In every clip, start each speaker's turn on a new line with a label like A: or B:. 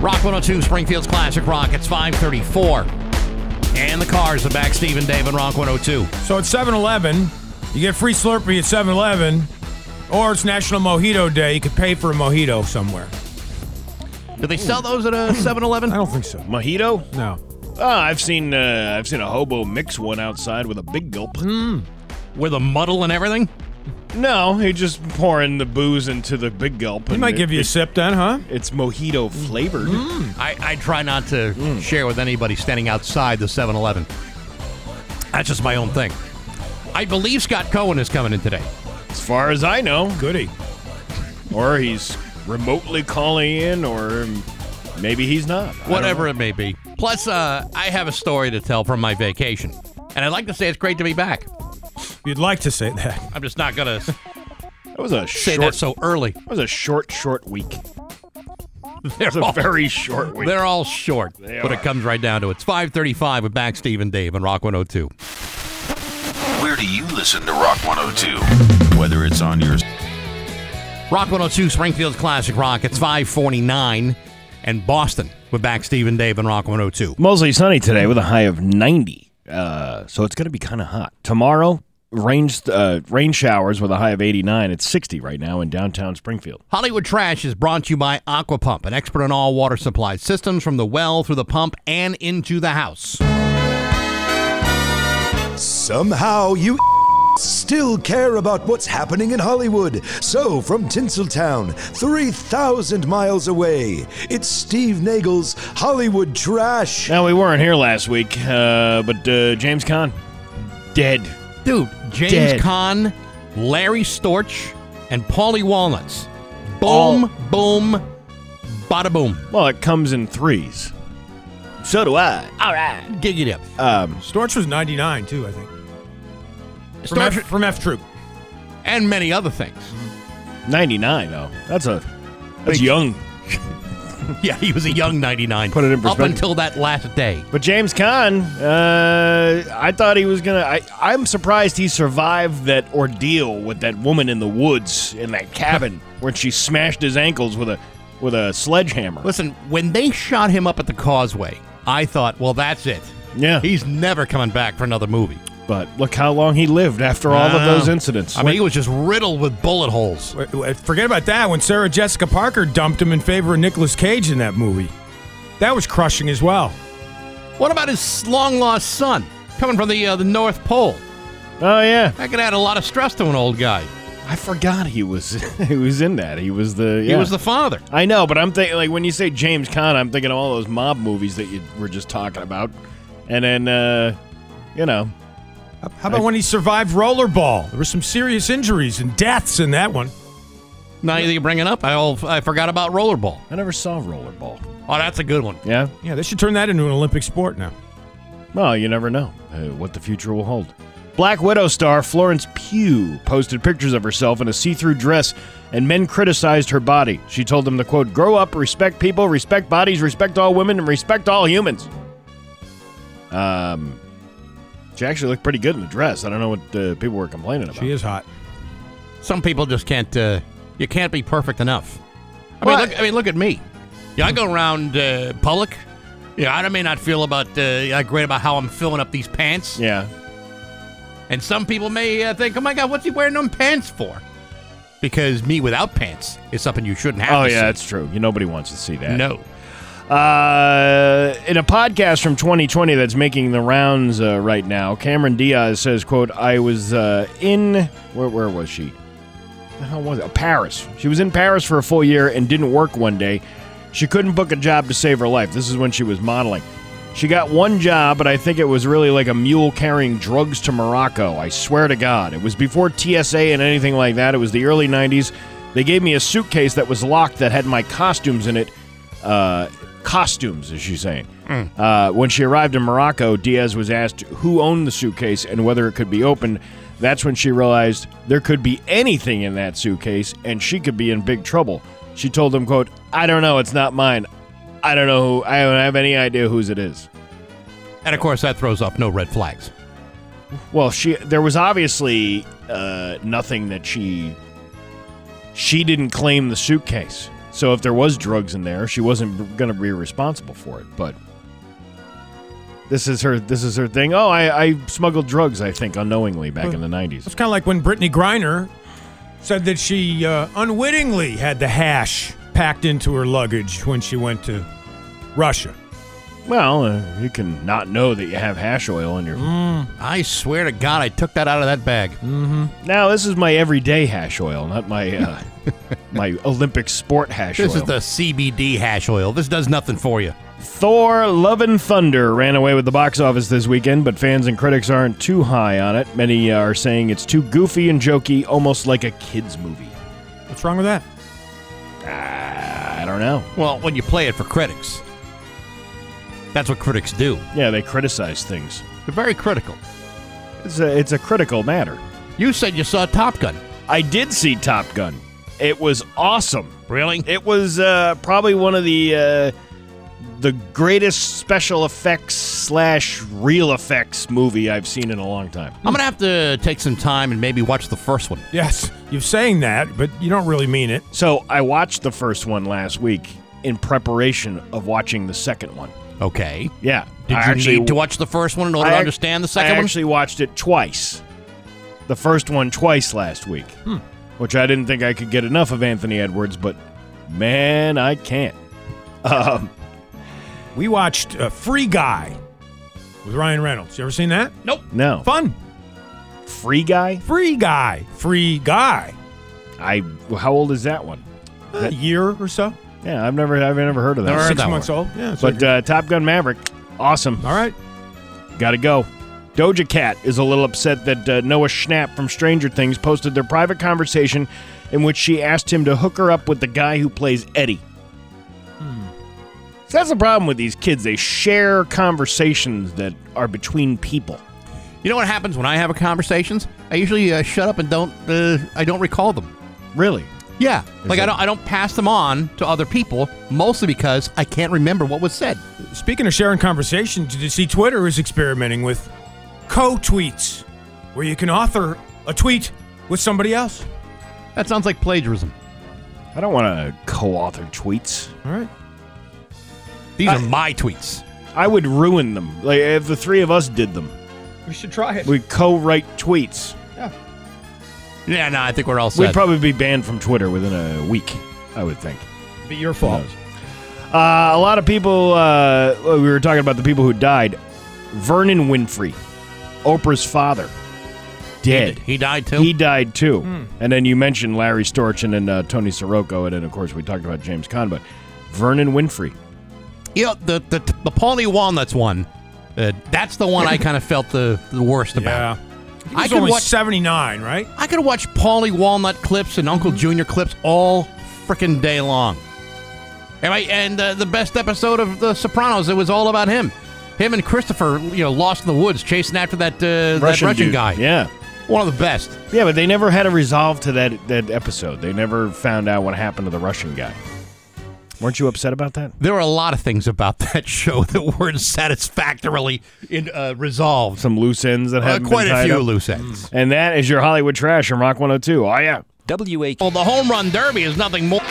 A: Rock 102, Springfield's Classic Rock. It's 534. And the cars are back. Steve and Dave and Rock 102.
B: So it's 7 Eleven. You get free Slurpee at 7 Eleven, or it's National Mojito Day. You could pay for a mojito somewhere.
A: Do they sell those at a
C: Hmm.
A: 7 Eleven?
B: I don't think so.
C: Mojito?
B: No.
C: Oh, I've seen uh, I've seen a hobo mix one outside with a big gulp.
A: With a muddle and everything?
C: No, he just pouring the booze into the big gulp.
B: He
C: and
B: might
C: it-
B: give you a Mm-hmm.
C: it-
B: sip then, huh?
C: It's mojito flavored.
A: I, I try not to
C: Hmm.
A: share with anybody standing outside the 7 Eleven. That's just my own thing. I believe Scott Cohen is coming in today.
C: As far as I know,
B: Goody.
C: or he's remotely calling in, or maybe he's not. I don't
A: whatever it may be. Plus, uh, I have a story to tell from my vacation, and I'd like to say it's great to be back.
B: You'd like to say that.
A: I'm just not gonna say
C: know. It was a
A: that
C: short.
A: so early.
C: it was a short, short week.
A: They're
C: It's a
B: Oh.
A: all,
C: very short week.
A: they're all short,
C: They
A: but
C: are.
A: it comes right down to it. It's 5:35 with back Steve and Dave on Rock 102.
D: Where do you listen to Rock 102? Whether it's on your
A: Rock 102, Springfield's Classic Rock. It's 5:49, and Boston with back Steve and Dave on Rock 102.
C: Mostly sunny today with a high of 90. Uh, so it's going to be kind of hot. Tomorrow, rain, uh, rain showers with a high of 89. It's 60 right now in downtown Springfield.
A: Hollywood Trash is brought to you by Aquapump, an expert in all water supply systems from the well through the pump and into the house.
E: Somehow you still care about what's happening in Hollywood. So, from Tinseltown, 3,000 miles away, it's Steve Nagel's Hollywood Trash.
C: Now, we weren't here last week, uh, but uh, James Caan, dead.
A: Dude, James
C: Dead.
A: Caan, Larry Storch, and Paulie Walnuts. Boom, boom, bada boom.
C: Well, it comes in threes. So do I.
A: Giggity up.
C: Um,
B: Storch was 99, too, I think. From,
A: Storch
B: F, from F Troop.
A: and many other things.
C: 99, though. That's a that's young.
A: Yeah, he was a young 99.
C: Put it in
A: Up
C: perspective.
A: until that last day.
C: But James Caan, uh, I thought he was gonna. I, I'm surprised he survived that ordeal with that woman in the woods in that cabin where she smashed his ankles with a with a sledgehammer.
A: Listen, when they shot him up at the causeway, I thought, well, that's it.
C: Yeah,
A: He's never coming back for another movie.
C: but look how long he lived after all of
A: Uh,
C: those incidents.
A: I mean, he was just riddled with bullet holes.
B: Wait, wait, Forget about that when Sarah Jessica Parker dumped him in favor of Nicolas Cage in that movie. That was crushing as well.
A: What about his long lost son coming from the uh, the North Pole?
C: oh yeah,
A: That could add a lot of stress to an old guy.
C: I forgot he was he was in that. He was the
A: He
C: yeah.
A: was the father.
C: I know, but I'm thinking like when you say James Caan, I'm thinking of all those mob movies that you were just talking about, and then uh, you know
B: How about when he survived Rollerball? There were some serious injuries and deaths in that one.
A: Now that you bring it up, I, all, I forgot about rollerball.
C: I never saw Rollerball.
A: Oh, that's a good one.
C: Yeah.
B: Yeah, they should turn that into an Olympic sport now.
C: Well, you never know uh, what the future will hold. Black Widow star Florence Pugh posted pictures of herself in a see-through dress, and men criticized her body. She told them to quote, "Grow up, respect people, respect bodies, respect all women, and respect all humans." Um, she actually looked pretty good in the dress. I don't know what uh, people were complaining about.
B: She is hot.
A: Some people just can't. Uh, you can't be perfect enough. I
C: Well,
A: mean, look, I mean, look at me. Yeah, I go around uh, public. Yeah, I may not feel about uh, great about how I'm filling up these pants,
C: Yeah,
A: and some people may uh, think, "Oh my God, what's he wearing them pants for?" Because me without pants is something you shouldn't have.
C: Oh
A: to
C: yeah,
A: see.
C: that's true. You nobody wants to see that.
A: no.
C: Uh, in a podcast from 2020 that's making the rounds uh, right now, Cameron Diaz says, "quote I was uh, in where where was she? The hell was it? Oh, Paris. She was in Paris for a full year and didn't work one day. She couldn't book a job to save her life. This is when she was modeling." She got one job, but I think it was really like a mule carrying drugs to Morocco. I swear to God. It was before TSA and anything like that. It was the early 90s. They gave me a suitcase that was locked that had my costumes in it. Uh, costumes, as she's saying. Uh, when she arrived in Morocco, Diaz was asked who owned the suitcase and whether it could be opened. That's when she realized there could be anything in that suitcase and she could be in big trouble. She told them, quote, I don't know, it's not mine. I don't know who. I don't have any idea whose it is.
A: And of course, that throws up no red flags.
C: Well, she there was obviously uh, nothing that she she didn't claim the suitcase. So if there was drugs in there, she wasn't going to be responsible for it. But this is her. This is her thing. Oh, I, I smuggled drugs. I think unknowingly back in the nineties.
B: It's kind of like when Brittany Griner said that she uh, unwittingly had the hash packed into her luggage when she went to Russia.
C: Well, uh, you can not know that you have hash oil in your.
A: I swear to God, I took that out of that bag.
C: Now this is my everyday hash oil, not my uh, my Olympic sport hash
A: This is
C: oil.
A: the CBD hash oil. This does nothing for you.
C: Thor Love and Thunder ran away with the box office this weekend, but fans and critics aren't too high on it. Many uh, are saying it's too goofy and jokey, almost like a kids movie.
B: What's wrong with that?
C: I don't know.
A: Well, when you play it for critics, that's what critics do.
C: Yeah, they criticize things.
A: They're very critical.
C: It's a, it's a critical matter.
A: You said you saw Top Gun.
C: I did see Top Gun. It was awesome.
A: Really?
C: It was uh, probably one of the uh, the greatest special effects slash real effects movie I've seen in a long time.
A: I'm going to have to take some time and maybe watch the first one.
B: Yes, you're saying that, but you don't really mean it.
C: So I watched the first one last week in preparation of watching the second one.
A: Okay.
C: Yeah.
A: Did
C: I
A: you
C: actually,
A: need to watch the first one in order
C: I
A: to
C: ac-
A: understand the second
C: I
A: one?
C: actually watched it twice. The first one twice last week,
A: Hmm.
C: which I didn't think I could get enough of Anthony Edwards, but man, I can't. Um,
B: We watched uh, Free Guy with Ryan Reynolds. You ever seen that?
A: nope.
C: no.
B: Fun.
C: Free guy?
B: Free Guy. Free Guy.
C: I. How old is that one?
B: A year or so.
C: Yeah, I've never, I've never heard of that.
A: Never heard
B: Six
A: that
B: months old. Yeah. it's
C: But
B: like-
C: uh, Top Gun Maverick, awesome.
B: all right.
C: Gotta go. Doja Cat is a little upset that uh, Noah Schnapp from Stranger Things posted their private conversation in which she asked him to hook her up with the guy who plays Eddie. Hmm. So that's the problem with these kids. They share conversations that are between people.
A: You know what happens when I have a conversations? I usually uh, shut up and don't. Uh, I don't recall them.
C: Really?
A: Yeah, like
C: it-
A: I don't. I don't pass them on to other people, mostly because I can't remember what was said.
B: Speaking of sharing conversation, did you see Twitter is experimenting with co-tweets, where you can author a tweet with somebody else?
A: That sounds like plagiarism.
C: I don't want to co author tweets.
B: All right.
A: These are my tweets.
C: I would ruin them. Like, if the three of us did them,
B: We should try it.
C: we'd co write tweets.
A: Yeah, no, I think we're all
C: We'd
A: set.
C: probably be banned from Twitter within a week, I would think.
B: be your fault.
C: Uh, a lot of people, uh, we were talking about the people who died. Vernon Winfrey, Oprah's father, dead.
A: he died too.
C: He died too.
B: Hmm.
C: And then you mentioned Larry Storchin and uh, Tony Sirocco, and then, of course, we talked about James Conn, but Vernon Winfrey.
A: you know, the the the Paulie Walnuts one. Uh, that's the one I kind of felt the, the worst about.
B: Yeah.
A: I
B: He's
A: could
B: only
A: watch-
B: 79, right?
A: I could watch Paulie Walnut clips and Uncle Junior clips all frickin' day long. Am I, and uh, the best episode of The Sopranos, it was all about him. Him and Christopher, you know, lost in the woods, chasing after that, uh, that Russian
C: dude.
A: guy.
C: Yeah.
A: One of the best.
C: Yeah, but they never had a resolve to that, that episode. They never found out what happened to the Russian guy. Weren't you upset about that?
A: There were a lot of things about that show that weren't satisfactorily in, uh, resolved.
C: Some loose ends that
A: Uh,
C: had
A: quite a few
C: Up.
A: loose ends.
C: And that is your Hollywood trash from Rock 102. Oh, yeah.
A: Well, the home run derby is nothing more.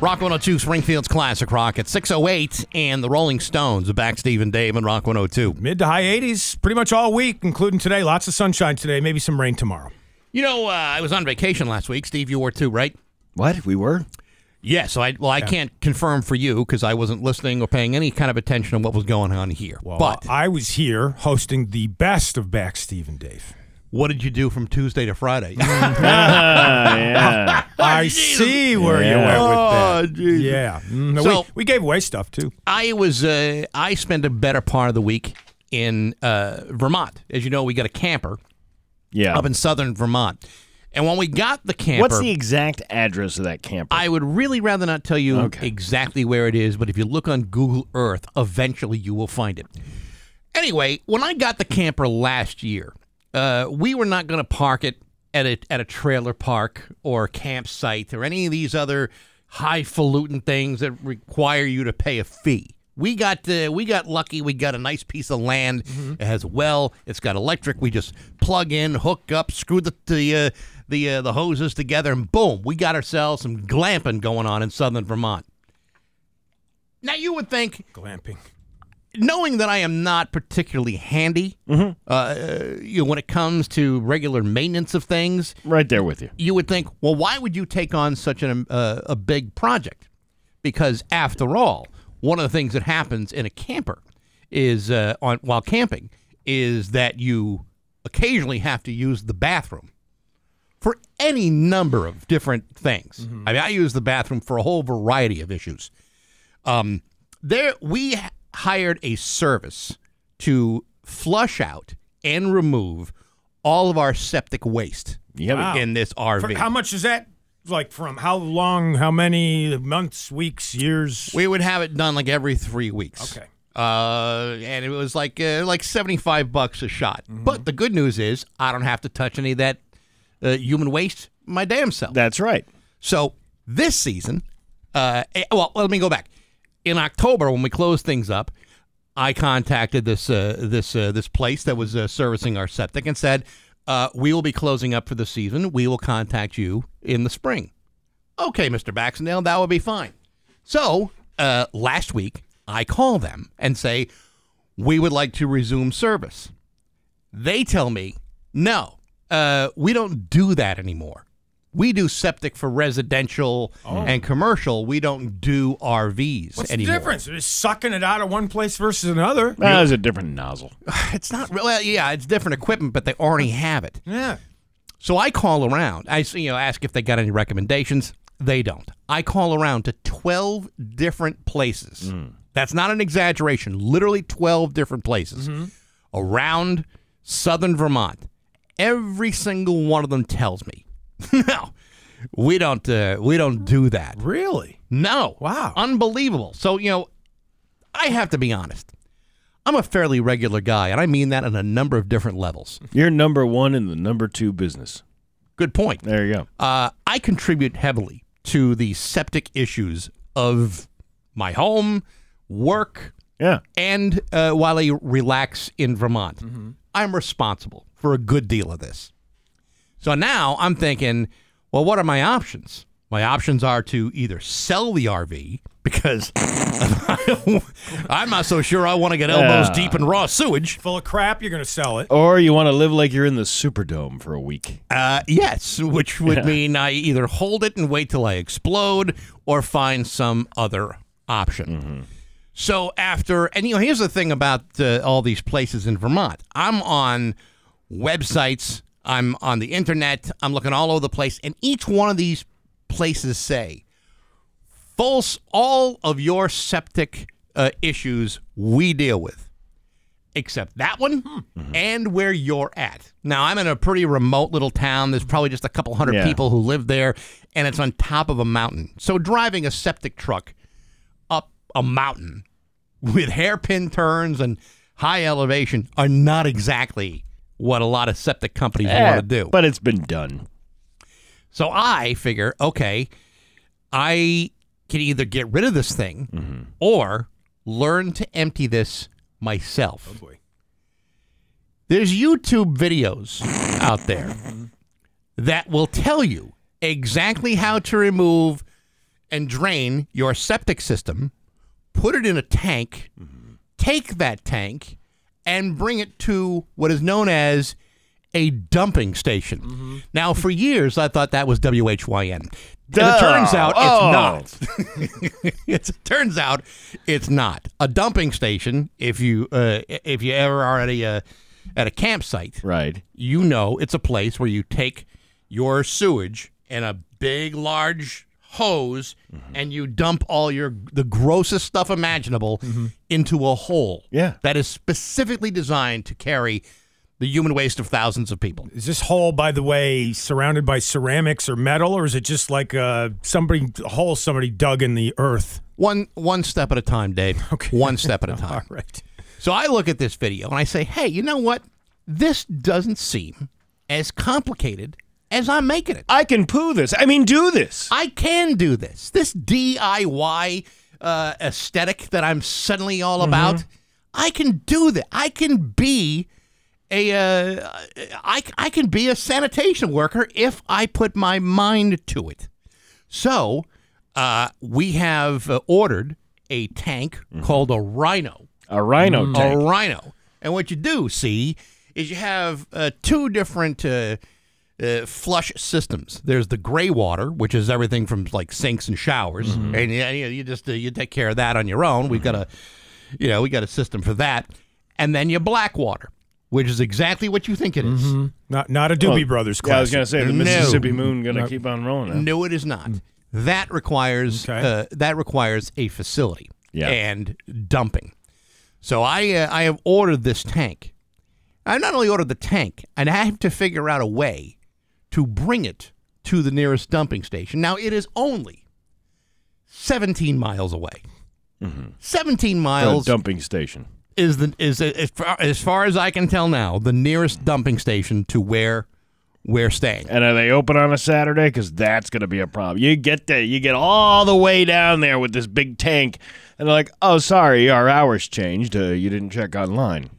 A: Rock 102, Springfield's Classic Rock at 608, and the Rolling Stones, back Steve and Dave and Rock 102.
B: Mid to high 80s, pretty much all week, including today. Lots of sunshine today, maybe some rain tomorrow.
A: You know, uh, I was on vacation last week. Steve, you were too, right?
C: What? We were?
A: Yeah, so I well, I can't confirm for you because I wasn't listening or paying any kind of attention to what was going on here. but
B: I was here hosting the best of Back Steve and Dave.
A: what did you do from Tuesday to Friday?
C: Ah, yeah.
B: I see where you
C: Yeah.
B: went with that.
A: Jesus.
B: Yeah. Mm, no,
A: Oh, So-
B: we, we gave away stuff too.
A: I was uh, I spent a better part of the week in uh, Vermont. As you know, we got a camper
C: yeah.
A: up in southern Vermont, and when we got the camper,
C: What's the exact address of that camper?
A: I would really rather not tell you
C: Okay.
A: exactly where it is, but if you look on Google Earth, eventually you will find it. Anyway, when I got the camper last year, uh, we were not going to park it at a, at a trailer park or campsite or any of these other highfalutin things that require you to pay a fee, We got uh, we got lucky. We got a nice piece of land It has well. It's got electric. We just plug in, hook up, screw the the uh, the uh, the hoses together, and boom, we got ourselves some glamping going on in southern Vermont. Now you would think
B: Glamping.
A: knowing that I am not particularly handy, uh, uh, you know, when it comes to regular maintenance of things,
C: Right there with you.
A: you would think, well, why would you take on such an, uh, a big project? Because after all, one of the things that happens in a camper is uh, on while camping is that you occasionally have to use the bathroom for any number of different things. I mean, I use the bathroom for a whole variety of issues. Um, there, we h- hired a service to flush out and remove all of our septic waste
C: Yeah, but-
A: in this RV.
B: Oh. For- how much is that? Like from how long? How many months? Weeks? Years?
A: we would have it done like every three weeks.
B: Okay.
A: Uh, and it was like uh, like seventy five bucks a shot.
B: Mm-hmm.
A: But the good news is I don't have to touch any of that uh, human waste my damn self.
C: That's right.
A: So this season, uh, eh, well, let me go back. In October, when we closed things up, I contacted this uh, this uh, this place that was uh, servicing our septic and said, uh, "We will be closing up for the season. We will contact you in the spring." Okay, Mister Baxendale, that would be fine. So uh, last week, I call them and say, "We would like to resume service." They tell me, "No, uh, we don't do that anymore." We do septic for residential and commercial. We don't do RVs
B: Oh. What's
A: anymore.
B: the difference? It's sucking it out of one place versus another.
C: That was a different nozzle.
A: It's not real. Well, yeah, it's different equipment, but they already have it.
B: Yeah.
A: So I call around. I s- you know ask if they got any recommendations. They don't. I call around to twelve different places. That's not an exaggeration. Literally twelve different places around southern Vermont. Every single one of them tells me, no, we don't. Uh, we don't do that.
B: Really?
A: No.
B: Wow.
A: Unbelievable. So, you know, I have to be honest. I'm a fairly regular guy, and I mean that on a number of different levels.
C: You're number one in the number two business.
A: Good point.
C: There you go.
A: Uh, I contribute heavily to the septic issues of my home, work,
C: Yeah.
A: and uh, while I relax in Vermont, I'm responsible for a good deal of this. So now I'm thinking, well, what are my options? My options are to either sell the RV because I'm not so sure I want to get elbows
C: Yeah.
A: deep in raw sewage.
B: Full of crap. You're gonna sell it.
C: Or you want to live like you're in the Superdome for a week.
A: Uh, yes, which would mean I either hold it and wait till I explode or find some other option. So after, and you know, here's the thing about uh, all these places in Vermont. I'm on websites, I'm on the internet, I'm looking all over the place, and each one of these places say, false, all of your septic uh, issues we deal with, except that one and where you're at. Now, I'm in a pretty remote little town. There's probably just a couple hundred
C: Yeah.
A: people who live there, and it's on top of a mountain. So driving a septic truck up a mountain with hairpin turns and high elevation are not exactly what a lot of septic companies
C: Eh,
A: want to do.
C: But it's been done.
A: So I figure, okay, I can either get rid of this thing or learn to empty this myself.
C: Oh,
B: boy.
A: There's YouTube videos out there that will tell you exactly how to remove and drain your septic system, put it in a tank, take that tank, and bring it to what is known as a dumping station.
C: Mm-hmm.
A: Now, for years, I thought that was WHYN. And
C: Duh.
A: it turns out
C: Oh.
A: it's not. it's, it turns out it's not a dumping station. If you uh, if you ever are at a uh, at a campsite,
C: Right.
A: you know it's a place where you take your sewage and a big large hose and you dump all your the grossest stuff imaginable into a hole
C: Yeah.
A: that is specifically designed to carry the human waste of thousands of people
B: Is this hole, by the way, surrounded by ceramics or metal, or is it just like uh, somebody a hole somebody dug in the earth?
A: one one step at a time dave
B: Okay.
A: one step at a time
B: Right.
A: So I look at this video and I say, hey, you know what? This doesn't seem as complicated as I'm making it.
C: I can poo this. I mean, do this.
A: I can do this. This DIY uh, aesthetic that I'm suddenly all about. I can do that. I can be a uh, I, I can be a sanitation worker if I put my mind to it. So uh, we have uh, ordered a tank called a Rhino.
C: A rhino
A: A
C: tank.
A: rhino. And what you do, see, is you have uh, two different uh, uh, flush systems. There's the gray water, which is everything from like sinks and showers, and yeah, you, you just uh, you take care of that on your own. We've got a, you know, we got a system for that, and then your black water, which is exactly what you think it is.
B: Not not a Doobie
C: Well,
B: Brothers
C: Yeah, I was
B: classic.
C: gonna say the
A: No.
C: Mississippi Moon gonna keep on rolling.
A: No, it is not. That requires
B: Okay.
A: uh, that requires a facility
C: Yeah.
A: and dumping. So I uh, I have ordered this tank. I not only ordered the tank, and I have to figure out a way to bring it to the nearest dumping station. Now it is only seventeen miles away. Seventeen
C: A
A: miles
C: dumping station.
A: is the is as far, as far as I can tell now the nearest dumping station to where we're staying.
C: And are they open on a Saturday? Because that's going to be a problem. You get there, you get all the way down there with this big tank, and they're like, "Oh, sorry, our hours changed. Uh, you didn't check online."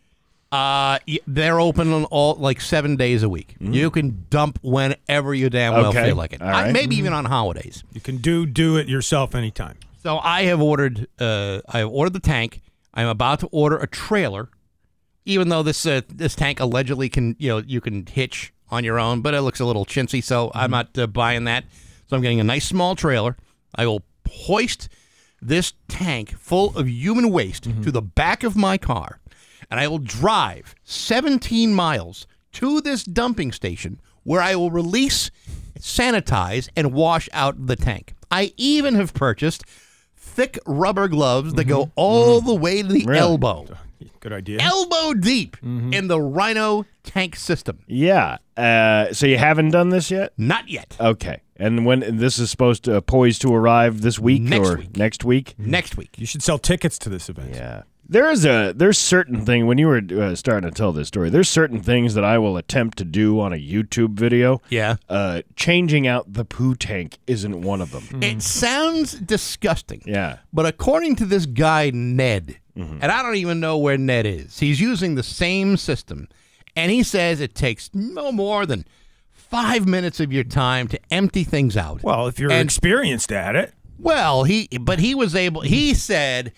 A: Uh, y- they're open on all like seven days a week. You can dump whenever you damn well
C: Mm-hmm. Okay.
A: feel like it.
C: All
A: I-
C: right. Mm-hmm.
A: maybe even on holidays.
B: you can do do it yourself anytime.
A: So I have ordered. Uh, I have ordered the tank. I'm about to order a trailer, even though this uh, this tank allegedly can you know you can hitch on your own, but it looks a little chintzy, so I'm not uh, buying that. So I'm getting a nice small trailer. I will hoist this tank full of human waste to the back of my car, and I will drive 17 miles to this dumping station where I will release, sanitize, and wash out the tank. I even have purchased thick rubber gloves that go all the way to the
C: Really?
A: elbow,
B: Good idea.
A: elbow deep in the Rhino tank system.
C: Yeah. Uh, so you haven't done this yet?
A: Not yet.
C: Okay. And when and this is supposed to uh, poised to arrive this week
A: Next
C: or
A: week.
C: next week?
A: Next week.
B: you should sell tickets to this event.
C: Yeah. There is a there's certain thing when you were uh, starting to tell this story. There's certain things that I will attempt to do on a YouTube video.
A: Yeah.
C: Uh, changing out the poo tank isn't one of them.
A: It sounds disgusting.
C: Yeah.
A: But according to this guy, Ned, and I don't even know where Ned is, he's using the same system. And he says it takes no more than five minutes of your time to empty things out.
B: Well, if you're
A: And-
B: experienced at it,
A: Well, he, but he was able, he said,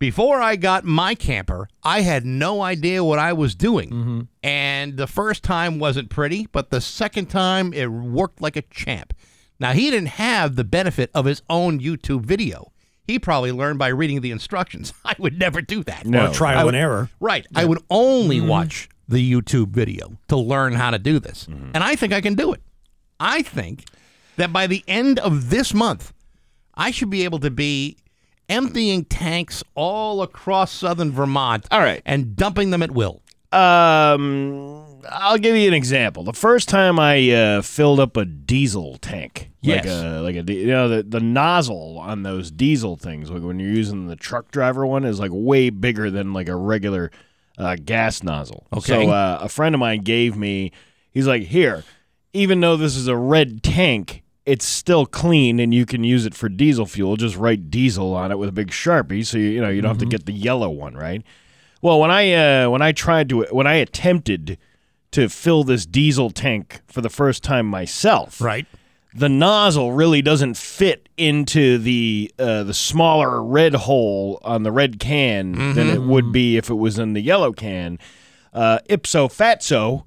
A: before I got my camper, I had no idea what I was doing. And the first time wasn't pretty, but the second time it worked like a champ. Now, he didn't have the benefit of his own YouTube video. He probably learned by reading the instructions. I would never do that.
C: No.
B: or trial and error.
A: Right. I would only
C: Mm-hmm.
A: watch the YouTube video to learn how to do this.
C: Mm-hmm.
A: And I think I can do it. I think that by the end of this month, I should be able to be emptying tanks all across southern Vermont
C: All right.
A: and dumping them at will.
C: Um, I'll give you an example. The first time I uh, filled up a diesel tank,
A: Yes.
C: like a like a di- you know the, the nozzle on those diesel things, like when you're using the truck driver one, is like way bigger than like a regular uh, gas nozzle.
A: Okay.
C: So uh, a friend of mine gave me. He's like, here, even though this is a red tank. It's still clean, and you can use it for diesel fuel. Just write diesel on it with a big sharpie, so you, you know you don't have
A: Mm-hmm.
C: to get the yellow one, right? Well, when I uh, when I tried to when I attempted to fill this diesel tank for the first time myself,
A: Right.
C: the nozzle really doesn't fit into the uh, the smaller red hole on the red can than it would be if it was in the yellow can. Uh, ipso fatso,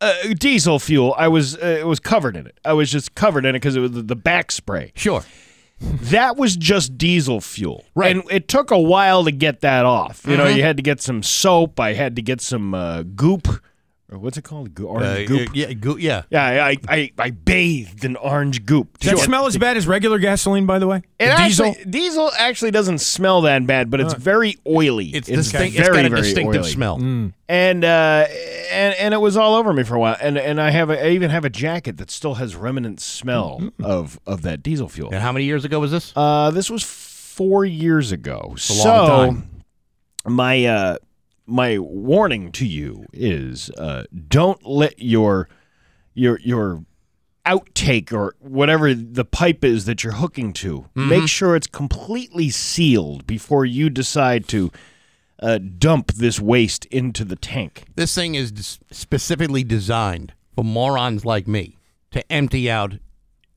C: uh, diesel fuel. I was uh, it was covered in it. I was just covered in it because it was the, the back spray.
A: Sure.
C: That was just diesel fuel.
A: Right.
C: And it took a while to get that off. You know,
B: Mm-hmm.
C: you had to get some soap. I had to get some uh, goop. Or what's it called? Go- orange goop.
A: Uh, Yeah, goo- yeah.
C: yeah, I, I, I bathed in orange goop. to
B: Does
C: get-
B: that smell as bad as regular gasoline, by the way?
C: It
B: diesel.
C: Actually, diesel actually doesn't smell that bad, but it's very oily.
A: It's, distinct, it's got a distinctive smell.
C: and uh, and and it was all over me for a while. And and I have a, I even have a jacket that still has remnant smell
B: Mm-hmm.
C: of of that diesel fuel.
A: And how many years ago was this?
C: Uh, this was four years ago.
A: a
C: so
A: long time.
C: my uh, my warning to you is uh, don't let your your your outtake or whatever the pipe is that you're hooking to, make sure it's completely sealed before you decide to uh, dump this waste into the tank.
A: This thing is des- specifically designed for morons like me to empty out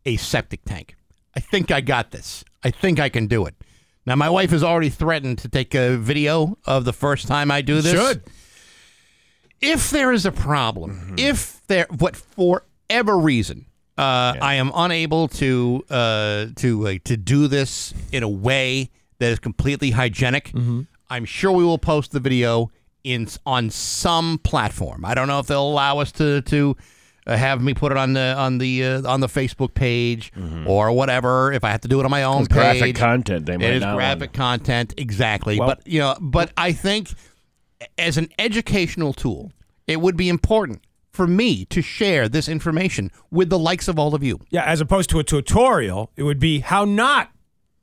A: a septic tank. I think I got this. I think I can do it. Now, my wife has already threatened to take a video of the first time I do this.
B: Should.
A: If there is a problem,
C: Mm-hmm.
A: if there, what for ever reason, uh, I am unable to uh, to uh, to do this in a way that is completely hygienic,
C: Mm-hmm.
A: I'm sure we will post the video in on some platform. I don't know if they'll allow us to to uh, have me put it on the on the uh, on the Facebook page or whatever. If I have to do it on my own
C: Mm-hmm. It's graphic
A: page,
C: content, they might
A: it is
C: not
A: graphic content exactly. but you know, but I think as an educational tool, it would be important for me to share this information with the likes of all of you.
B: Yeah, as opposed to a tutorial, it would be how not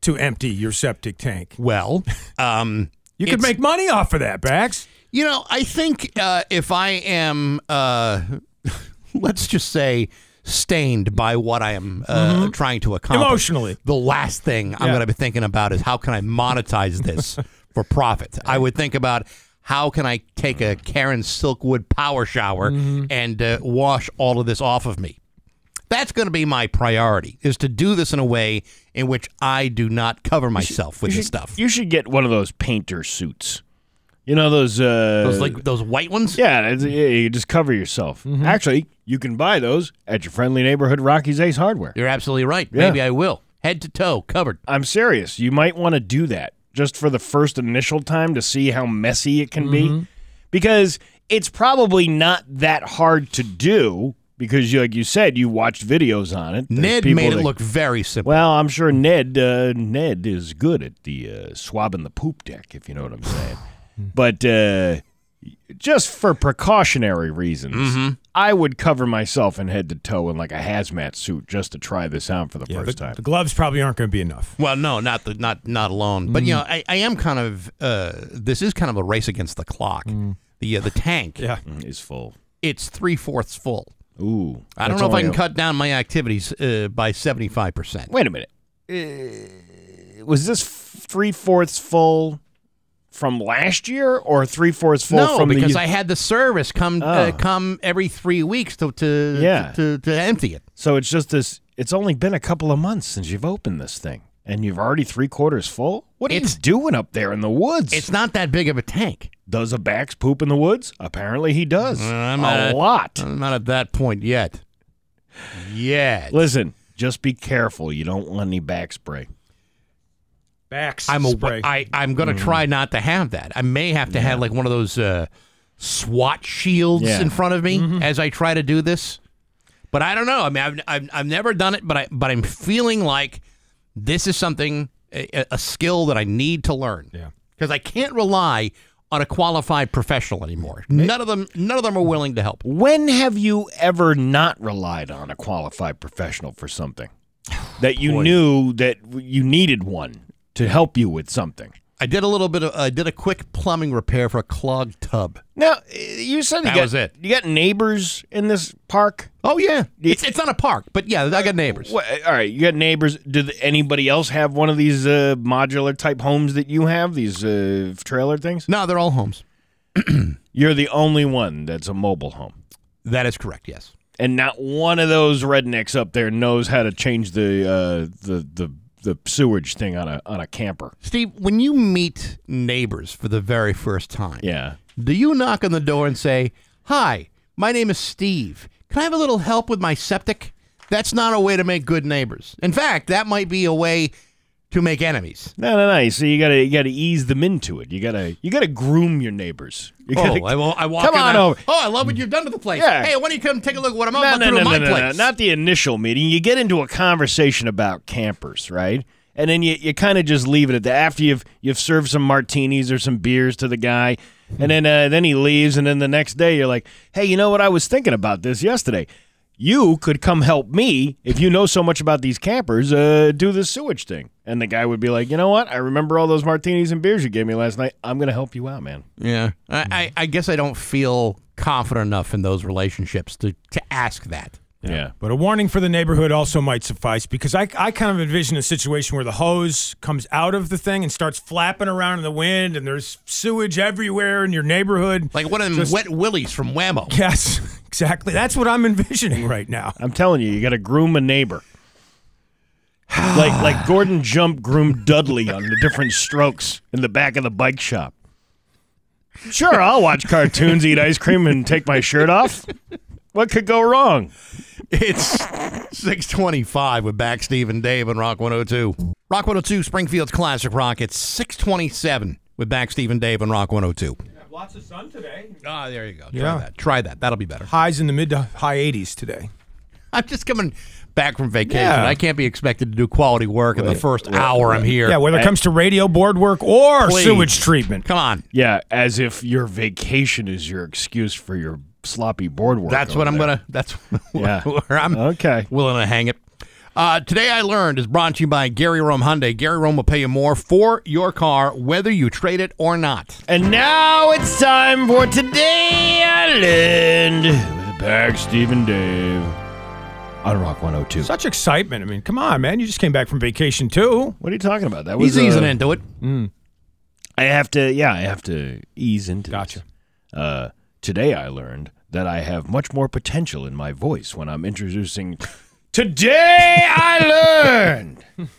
B: to empty your septic tank.
A: Well, um,
B: You could
A: It's-
B: make money off of that, Bax.
A: You know, I think uh, if I am, uh, let's just say, stained by what I am uh,
C: Mm-hmm.
A: trying to accomplish
B: Emotionally.
A: the last thing I'm
B: Yeah.
A: going to be thinking about is how can I monetize this for profit. I would think about how can I take a Karen Silkwood power shower
C: Mm-hmm.
A: and uh, wash all of this off of me. That's going to be my priority: is to do this in a way in which I do not cover myself with
C: You
A: this
C: should-
A: stuff.
C: You should get one of those painter suits. You know those. Uh,
A: Those like those white ones.
C: yeah, it's- yeah, you just cover yourself.
A: Mm-hmm.
C: Actually, you can buy those at your friendly neighborhood Rocky's Ace Hardware.
A: You're absolutely right.
C: Yeah.
A: Maybe I will. Head to toe, covered.
C: I'm serious. You might want to do that just for the first initial time to see how messy it can
A: Mm-hmm.
C: be, because it's probably not that hard to do. Because, you, like you said, you watched videos on it. There's
A: Ned
C: people
A: made it
C: that-
A: look very simple.
C: Well, I'm sure Ned uh, Ned is good at the uh, swabbing the poop deck, if you know what I'm saying. but uh, just for precautionary reasons,
A: Mm-hmm.
C: I would cover myself in head to toe in like a hazmat suit just to try this out for the
B: Yeah, the,
C: first time.
B: the gloves probably aren't going to be enough.
A: Well, no, not the not not alone. But you
C: Mm.
A: know, I, I am kind of uh, this is kind of a race against the clock. The uh, the tank,
B: Yeah.
C: Mm, is full.
A: it's three fourths full.
C: Ooh,
A: I don't
C: that's
A: know if I
C: only
A: can
C: a-
A: cut down my activities uh, by seventy five percent.
C: Wait a minute. Uh, was this three fourths full from last year or three fourths full
A: No,
C: from
A: because
C: the?
A: I had the service come uh,
C: Oh.
A: come every three weeks to to,
C: Yeah.
A: to to empty it.
C: So it's just this. It's only been a couple of months since you've opened this thing, and you've already three quarters full. What are
A: It's-
C: you doing up there in the woods?
A: It's not that big of a tank.
C: does a Bax poop in the woods? Apparently he does
A: I'm
C: a
A: not-
C: lot.
A: I'm not at that point yet. Yet.
C: Listen, just be careful. You don't want any back spray.
B: Bax.
A: I'm a,
B: spray.
A: I, I'm gonna try not to have that. I may have to have like one of those uh, SWAT shields
C: Yeah.
A: in front of me as I try to do this. But I don't know. I mean, I've, I've, I've never done it, but I but I'm feeling like this is something a, a skill that I need to learn.
B: Yeah.
A: because I can't rely on a qualified professional anymore. None of them none of them are willing to help.
C: When have you ever not relied on a qualified professional for something that you knew that you needed one to help you with something?
A: I did a little bit of I did a quick plumbing repair for a clogged tub.
C: Now, uh, you said you
A: That
C: got,
A: was it.
C: You got neighbors in this park.
A: Oh yeah, it's it's not a park, but yeah, I got neighbors.
C: What, uh, all right, you got neighbors. Did anybody else have one of these uh, modular type homes that you have? These uh, trailer things.
A: No, they're all homes.
C: You're the only one that's a mobile home,
A: That is correct. Yes.
C: and not one of those rednecks up there knows how to change the uh, the the the sewage thing on a on a camper.
A: Steve, when you meet neighbors for the very first time,
C: Yeah.
A: do you knock on the door and say, Hi, my name is Steve. Can I have a little help with my septic? That's not a way to make good neighbors. In fact, that might be a way to make enemies.
C: No, no, no. You see, you gotta you gotta ease them into it. You gotta you gotta groom your neighbors. You gotta,
A: oh, I, wa- I walk
C: come
A: in,
C: on
A: I-
C: over.
A: Oh, I love what you've done to the place.
C: Yeah.
A: Hey, why don't you come take a look at what I'm
C: no,
A: about
C: no,
A: to do
C: no,
A: to my
C: no, no,
A: place?
C: no, not the initial meeting. You get into a conversation about campers, right? And then you, you kind of just leave it at that. After you've you've served some martinis or some beers to the guy, and then uh, then he leaves, and then the next day you're like, hey, you know what? I was thinking about this yesterday. You could come help me if you know so much about these campers. Uh, do this sewage thing, and the guy would be like, you know what? I remember all those martinis and beers you gave me last night. I'm gonna help you out, man.
A: Yeah. I, I, I guess I don't feel confident enough in those relationships to, to ask that.
C: Yeah.
B: But a warning for the neighborhood also might suffice because I, I kind of envision a situation where the hose comes out of the thing and starts flapping around in the wind, and there's sewage everywhere in your neighborhood.
A: Like one of them
B: Just-
A: wet willies from Whammo.
B: Yes, exactly. That's what I'm envisioning right now.
C: I'm telling you, you got to groom a neighbor. like like Gordon Jump groomed Dudley on the different strokes in the back of the bike shop. Sure, I'll watch cartoons, eat ice cream, and take my shirt off. What could go wrong?
A: It's 625 with back Steve and Dave and Rock 102. Rock 102, Springfield's Classic Rock. It's 627 with back Steve and Dave and Rock 102.
B: Lots of sun today.
A: Ah, there you go. Try
B: Yeah.
A: that. Try that. That'll be better.
B: Highs in the mid to high 80s today.
A: I'm just coming back from vacation.
B: Yeah.
A: I can't be expected to do quality work in the first hour I'm here.
B: Yeah, whether it comes to radio, board work, or
A: Please.
B: sewage treatment.
A: Come on.
C: Yeah, as if your vacation is your excuse for your sloppy board work.
A: That's
C: over
A: what I'm
C: there.
A: gonna. That's
C: Yeah.
A: where I'm
C: Okay.
A: willing to hang it. Uh, today I learned is brought to you by Gary Rome Hyundai. Gary Rome will pay you more for your car, whether you trade it or not.
C: And now it's time for Today Island with Back Steve and Dave on Rock 102.
B: Such excitement. I mean, come on, man. You just came back from vacation, too.
C: What are you talking about? That was
A: He's easing
C: uh,
A: into it.
C: I have to, yeah, I have to ease into.
B: Gotcha.
C: this. Uh, today I learned that I have much more potential in my voice when I'm introducing. Today I learned.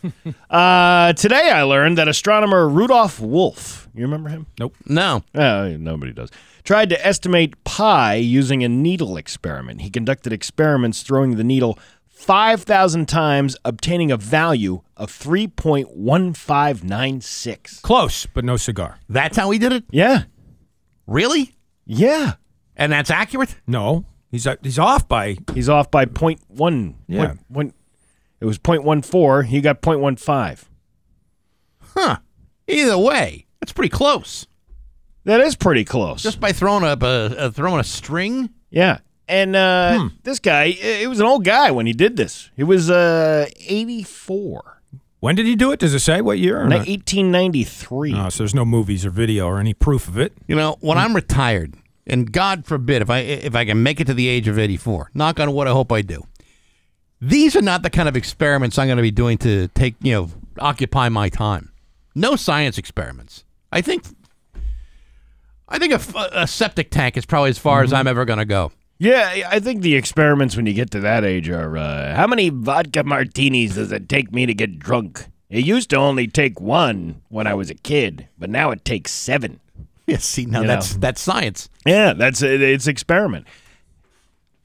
C: uh, today I learned that astronomer Rudolf Wolf. You remember him?
A: No,
C: Uh, nobody does. Tried to estimate pi using a needle experiment. He conducted experiments throwing the needle 5,000 times, obtaining a value of 3.1596.
B: Close, but no cigar.
A: that's how he did it.
C: Yeah.
A: Really?
C: Yeah.
A: And that's accurate.
B: No, he's uh, he's off by
C: He's off by point 0.1.
B: Yeah.
C: Point, point, it was 0.14. He got 0.15.
A: Huh? Either way, that's pretty close.
C: That is pretty close.
A: Just by throwing up a, a throwing a string.
C: yeah. And uh, this guy, it was an old guy when he did this. He was uh, 84.
B: When did he do it? Does it say what year? Or
C: Ni-
B: not?
C: 1893.
B: Oh, so there's no movies or video or any proof of it.
A: You know, when I'm retired, and God forbid if I if I can make it to the age of 84, knock on wood, I hope I do. These are not the kind of experiments I'm going to be doing to take you know occupy my time. No science experiments. I think I think a, f- a septic tank is probably as far as I'm ever going to go.
C: Yeah, I- I think the experiments when you get to that age are uh, how many vodka martinis does it take me to get drunk? It used to only take one when I was a kid, but now it takes seven.
A: Yeah, see, now
C: You
A: that's
C: know.
A: that's science.
C: Yeah, that's it, it's experiment.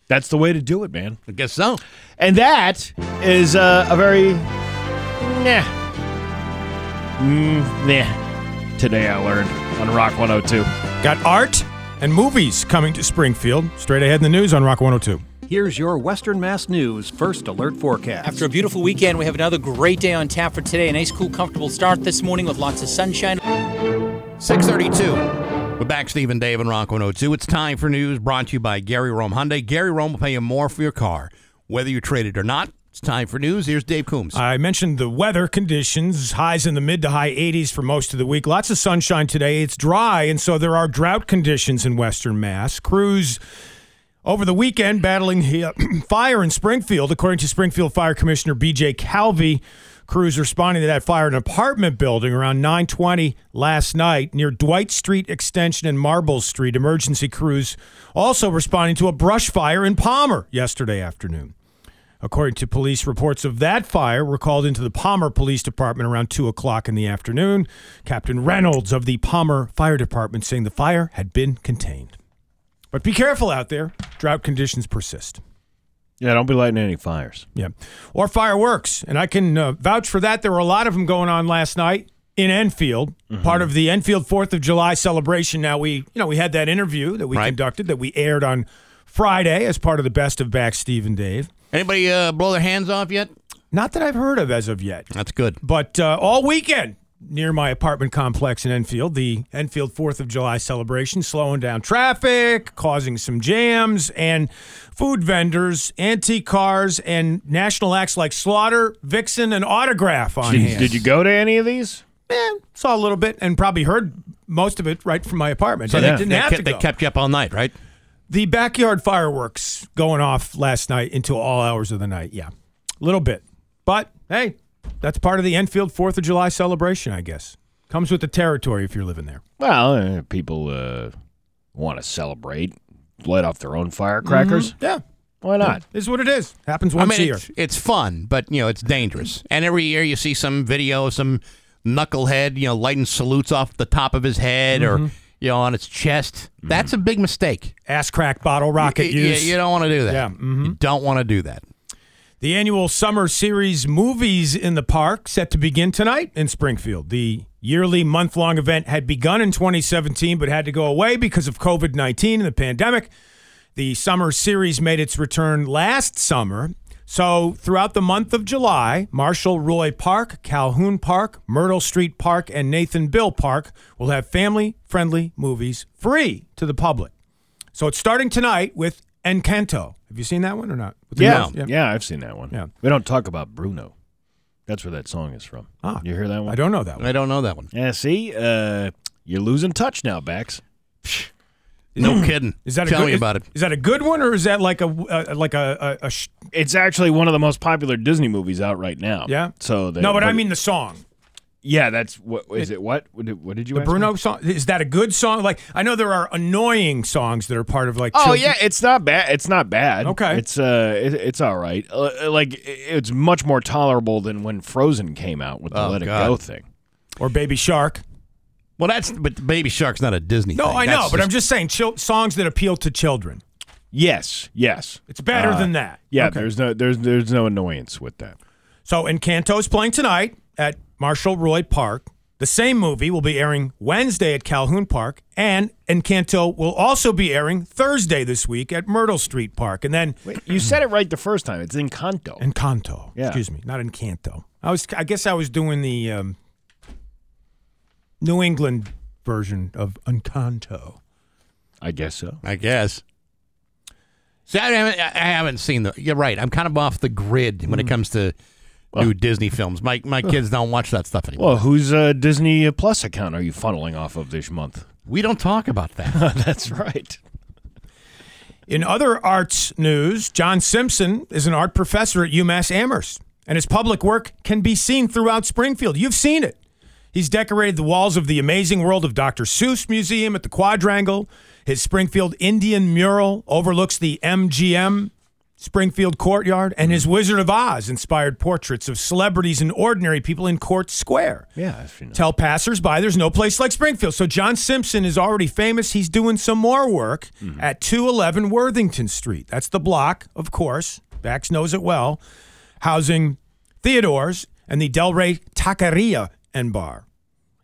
C: That's the way to do it, man.
A: I guess so.
C: And that is uh, a very nah, mm, nah. Today I learned on Rock 102.
B: Got art and movies coming to Springfield. Straight ahead in the news on Rock 102.
F: Here's your Western Mass News first alert forecast.
G: After a beautiful weekend, we have another great day on tap for today. A nice, cool, comfortable start this morning with lots of sunshine.
A: 632. We're back, Stephen Dave and Rock 102. It's time for news brought to you by Gary Rome Hyundai. Gary Rome will pay you more for your car, whether you trade it or not. It's time for news. Here's Dave Coombs.
B: I mentioned the weather conditions, highs in the mid to high 80s for most of the week. Lots of sunshine today. It's dry, and so there are drought conditions in Western Mass. Crews over the weekend battling he- uh, fire in Springfield. According to Springfield Fire Commissioner B.J. Calvey, crews responding to that fire in an apartment building around 920 last night near Dwight Street Extension and Marble Street. Emergency crews also responding to a brush fire in Palmer yesterday afternoon. According to police, reports of that fire were called into the Palmer Police Department around 2 o'clock in the afternoon. Captain Reynolds of the Palmer Fire Department saying the fire had been contained. But be careful out there. Drought conditions persist.
C: Yeah, don't be lighting any fires.
B: Yeah. Or fireworks. And I can uh, vouch for that. There were a lot of them going on last night in Enfield, part of the Enfield 4th of July celebration. Now, we, you know, we had that interview that we
A: Right.
B: conducted that we aired on Friday as part of the best of back Steve and Dave.
A: Anybody uh, blow their hands off yet?
B: Not that I've heard of as of yet.
A: That's good.
B: But uh, all weekend near my apartment complex in Enfield, the Enfield 4th of July celebration, slowing down traffic, causing some jams, and food vendors, antique cars, and national acts like Slaughter, Vixen, and Autograph on hand.
C: Did you go to any of these?
B: Eh, saw a little bit and probably heard most of it right from my apartment. So
C: Yeah.
B: they didn't
A: They
B: have
A: kept,
B: to
A: they
B: go.
A: kept you up all night, right?
B: The backyard fireworks going off last night into all hours of the night. Yeah, a little bit. But hey, that's part of the Enfield 4th of July celebration, I guess. Comes with the territory if you're living there.
C: Well, uh, people uh, want to celebrate, light off their own firecrackers.
B: Yeah.
C: Why not?
B: Is what it is. Happens
A: I
B: once
A: mean,
B: a year.
A: it's, it's fun, but you know it's dangerous. And every year you see some video of some knucklehead, you know, lighting salutes off the top of his head or
B: Mm-hmm.
A: you know on his chest. That's a big mistake.
B: Ass crack bottle rocket
A: Y- y-
B: Mm-hmm. use.
A: You, don't want to do that.
B: Yeah, mm-hmm.
A: You don't want to do that.
B: The annual summer series Movies in the Park set to begin tonight in Springfield. The yearly month long event had begun in 2017 but had to go away because of COVID 19 and the pandemic. The summer series made its return last summer. So, throughout the month of July, Marshall Roy Park, Calhoun Park, Myrtle Street Park, and Nathan Bill Park will have family friendly movies free to the public. So, it's starting tonight with Encanto. Have you seen that one or not? With the
C: Yeah.
B: girls?
C: yeah, I've seen that one.
B: Yeah.
C: we don't talk about Bruno. That's where that song is from.
B: Ah.
C: you hear that one?
B: I don't know that one.
A: I don't know that one.
C: Yeah, see, uh, you're losing touch now, Bax.
A: No kidding.
B: Hmm. Is that
A: tell
B: a good,
A: me
B: is-
A: about it?
B: Is that a good one or is that like a uh, like a, a, a sh-
C: It's actually one of the most popular Disney movies out right now.
B: yeah?
C: So they,
B: no, but I mean the song,
C: yeah, that's what is it? What what did, what did you?
B: the
C: ask me?
B: Bruno song. Is that a good song? Like I know there are annoying songs that are part of like.
C: Oh
B: children-
C: yeah, it's not bad. It's not bad.
B: Okay.
C: it's uh, it, it's all right. Uh, like it- it's much more tolerable than when Frozen came out with the
A: Oh,
C: Let It
A: God.
C: Go thing.
B: Or Baby Shark.
A: Well, that's but Baby Shark's not a Disney.
B: No,
A: thing.
B: I know,
A: That's
B: but I'm just saying chil- songs that appeal to children.
C: Yes, yes,
B: It's better
A: Ah.
C: Uh,
B: than that.
C: Yeah,
B: Okay.
C: there's no there's there's no annoyance with that.
B: So Encanto's playing tonight at Marshall Roy Park. The same movie will be airing Wednesday at Calhoun Park, and Encanto will also be airing Thursday this week at Myrtle Street Park, and then.
C: You said it right the first time. It's Encanto.
B: Encanto.
C: Yeah.
B: Excuse me, not Encanto. I was, I guess, I was doing the um, New England version of Encanto.
C: I guess so.
A: I guess. See, I haven't, I haven't seen the. You're right. I'm kind of off the grid
B: Hmm.
A: when it comes to new Disney films. My my kids don't watch that stuff anymore.
C: Well, whose uh, Disney Plus account are you funneling off of this month?
A: we don't talk about that.
C: That's right.
B: In other arts news, John Simpson is an art professor at UMass Amherst, and his public work can be seen throughout Springfield. You've seen it. He's decorated the walls of the Amazing World of Dr. Seuss Museum at the Quadrangle. His Springfield Indian mural overlooks the MGM Springfield Courtyard, and his Wizard of Oz inspired portraits of celebrities and ordinary people in Court Square.
C: Yeah, if you know.
B: Tell passersby there's no place like Springfield. So John Simpson is already famous. He's doing some more work
C: Mm-hmm.
B: at 211 Worthington Street. That's the block, of course. Bax knows it well. Housing Theodore's and the Del Rey Taqueria and Bar.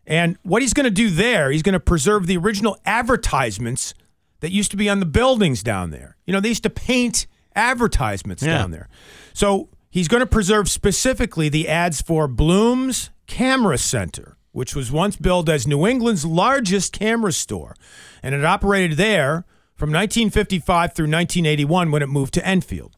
B: And what he's going to do there, he's going to preserve the original advertisements that used to be on the buildings down there. You know, they used to paint advertisements down there. So he's going to preserve specifically the ads for Bloom's Camera Center, which was once billed as New England's largest camera store. And it operated there from 1955 through 1981 when it moved to Enfield.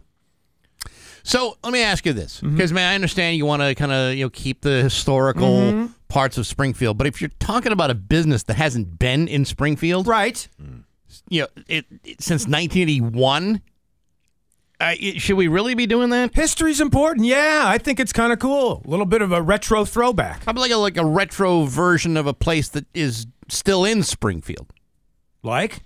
A: so let me ask you this,
B: Mm-hmm.
A: because man, I understand you want to kind of you know keep the historical
B: Mm-hmm.
A: parts of Springfield, but if you're talking about a business that hasn't been in Springfield,
B: Right.
A: you know, it, it- since 1981, uh, it, should we really be doing that?
B: History's important. Yeah, I think it's kind of cool. A little bit of a retro throwback.
A: Probably like a, like a retro version of a place that is still in Springfield.
B: Like?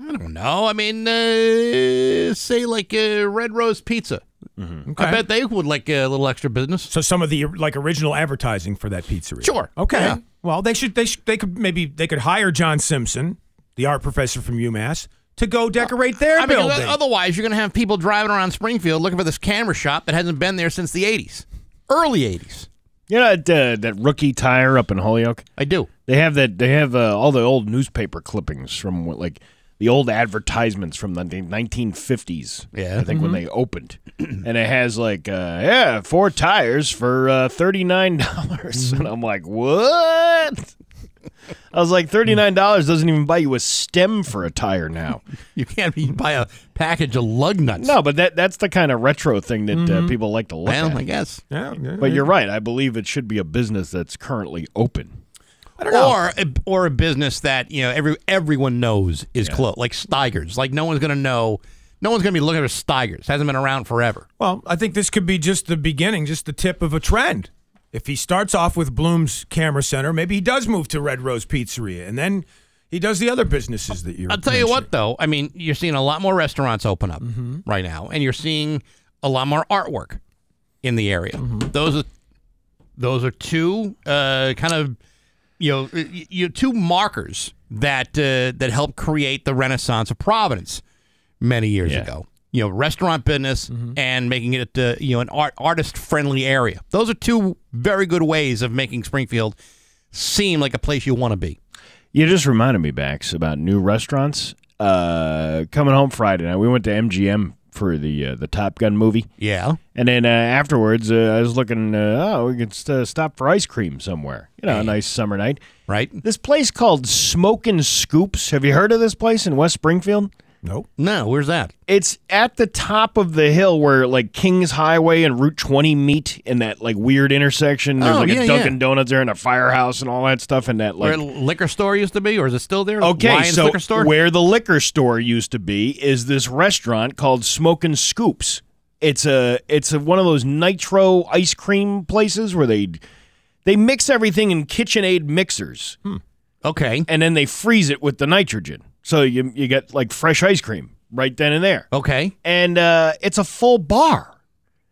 A: I don't know. I mean, uh, say like uh, Red Rose Pizza. I
B: Okay.
A: bet they would like a little extra business.
B: So some of the like original advertising for that pizzeria.
A: Sure.
B: Okay.
A: Yeah.
B: Well, they should they should, they could maybe they could hire John Simpson, the art professor from UMass, to go decorate their
A: I mean, uh,
B: building.
A: otherwise you're going to have people driving around Springfield looking for this camera shop that hasn't been there since the '80s, early '80s.
C: You know that, uh, that rookie tire up in Holyoke.
A: I do.
C: They have that. They have uh, all the old newspaper clippings from what, like the old advertisements from the nineteen fifties.
A: Yeah. Mm-hmm.
C: I think when they opened, and it has like, uh, yeah, four tires for uh, thirty nine dollars,
A: Mm-hmm.
C: and I'm like, what? I was like, thirty nine dollars doesn't even buy you a stem for a tire now.
A: You can't even buy a package of lug nuts.
C: no, but that that's the kind of retro thing that uh, people like to look
A: Mm-hmm. Well,
C: at.
A: I guess.
B: yeah, yeah.
C: But you're right. I believe it should be a business that's currently open.
B: I don't know.
A: Or a, or a business that you know every everyone knows is closed, like Steigers. Like no one's gonna know. No one's gonna be looking at Steigers. Hasn't been around forever.
B: Well, I think this could be just the beginning, just the tip of a trend. If he starts off with Bloom's Camera Center, maybe he does move to Red Rose Pizzeria, and then he does the other businesses that you're.
A: I'll tell you what, though. I mean, you're seeing a lot more restaurants open up right now, and you're seeing a lot more artwork in the area. Those are those are two uh, kind of you know y- you two markers that uh, that helped create the Renaissance of Providence many years ago. You know, restaurant business and making it uh, you know an art artist friendly area. Those are two very good ways of making Springfield seem like a place you want to be.
C: You just reminded me, Bax, about new restaurants. Uh, coming home Friday night, we went to MGM for the uh, the Top Gun movie,
A: Yeah.
C: and then uh, afterwards, uh, I was looking. Uh, oh, we could st- stop for ice cream somewhere. You know, a nice summer night.
A: Right.
C: This place called Smokin' Scoops. Have you heard of this place in West Springfield?
B: Nope.
A: No. Where's that?
C: It's at the top of the hill where like Kings Highway and Route 20 meet in that like weird intersection. There's
A: Oh,
C: like
A: yeah, yeah.
C: a Dunkin' Donuts there and a firehouse and all that stuff and that like
A: where the liquor store used to be, or is it still there?
C: Okay,
A: Lions
C: so
A: liquor store.
C: where the liquor store used to be is this restaurant called Smokin' Scoops. It's a it's a, one of those nitro ice cream places where they they mix everything in KitchenAid mixers
A: Hmm. okay,
C: and then they freeze it with the nitrogen. So you you get like fresh ice cream right then and there.
A: okay.
C: And uh, it's a full bar.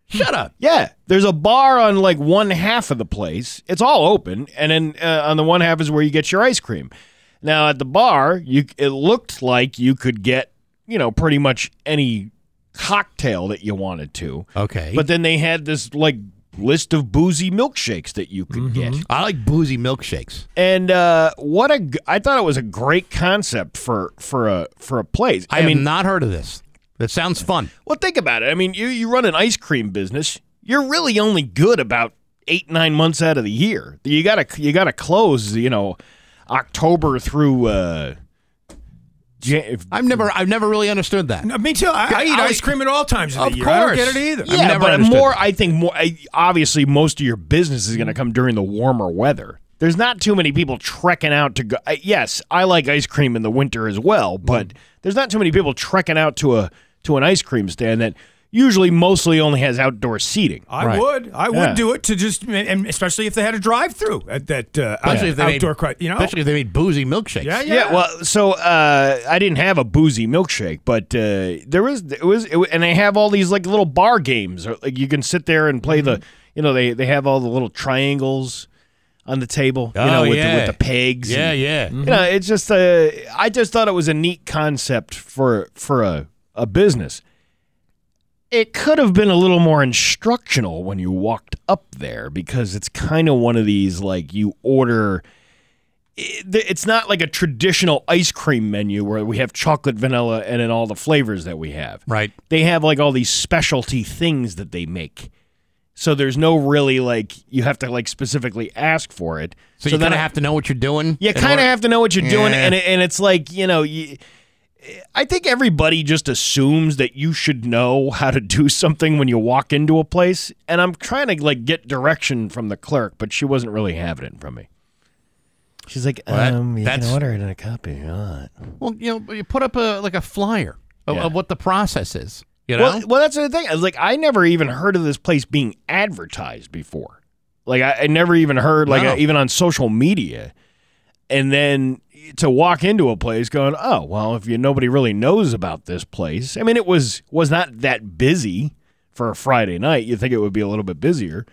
A: Shut up.
C: Yeah, there's a bar on like one half of the place. It's all open, and then uh, on the one half is where you get your ice cream. Now at the bar, you it looked like you could get you know pretty much any cocktail that you wanted to,
A: Okay,
C: but then they had this like list of boozy milkshakes that you could get.
A: I like boozy milkshakes.
C: And uh, what a g- I thought it was a great concept for for a for a place.
A: I, have not heard of this. That sounds fun.
C: Well, think about it. I mean, you, you run an ice cream business. You're really only good about eight nine months out of the year. You gotta you gotta close. You know, October through. Uh, Jan- if-
A: I've never, I've never really understood that.
B: No, me too. I, I eat
A: I-
B: ice cream at all times of,
A: Of
B: the year. I
A: course.
B: don't get it either.
A: I've
C: yeah,
A: never
C: but
A: understood
C: more.
A: that.
C: I think more. I, obviously, most of your business is going to come during the warmer weather. There's not too many people trekking out to go. I, yes, I like ice cream in the winter as well, but there's not too many people trekking out to a to an ice cream stand that usually mostly only has outdoor seating.
B: I
A: Right.
B: would. I would
C: Yeah.
B: do it to just, and especially if they had a drive-through at that uh,
A: Especially if they
B: outdoor,
A: made,
B: cri- you know.
A: especially if they made boozy milkshakes.
B: Yeah, yeah.
C: Yeah, well, so uh, I didn't have a boozy milkshake, but uh, there was it was it, wa- and they have all these like little bar games. Or, like you can sit there and play the
A: Mm-hmm.
C: you know they they have all the little triangles on the table, you know,
A: Oh,
C: with
A: yeah.
C: the, with the pegs.
A: yeah,
C: and- Mm.
A: yeah.
C: You know, it's just uh, I just thought it was a neat concept for for a a business. It could have been a little more instructional when you walked up there because it's kind of one of these like you order it- it's not like a traditional ice cream menu where we have chocolate, vanilla, and then all the flavors that we have.
A: Right.
C: They have like all these specialty things that they make. So there's no really like you have to like specifically ask for it.
A: So, you kind
C: I-
A: of have to know what you're doing.
C: you
A: in
C: kind
A: order-
C: of have to know what you're doing,
A: Yeah.
C: and it, and it's like you know, you, I think everybody just assumes that you should know how to do something when you walk into a place. And I'm trying to like get direction from the clerk, but she wasn't really having it from me. She's like,
A: Well, that-
C: um, you can
A: that's-
C: order it in a cup if you want.
A: Well, you know, you put up a like a flyer of,
C: Yeah.
A: of what the process is. You know.
C: Well, well, that's the thing. I was Like, I never even heard of this place being advertised before. Like, I, I never even heard, like,
A: No.
C: uh, even on social media. And then to walk into a place, going, oh, well, if you nobody really knows about this place. I mean, it was was not that busy for a Friday night. You'd think it would be a little bit busier,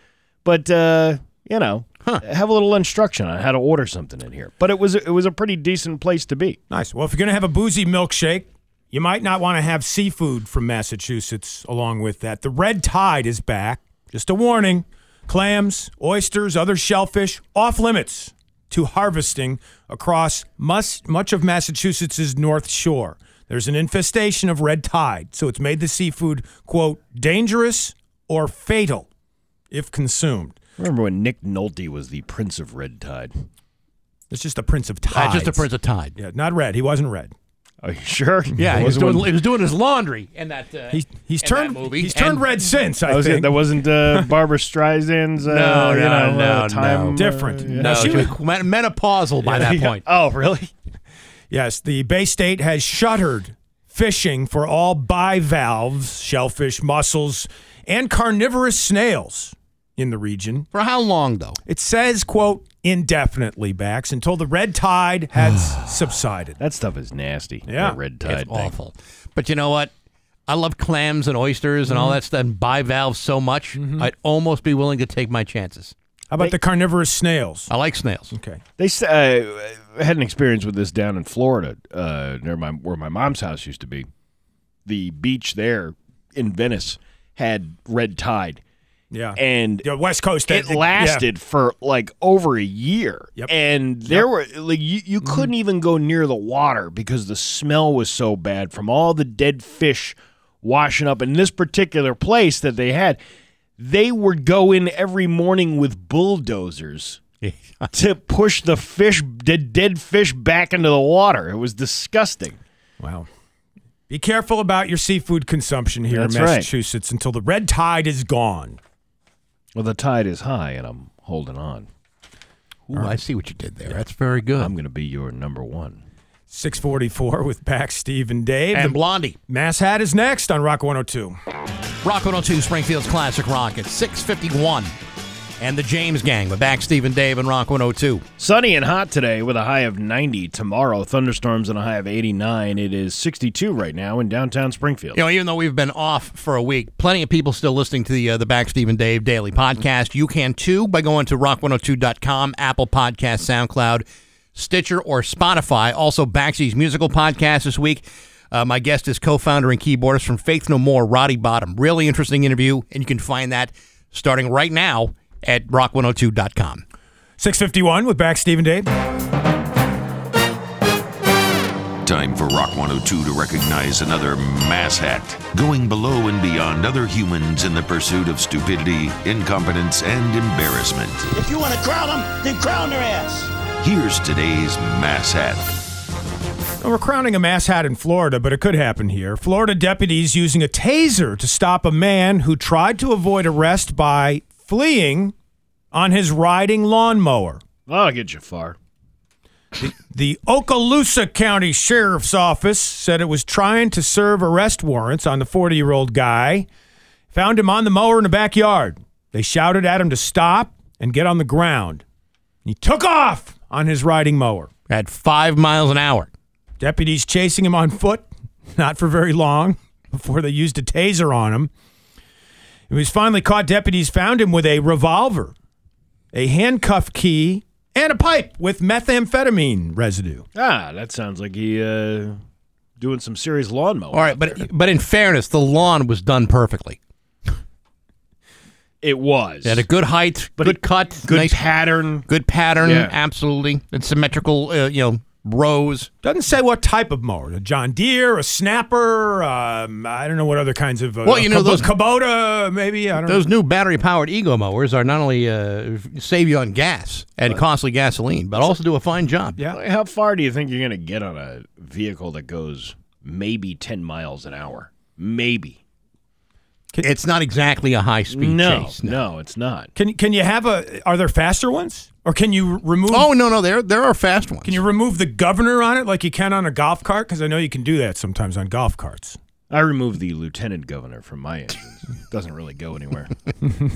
C: but uh, you know, have a little instruction on how to order something in here. But it was it was a pretty decent place to be.
B: Nice. Well, if you're going to have a boozy milkshake, you might not want to have seafood from Massachusetts along with that. The red tide is back. Just a warning clams, oysters, other shellfish off limits to harvesting across mus- much of Massachusetts' North Shore. There's an infestation of red tide, so it's made the seafood, quote, dangerous or fatal if consumed.
C: Remember when Nick Nolte was the Prince of Red Tide?
B: It's just a prince of
A: Uh,
B: tides.
A: just a prince of tide.
B: Yeah, not red. He wasn't red.
C: Are you sure?
A: Yeah,
C: That
A: he was,
C: wasn't
A: doing,
C: when-
A: he was doing his laundry and that. Uh,
B: He's, he's
A: in
B: turned
A: that movie,
B: he's turned
A: and-
B: red since. I
C: that was
B: think
C: it. That wasn't uh, Barbara Streisand's. Uh,
A: No,
C: you
A: no,
C: know,
A: no,
C: uh, time
A: no.
B: different.
C: uh, yeah.
A: No,
B: Now, she
A: she
B: was-
A: was men- menopausal by that point.
C: Oh, really?
B: Yes, the Bay State has shuttered fishing for all bivalves, shellfish, mussels, and carnivorous snails in the region.
A: For how long though?
B: It says, quote, indefinitely, Bax, until the red tide has subsided.
C: That stuff is nasty.
B: Yeah.
C: that red
A: It's
C: tide. thing.
A: awful. But you know what? I love clams and oysters and all that stuff and bivalves so much. I'd almost be willing to take my chances.
B: How about the carnivorous snails?
A: I like snails.
B: Okay.
C: They s- uh, I had an experience with this down in Florida, uh, near my where my mom's house used to be. The beach there in Venice had red tide,
B: Yeah.
C: and
B: yeah, West Coast. uh,
C: it
B: yeah.
C: lasted for like over a year.
B: Yep. Mm-hmm.
C: And there were like you, you couldn't even go near the water because the smell was so bad from all the dead fish washing up in this particular place that they had. They would go in every morning with bulldozers to push the fish the dead fish back into the water. It was disgusting.
B: Wow. Be careful about your seafood consumption here
C: That's
B: in
C: right.
B: Massachusetts until the red tide is gone.
C: Well, the tide is high and I'm holding on.
A: Ooh, I see what you did there. That's very good.
C: I'm going to be your number 1.
B: 644 with Bax, Steve, and Dave.
A: and
B: the
A: Blondie.
B: Mass Hat is next on Rock 102.
A: Rock 102 Springfield's Classic Rock at 651. And the James Gang with back Steve and Dave and Rock 102.
C: Sunny and hot today with a high of 90. Tomorrow, thunderstorms and a high of 89. It is 62 right now in downtown Springfield.
A: You know, even though we've been off for a week, plenty of people still listening to the uh, the Back Steve and Dave
C: Mm-hmm.
A: Daily Podcast. You can too by going to rock102.com, Apple Podcast, SoundCloud, Stitcher, or Spotify. Also, Baxi's musical podcast this week. Uh, my guest is co-founder and keyboardist from Faith No More, Roddy Bottom. Really interesting interview, and you can find that starting right now at rock102.com.
B: 651 with Bax, Steve, and Dave.
D: Time for Rock 102 to recognize another mass hat, going below and beyond other humans in the pursuit of stupidity, incompetence, and embarrassment.
H: If you want to crown them, then crown their ass.
D: Here's today's mass hat.
B: Now, We're crowning a mass hat in Florida, but it could happen here. Florida deputies using a taser to stop a man who tried to avoid arrest by fleeing on his riding lawnmower.
C: That'll Oh, get you far.
B: The Okaloosa County Sheriff's Office said it was trying to serve arrest warrants on the 40 year old guy. Found him on the mower in the backyard. They shouted at him to stop and get on the ground. He took off on his riding mower.
A: At five miles an hour.
B: Deputies chasing him on foot, not for very long, before they used a taser on him. He was finally caught. Deputies found him with a revolver, a handcuff key, and a pipe with methamphetamine residue.
C: Ah, that sounds like he uh, doing some serious lawnmower.
A: All right, but but in fairness, the lawn was done perfectly.
C: It was.
A: At a good height,
C: But
A: good
C: it-
A: cut,
C: good
A: nice
C: pattern.
A: good pattern,
C: Yeah.
A: absolutely, and symmetrical. Uh, you know, rows.
B: Doesn't say what type of mower. A John Deere, a Snapper. Um, I don't know what other kinds of. Uh,
A: Well, you know,
B: Kubo-
A: those-
B: Kubota, maybe. I don't
A: Those new battery-powered ego mowers are not only uh, f- save you on gas and costly gasoline, but also do a fine job.
B: Yeah.
C: How far do you think you're going to get on a vehicle that goes maybe 10 miles an hour? Maybe.
A: It's not exactly a high-speed
C: No,
A: chase.
C: no, it's not.
B: know. Can can you have a? Are there faster ones? Or can you remove?
A: Oh no, no, there there are fast ones.
B: Can you remove the governor on it like you can on a golf cart? Because I know you can do that sometimes on golf carts.
C: I removed the lieutenant governor from my engines. Doesn't really go anywhere.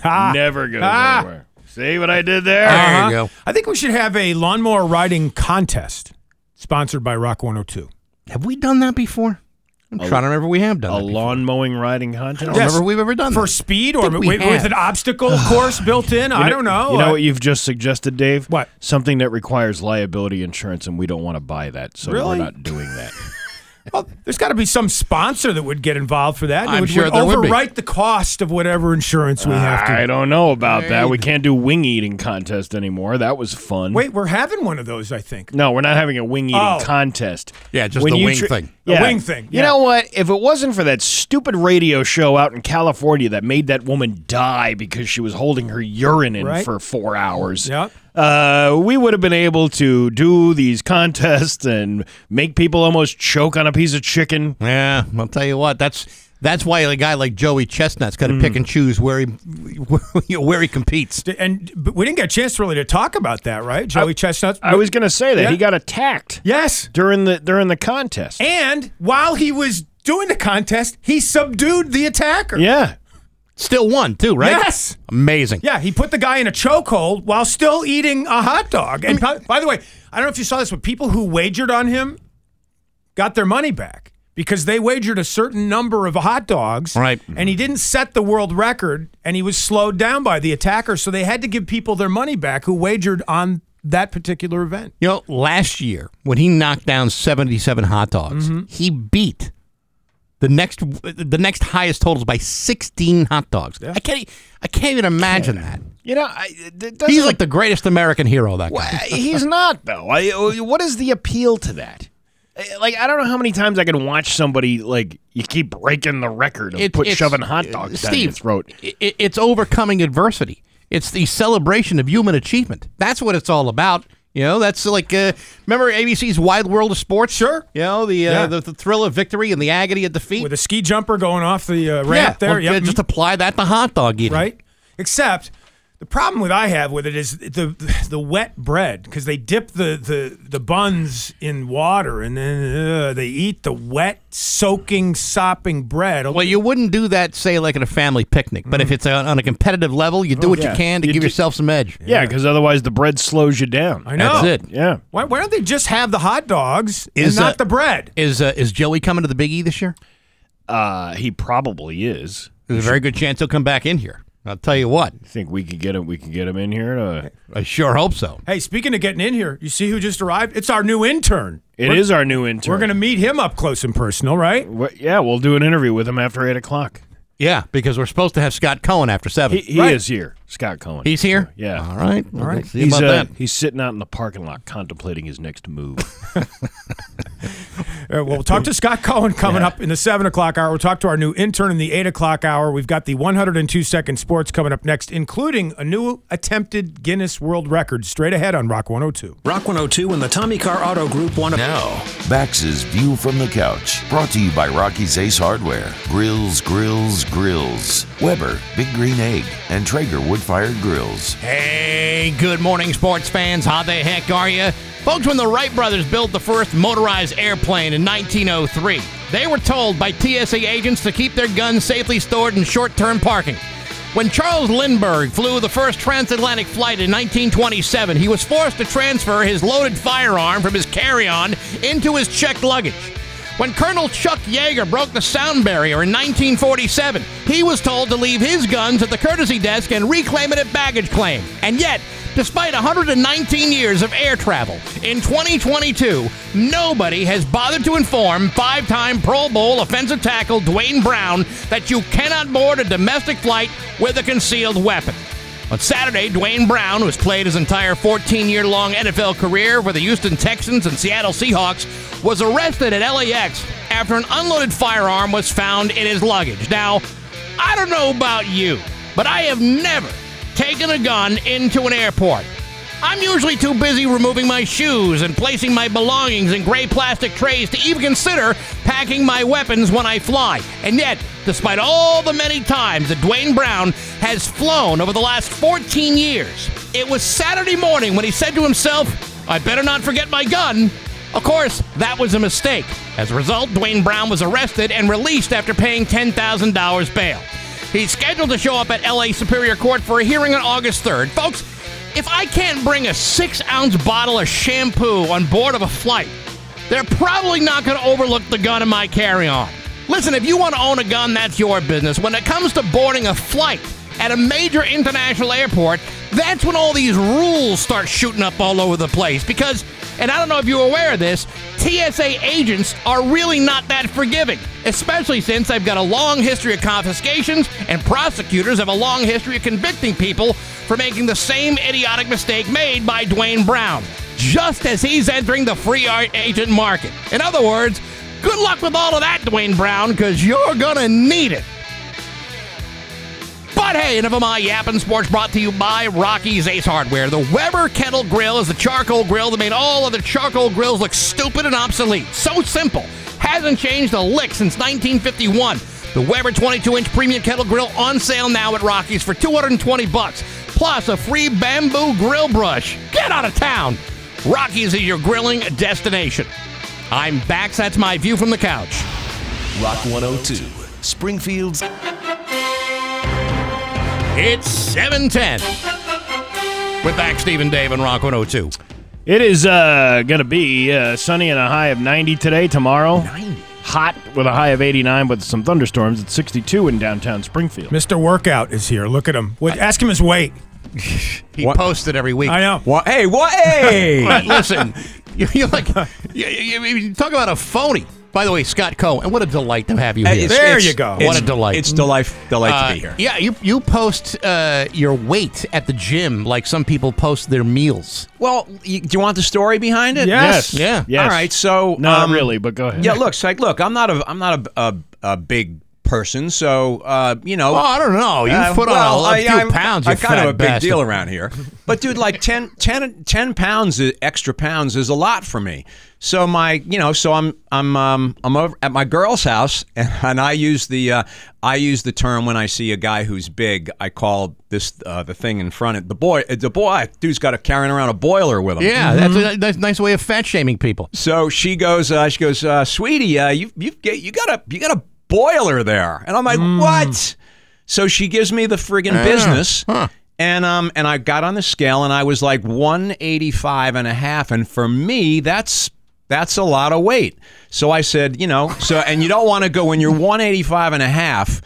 B: Ah,
C: Never goes
B: Ah.
C: anywhere. See what I did there?
A: There you go.
B: I think we should have a lawnmower riding contest sponsored by Rock 102.
A: Have we done that before? I'm trying to remember. if We have done
C: a
A: that before.
C: lawn mowing riding
A: I
C: contest.
A: don't
B: Yes.
A: remember we've ever done
B: For
A: that.
B: speed or
A: think we
B: with, with
A: have.
B: an obstacle course built in?
C: You
B: I don't know.
C: You
B: I-
C: know what you've just suggested, Dave?
B: What?
C: Something that requires liability insurance, and we don't want to buy that, so
B: Really?
C: we're not doing that.
B: Well, there's got to be some sponsor that would get involved for that. and
A: I'm
B: would,
A: sure
B: would
A: there would be.
B: overwrite the cost of whatever insurance we have
C: I
B: to.
C: don't know about that. We can't do wing eating contest anymore. That was fun.
B: Wait, we're having one of those, I think.
C: No, we're not having a wing eating
B: Oh.
C: contest.
A: Yeah, just
C: When
A: the
C: you
A: wing thing.
B: The wing thing,
C: You
B: yeah.
C: know what? If it wasn't for that stupid radio show out in California that made that woman die because she was holding her urine in
B: Right.
C: for four hours,
B: Yep.
C: uh, we would have been able to do these contests and make people almost choke on a piece of chicken.
A: Yeah, I'll tell you what. That's that's why a guy like Joey Chestnut's
C: Hmm.
A: got to pick and choose where he where, where he competes.
B: D- And but we didn't get a chance really to talk about that, right? Joey Chestnut.
C: I was going to say that
B: Yeah.
C: he got attacked
B: Yes.
C: during the during the contest.
B: And while he was doing the contest, he subdued the attacker.
C: yeah,
A: Still won too, right?
B: Yes.
A: Amazing.
B: Yeah, he put the guy in a chokehold while still eating a hot dog. And by, by the way, I don't know if you saw this, but people who wagered on him got their money back because they wagered a certain number of hot dogs.
A: Right.
B: And he didn't set the world record and he was slowed down by the attacker. So they had to give people their money back who wagered on that particular event.
A: You know, last year when he knocked down 77 hot dogs, he beat the next the next highest totals by 16 hot dogs. I can't e, I can't even imagine that.
C: you know, I, it doesn't
A: He's like the greatest American hero. That guy.
C: Well, he's not though. I, uh, what is the appeal to that? I- Like I don't know how many times I can watch somebody like you keep breaking the record of
A: It-
C: put
A: it's- uh,
C: shoving hot dogs down your throat.
A: i- i- it's overcoming adversity. It's the celebration of human achievement. That's what it's all about. You know, that's like uh, remember ABC's Wide World of Sports. Sure. You know the uh,
B: Yeah.
A: the, the thrill of victory and the agony of defeat.
B: With a ski jumper going off the uh, ramp
A: yeah,
B: there.
A: well,
B: Yep.
A: just apply that to hot dog eating.
B: right? Except the problem with I have with it is the the wet bread because they dip the, the the buns in water and then uh, they eat the wet soaking sopping bread. Oh,
A: Well, you wouldn't do that, say, like at a family picnic. But if it's on, on a competitive level, you do what
C: Mm. Oh, yeah.
A: you can to
C: You
A: give
C: do-
A: yourself some edge.
C: Yeah, because otherwise the bread slows you down.
B: I know.
A: That's it.
C: Yeah.
B: Why, why don't they just have the hot dogs
A: Is,
B: and not
A: uh,
B: the bread?
A: Is uh, is Joey coming to the Big E this year?
C: Uh, he probably is.
A: There's a very good chance he'll come back in here. I'll tell you what.
C: I think we could get him. We could get him in here. To,
A: I sure hope so.
B: Hey, speaking of getting in here, you see who just arrived? It's our new intern.
C: It is our new intern.
B: We're gonna meet him up close and personal, right?
C: Wha- yeah, we'll do an interview with him after eight o'clock.
A: Yeah, because we're supposed to have Scott Cohen after seven.
C: He, he
B: Right.
C: is here. Scott Cohen.
A: He's here.
C: Yeah.
A: All right. All right. See
C: He's,
A: about
C: uh,
A: that.
C: he's sitting out in the parking lot contemplating his next move.
B: Uh, well, we'll talk to Scott Cohen coming up in the seven o'clock hour. We'll talk to our new intern in the eight o'clock hour. We've got the 102 second sports coming up next, including a new attempted Guinness World Record straight ahead on Rock 102.
F: Rock 102 and the Tommy Car Auto Group want to.
D: Now, Bax's View from the Couch, brought to you by Rocky's Ace Hardware, Grills, Grills, Grills, Weber, Big Green Egg, and Traeger Wood Fired Grills.
A: Hey, good morning, sports fans. How the heck are you? Folks, when the Wright brothers built the first motorized airplane in 1903, they were told by TSA agents to keep their guns safely stored in short term parking. When Charles Lindbergh flew the first transatlantic flight in 1927, he was forced to transfer his loaded firearm from his carry on into his checked luggage. When Colonel Chuck Yeager broke the sound barrier in 1947, he was told to leave his guns at the courtesy desk and reclaim it at baggage claim. And yet, despite 119 years of air travel, in 2022, nobody has bothered to inform five time Pro Bowl offensive tackle Dwayne Brown that you cannot board a domestic flight with a concealed weapon. On Saturday, Dwayne Brown, who has played his entire 14 year long NFL career for the Houston Texans and Seattle Seahawks, was arrested at LAX after an unloaded firearm was found in his luggage. Now, I don't know about you, but I have never taken a gun into an airport. I'm usually too busy removing my shoes and placing my belongings in gray plastic trays to even consider packing my weapons when I fly. And yet, despite all the many times that Dwayne Brown has flown over the last 14 years, it was Saturday morning when he said to himself, I better not forget my gun. Of course, that was a mistake. As a result, Dwayne Brown was arrested and released after paying $10,000 bail. He's scheduled to show up at LA Superior Court for a hearing on August 3rd. Folks, if I can't bring a six ounce bottle of shampoo on board of a flight, they're probably not going to overlook the gun in my carry on. Listen, if you want to own a gun, that's your business. When it comes to boarding a flight at a major international airport, that's when all these rules start shooting up all over the place. Because, and I don't know if you're aware of this, TSA agents are really not that forgiving, especially since they've got a long history of confiscations and prosecutors have a long history of convicting people for making the same idiotic mistake made by Dwayne Brown, just as he's entering the free ar- agent market. In other words, good luck with all of that, Dwayne Brown, because you're going to need it. But But hey, enough of my yapping sports brought to you by Rocky's Ace Hardware. The Weber Kettle Grill is the charcoal grill that made all other charcoal grills look stupid and obsolete. So simple. Hasn't changed a lick since 1951. The Weber 22-inch premium kettle grill on sale now at Rocky's for 220 bucks, plus a free bamboo grill brush. Get out of town. Rocky's is your grilling destination. I'm back. That's my view from the couch.
I: Rock 102, Springfield's
A: It's 710. We're back, Stephen Dave and Rock 102.
C: It is uh, going to be uh, sunny and a high of 90 today, tomorrow. 90. Hot with a high of 89 with some thunderstorms. It's 62 in downtown Springfield.
B: Mr. Workout is here. Look at him. Wait, ask him his weight.
A: He
J: What?
A: posted every week.
B: I know.
J: What? Hey, what? Hey!
A: But listen, you- you're like, you, you, you talk about a phony. By the way, Scott Coe, and what a delight to have you here.
B: There you go. What
J: it's-
A: a delight.
J: It's delight, delight to be
A: Uh,
J: here.
A: Yeah, you you post uh, your weight at the gym like some people post their meals.
J: Well, you, do you want the story behind it?
B: Yes.
A: Yeah.
C: Yes.
J: All right. So
C: Not
J: um,
C: really, but go ahead.
J: Yeah. Look, it's like, look, I'm not a, I'm not a, a, a big person, so uh, you know.
A: Oh, I don't know. You
J: Uh,
A: put
J: well,
A: on a, a
J: I-
A: few
J: I'm-
A: pounds. You
J: I'm kind
A: fat
J: of a big
A: bastard.
J: deal around here. But dude, like 10, 10, 10 pounds i- extra pounds is a lot for me. So my, you know, so I'm I'm um, I'm over at my girl's house, and, and I use the uh, I use the term when I see a guy who's big. I call this uh, the thing in front of the boy. The boy dude's got to carrying around a boiler with him.
A: Yeah,
B: Mm-hmm.
A: that's a that's a nice way of fat shaming people.
J: So she goes, uh, she goes, uh, sweetie, uh, you you get you got a you got a boiler there, and I'm like,
B: Hmm.
J: what? So she gives me the friggin' business, and um, and I got on the scale, and I was like 185 and a half, and for me, that's that's a lot of weight. So I said, you know, so and you don't want to go when you're 185 and a half.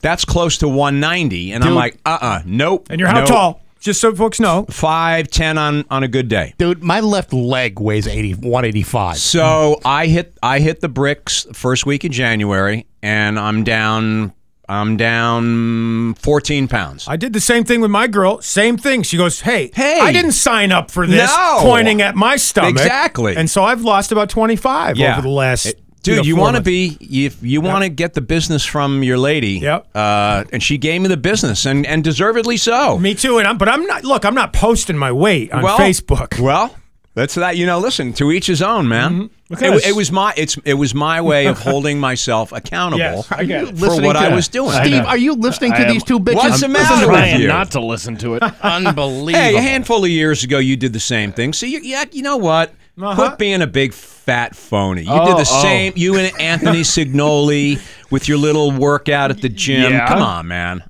J: That's close to 190, and I'm
A: Dude.
J: like, uh, uh nope.
B: And you're how
J: nope.
B: tall? Just so folks know.
J: Five ten on on a good day.
A: Dude, my left leg weighs 80, 185.
J: So I hit I hit the bricks first week of January, and I'm down I'm down 14 pounds.
B: I did the same thing with my girl. Same thing. She goes, "Hey,
J: Hey.
B: I didn't sign up for this."
J: No.
B: Pointing at my stomach.
J: Exactly.
B: And so I've lost about twenty five over the last.
J: It- dude. You,
B: know, four
J: want to
B: months.
J: be if you want to get the business from your lady.
B: Yep.
J: Uh, and she gave me the business, and and deservedly so.
B: Me too. And I'm, but I'm not. Look, I'm not posting my weight on
J: well,
B: Facebook. Mm-hmm.
J: Well, that's that. You know, listen to each his own, man.
B: Look
J: It,
B: at
J: wa-
B: us.
J: it was my it's it was my way of holding myself accountable
B: Yes, I get it.
J: for what I was doing.
A: Steve, are you listening to
C: I am-
A: these two bitches?
J: What's the matter
C: I'm
J: with
C: trying
J: you?
C: not to listen to it.
A: Unbelievable.
J: Hey, a handful of years ago, you did the same thing. So you, yeah, you know what? Quit being a big fat phony. You did
C: Oh,
J: the
C: oh.
J: same. You and Anthony Signoli with your little workout at the gym.
C: Yeah.
J: Come on, man.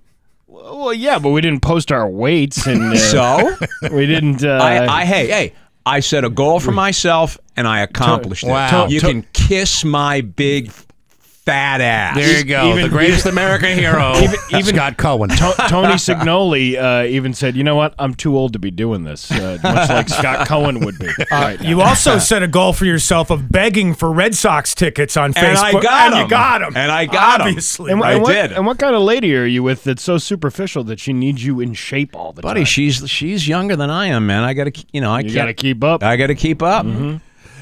C: well, yeah, but we didn't post our weights and uh,
J: So
C: we didn't. Uh,
J: I, I, hey, hey, I set a goal for myself and I accomplished
A: Wow.
J: it. You can kiss my big fat ass.
A: There you go. the greatest American hero,
C: even-
A: Scott Cohen.
C: To- Tony Signoli uh, even said, "You know what? I'm too old to be doing this." Uh, much like Scott Cohen would be.
J: Uh,
C: right now.
B: You also set a goal for yourself of begging for Red Sox tickets on
J: And I
B: Facebook,
J: got
B: and
J: 'em.
B: you got them,
J: And I got 'em.
B: obviously.
J: And
C: wh-
J: I
C: and what,
J: did.
C: And what kind of lady are you with that's so superficial that she needs you in shape all the
J: buddy.
C: time?
J: She's she's younger than I am, man. I gotta, ke- you know, I
C: you
J: can't-
C: got to keep up.
J: I gotta keep up.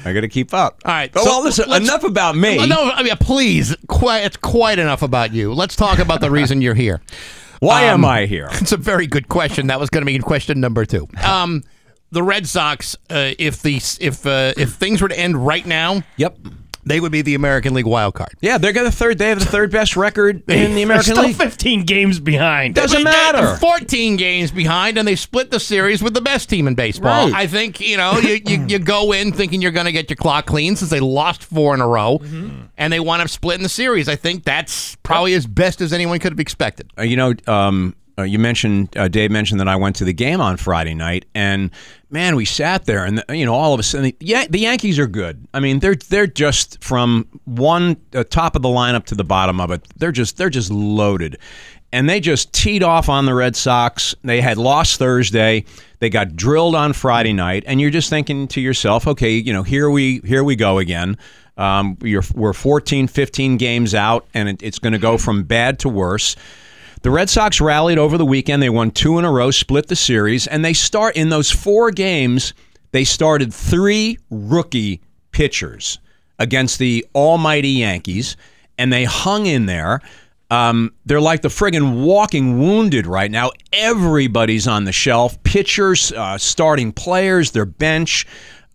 J: I gotta keep up.
A: All right,
J: Oh,
A: so
J: well, listen.
A: let's-
J: Enough about me.
A: Well, no, I mean, please, quite, it's quite enough about you. Let's talk about the reason you're here.
J: Why
A: Um,
J: am I here?
A: It's a very good question. That was going to be question number two. Um, the Red Sox, uh, if the if uh, if things were to end right now,
J: Yep.
A: they would be the American League wild card.
J: Yeah, they're got the third. They have the third best record in the American
C: Still
J: League.
C: 15 games behind.
J: Doesn't matter.
A: 14 games behind, and they split the series with the best team in baseball.
C: Right.
A: I think, you know, you, you, you go in thinking you're going to get your clock clean since they lost four in a row,
J: Mm-hmm.
A: and they wound up splitting the series. I think that's probably as best as anyone could have expected.
J: Uh, you know, um, uh, you mentioned uh, Dave mentioned that I went to the game on Friday night, and man, we sat there, and you know, all of a sudden, the, yeah, the Yankees are good. I mean, they're they're just from one uh, top of the lineup to the bottom of it. They're just they're just loaded, and they just teed off on the Red Sox. They had lost Thursday. They got drilled on Friday night, and you're just thinking to yourself, okay, you know, here we here we go again. Um, you're, we're 14, 15 games out, and it, it's going to go from bad to worse. The Red Sox rallied over the weekend. They won two in a row, split the series, and they start in those four games. They started three rookie pitchers against the almighty Yankees, and they hung in there. Um, they're like the friggin' walking wounded right now. Everybody's on the shelf. Pitchers, uh, starting players, their bench.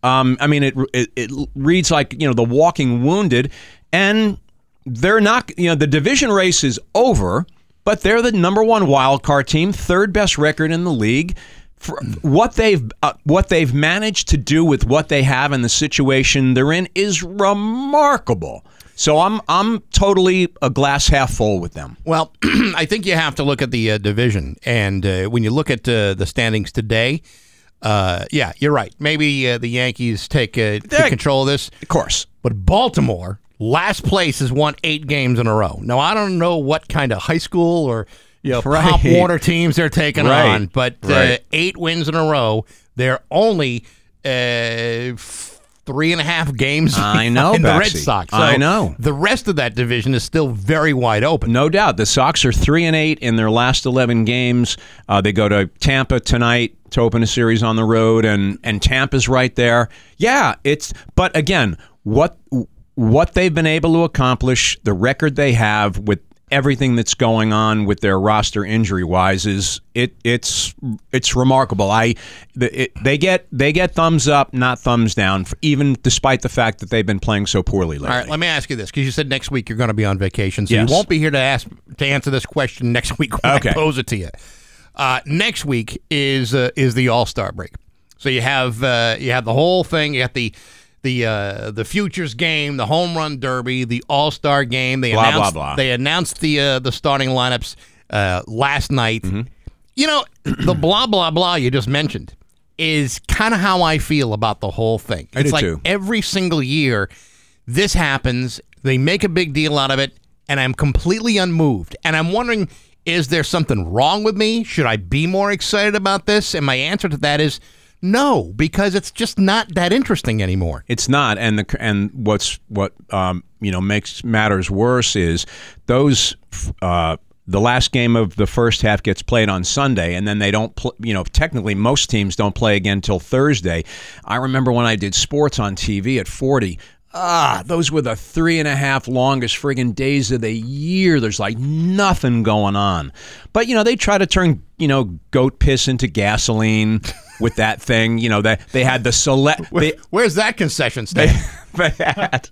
J: Um, I mean, it, it it reads like you know the walking wounded, and they're not. You know, the division race is over, but they're the number one wild card team, third best record in the league. For what they've uh, what they've managed to do with what they have and the situation they're in is remarkable. So I'm I'm totally a glass half full with them.
A: Well, I think you have to look at the uh, division, and uh, when you look at uh, the standings today, uh, yeah, you're right. Maybe uh, the Yankees take uh, take control of this, of
J: course.
A: But Baltimore, last place, has won eight games in a row. Now I don't know what kind of high school or you know
J: Right.
A: pop Warner teams they're taking
J: Right.
A: on, but uh,
J: Right.
A: eight wins in a row. They're only uh, f- three and a half games.
J: I know,
A: in the Red
J: Betsy.
A: Sox.
J: I know.
A: The rest of that division is still very wide open.
J: No doubt, the Sox are three and eight in their last eleven games. Uh, they go to Tampa tonight to open a series on the road, and and Tampa's right there. Yeah, it's but again, what what they've been able to accomplish, the record they have with everything that's going on with their roster injury wise is it it's it's remarkable. I the, it, they get they get thumbs up, not thumbs down, f even despite the fact that they've been playing so poorly lately.
A: All right, let me ask you this because you said next week you're going to be on vacation, so
J: Yes.
A: you won't be here to ask to answer this question next week when
J: Okay.
A: I pose it to you. Uh, next week is uh, is the All Star break, so you have uh, you have the whole thing. You got the the uh, the futures game, the home run derby, the All Star game. They
J: Blah, blah,
A: announced
J: blah.
A: they announced the uh, the starting lineups uh, last night.
J: Mm-hmm.
A: You know the blah blah blah you just mentioned is kind of how I feel about the whole thing.
J: I
A: it's
J: do
A: like
J: too.
A: every single year this happens, they make a big deal out of it, and I'm completely unmoved. And I'm wondering is there something wrong with me? Should I be more excited about this? And my answer to that is no, because it's just not that interesting anymore.
J: It's not, and the and what's what um, you know makes matters worse is those uh, the last game of the first half gets played on Sunday, and then they don't pl- you know technically most teams don't play again till Thursday. I remember when I did sports on TV at forty. Ah, those were the three and a half longest friggin' days of the year. There's like nothing going on. But, you know, they try to turn, you know, goat piss into gasoline with that thing. You know, they, they had the select. they-
A: Where's that concession stand?
J: they had,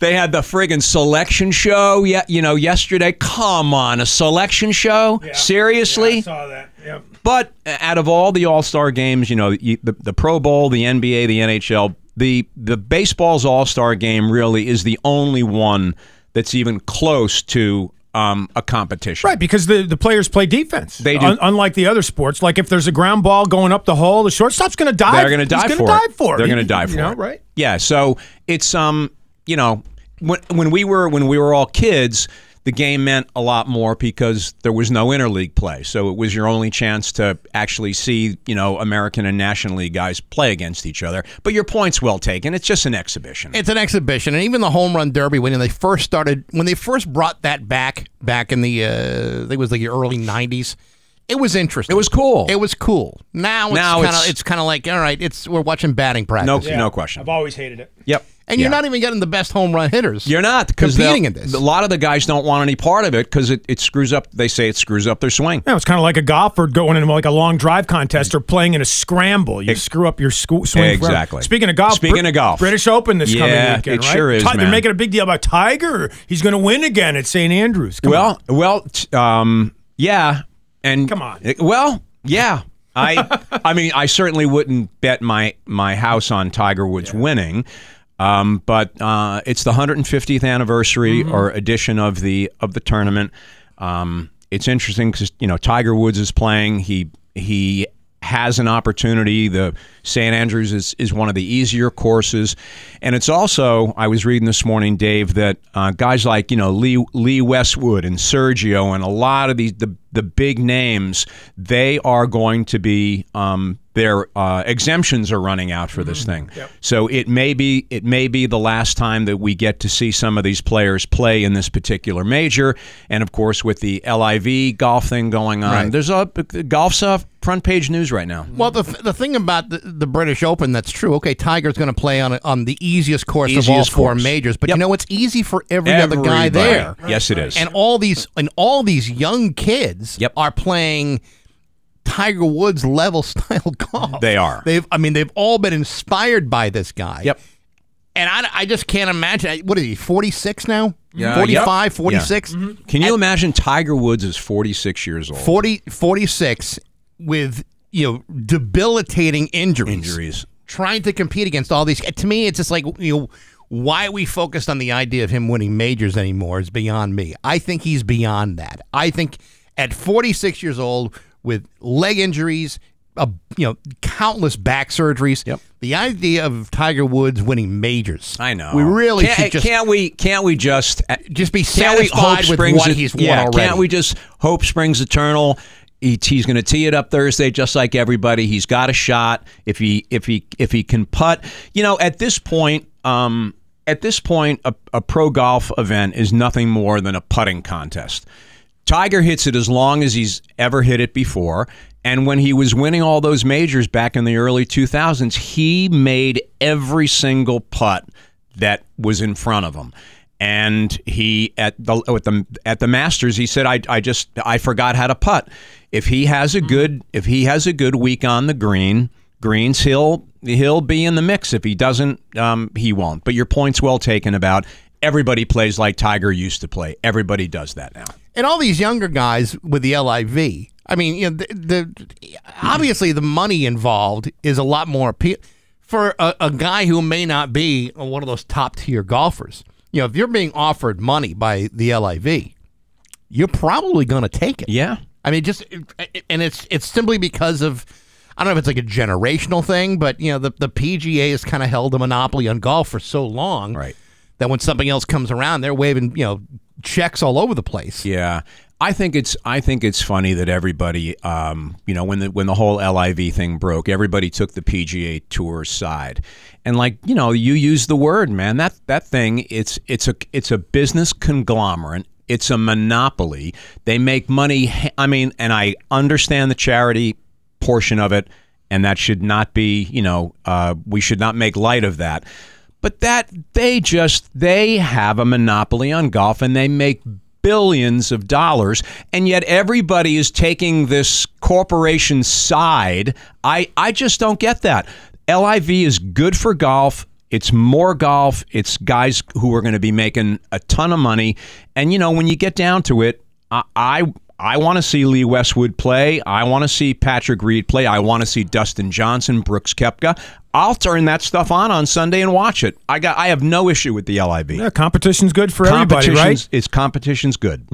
J: they had the friggin' selection show. Yeah, you know, yesterday. Come on, a selection show? Seriously?
B: saw that. Yep.
J: But uh, out of all the All Star games, you know, you- the, the Pro Bowl, the NBA, the NHL, the the baseball's All Star game really is the only one that's even close to um, a competition.
B: Right, because the, the players play defense.
J: They do.
B: Un- unlike the other sports. Like if there's a ground ball going up the hole, the shortstop's going to dive.
J: They're going to die,
B: He's
J: for,
B: gonna
J: it.
B: dive for it.
J: They're
B: He-
J: going to die
B: you
J: for
B: know,
J: it.
B: Right.
J: Yeah. So it's um, you know, when when we were when we were all kids, the game meant a lot more because there was no interleague play, so it was your only chance to actually see you know American and National League guys play against each other. But your point's well taken. It's just an exhibition.
A: It's an exhibition, and even the home run derby when they first started, when they first brought that back back in the, uh, I think it was the early '90s. It was interesting.
J: It was cool.
A: It was cool. Now it's
J: Now
A: kind of
J: it's-
A: it's kind of like all right, it's we're watching batting practice.
J: no, no question.
B: I've always hated it.
J: Yep.
A: And you're
J: Yeah.
A: not even getting the best home run hitters.
J: You're not 'cause
A: competing
J: they'll-
A: in this.
J: A lot of the guys don't want any part of it because it, it screws up. They say it screws up their swing.
B: Yeah, it's kind of like a golfer going in like a long drive contest or playing in a scramble. You screw up your sco- swing. forever.
J: Exactly.
B: Speaking of golf,
J: Speaking of golf.
B: British Open this coming
J: Yeah,
B: weekend,
J: it
B: right?
J: sure is,
B: Ti- They're
J: man.
B: making a big deal about Tiger. He's going to win again at St Andrews. Come on.
J: Well, well, t- um, yeah, and
B: Come on.
J: Uh, well, yeah. I, I mean, I certainly wouldn't bet my my house on Tiger Woods winning, um, but uh, it's the 150th anniversary
B: Mm-hmm.
J: or edition of the of the tournament. Um, it's interesting because you know Tiger Woods is playing. He he has an opportunity. The St. Andrews is, is one of the easier courses. And it's also, I was reading this morning, Dave, that uh, guys like, you know, Lee, Lee Westwood and Sergio and a lot of these, the the big names, they are going to be um, their uh, exemptions are running out for this thing. So it may be it may be the last time that we get to see some of these players play in this particular major. And of course, with the LIV golf thing going on,
A: Right.
J: there's a golf's a front page news right now.
A: Well, the, th- the thing about the, the British Open that's true. Okay, Tiger's going to play on a, on the easiest course of all
J: Easiest
A: four
J: course.
A: majors, but you know it's easy for every other guy
J: Everybody.
A: there.
J: Yes, it is.
A: And all these and all these young kids
J: Yep.
A: are playing Tiger Woods level style golf.
J: They are.
A: They've I mean they've all been inspired by this guy.
J: Yep.
A: And I, I just can't imagine. What is he? Forty six now?
J: Yeah,
A: 45,
J: yep.
A: 46?
J: Can you imagine Tiger Woods is 46 years old?
A: 40, 46 with you know debilitating injuries,
J: Injuries.
A: trying to compete against all these. To me, it's just like you know why we focused on the idea of him winning majors anymore is beyond me. I think he's beyond that. I think at 46 years old with leg injuries. Uh, you know, countless back surgeries.
J: Yep.
A: The idea of Tiger Woods winning majors.
J: I know.
A: We really
J: can't,
A: should just
J: can't we can't we just uh,
A: Just be
J: can't we
A: satisfied
J: hope
A: with
J: springs
A: what
J: et-
A: he's won
J: yeah,
A: already.
J: Can't we just hope springs eternal? He, he's going to tee it up Thursday, just like everybody. He's got a shot if he if he if he can putt. You know, at this point, um, at this point, a, a pro golf event is nothing more than a putting contest. Tiger hits it as long as he's ever hit it before. And when he was winning all those majors back in the early 2000s, he made every single putt that was in front of him. And he at the at the at the Masters, he said, "I I just I forgot how to putt." If he has a good if he has a good week on the green, greens he'll he'll be in the mix. If he doesn't, um, he won't. But your point's well taken about everybody plays like Tiger used to play. Everybody does that now.
A: and all these younger guys with the LIV. I mean, you know, the, the obviously the money involved is a lot more appeal for a, a guy who may not be one of those top tier golfers. You know, if you're being offered money by the LIV, you're probably going to take it.
J: Yeah.
A: I mean, just and it's it's simply because of I don't know if it's like a generational thing, but you know the the PGA has kind of held a monopoly on golf for so long,
J: Right.
A: That when something else comes around, they're waving you know checks all over the place.
J: Yeah, I think it's I think it's funny that everybody, um, you know, when the when the whole LIV thing broke, everybody took the PGA Tour side, and like you know, you use the word man that that thing it's it's a it's a business conglomerate. It's a monopoly. They make money. I mean, and I understand the charity portion of it, and that should not be, you know, uh, we should not make light of that. But that they just they have a monopoly on golf, and they make billions of dollars, and yet everybody is taking this corporation side. I I just don't get that. LIV is good for golf. It's more golf. It's guys who are going to be making a ton of money, and you know when you get down to it, I I, I want to see Lee Westwood play. I want to see Patrick Reed play. I want to see Dustin Johnson, Brooks Kepka. I'll turn that stuff on on Sunday and watch it. I got I have no issue with the LIB.
B: Yeah, competition's good for everybody, right?
J: Competition's- It's competition's good.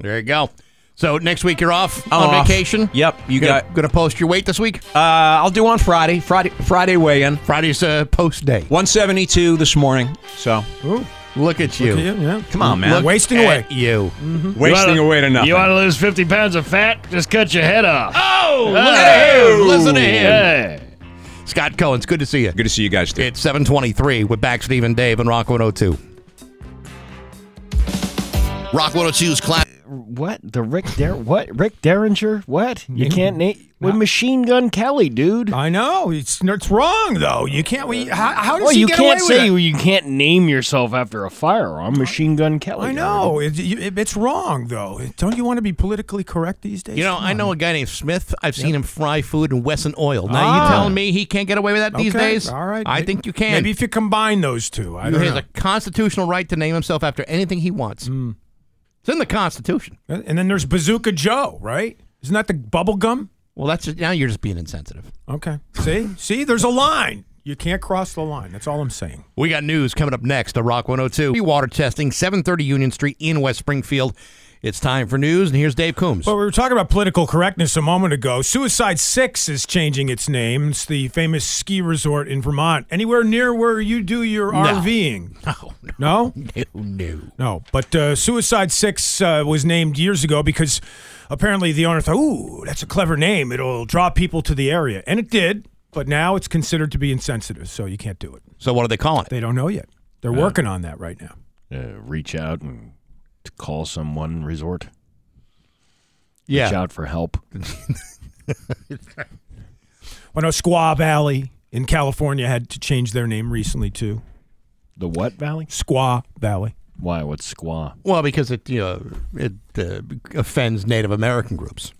A: There you go. So next week you're off
J: I'm
A: on
J: off.
A: vacation.
J: Yep, you
A: gonna,
J: got-
A: gonna post your weight this week.
J: Uh, I'll do on Friday. Friday Friday weigh in.
A: Friday's uh, post day.
J: 172 this morning. So
B: Ooh,
A: Look at you,
B: yeah, yeah.
J: come on, man.
A: Look
B: Wasting
A: at
B: away.
A: you.
J: wasting
C: wanna-
J: away to nothing.
C: You want to lose 50 pounds of fat? Just cut your head off.
A: Oh,
C: Hey!
A: listen to him.
C: Hey.
A: Scott Cohen. It's good to see you.
J: Good to see you guys. Too.
A: It's 723 with back Steve and Dave and Rock 102. Rock 102's class.
C: What? The Rick Der what? Rick Derringer? What? You can't name with Machine Gun Kelly, dude.
B: I know it's it's wrong though. You can't. We how, how does
C: Well,
B: he
C: you
B: get
C: can't
B: away
C: say
B: with it?
C: you can't name yourself after a firearm, Machine Gun Kelly.
B: I know it, you- it- it's wrong though. Don't you want to be politically correct these days?
A: You know,
B: Come
A: I
B: on.
A: know a guy named Smith. I've seen him fry food in Wesson Oil. Now you
B: Ah.
A: telling me he can't get away with that these
B: Okay,
A: days?
B: All right.
A: I
B: May-
A: think you can.
B: Maybe if you combine those two. I
A: He
B: don't
A: has
B: know.
A: a constitutional right to name himself after anything he wants. It's in the Constitution.
B: and then there's Bazooka Joe, right? Isn't that the bubble gum?
A: Well, that's just, now you're just being insensitive.
B: Okay. See, see, there's a line. You can't cross the line. That's all I'm saying.
A: oh We got news coming up next to Rock 102. Water testing, 730 Union Street in West Springfield. It's time for news, and here's Dave Coombs.
B: Well, we were talking about political correctness a moment ago. Suicide Six is changing its name. It's the famous ski resort in Vermont. Anywhere near where you do your
A: No.
B: RVing?
A: No, no,
B: No?
A: no, no.
B: No, but uh, Suicide Six uh, was named years ago because apparently the owner thought, "Ooh, that's a clever name. It'll draw people to the area," and it did. But now it's considered to be insensitive, so you can't do it.
A: So what are they calling it?
B: They don't know yet. They're working on that right now.
C: Uh, reach out and to call someone resort. Reach
A: Yeah,
C: out for help.
B: I know Squaw Valley in California had to change their name recently too.
C: The what valley?
B: Squaw Valley.
C: Why? What's squaw?
A: well, because it you know it uh, offends Native American groups.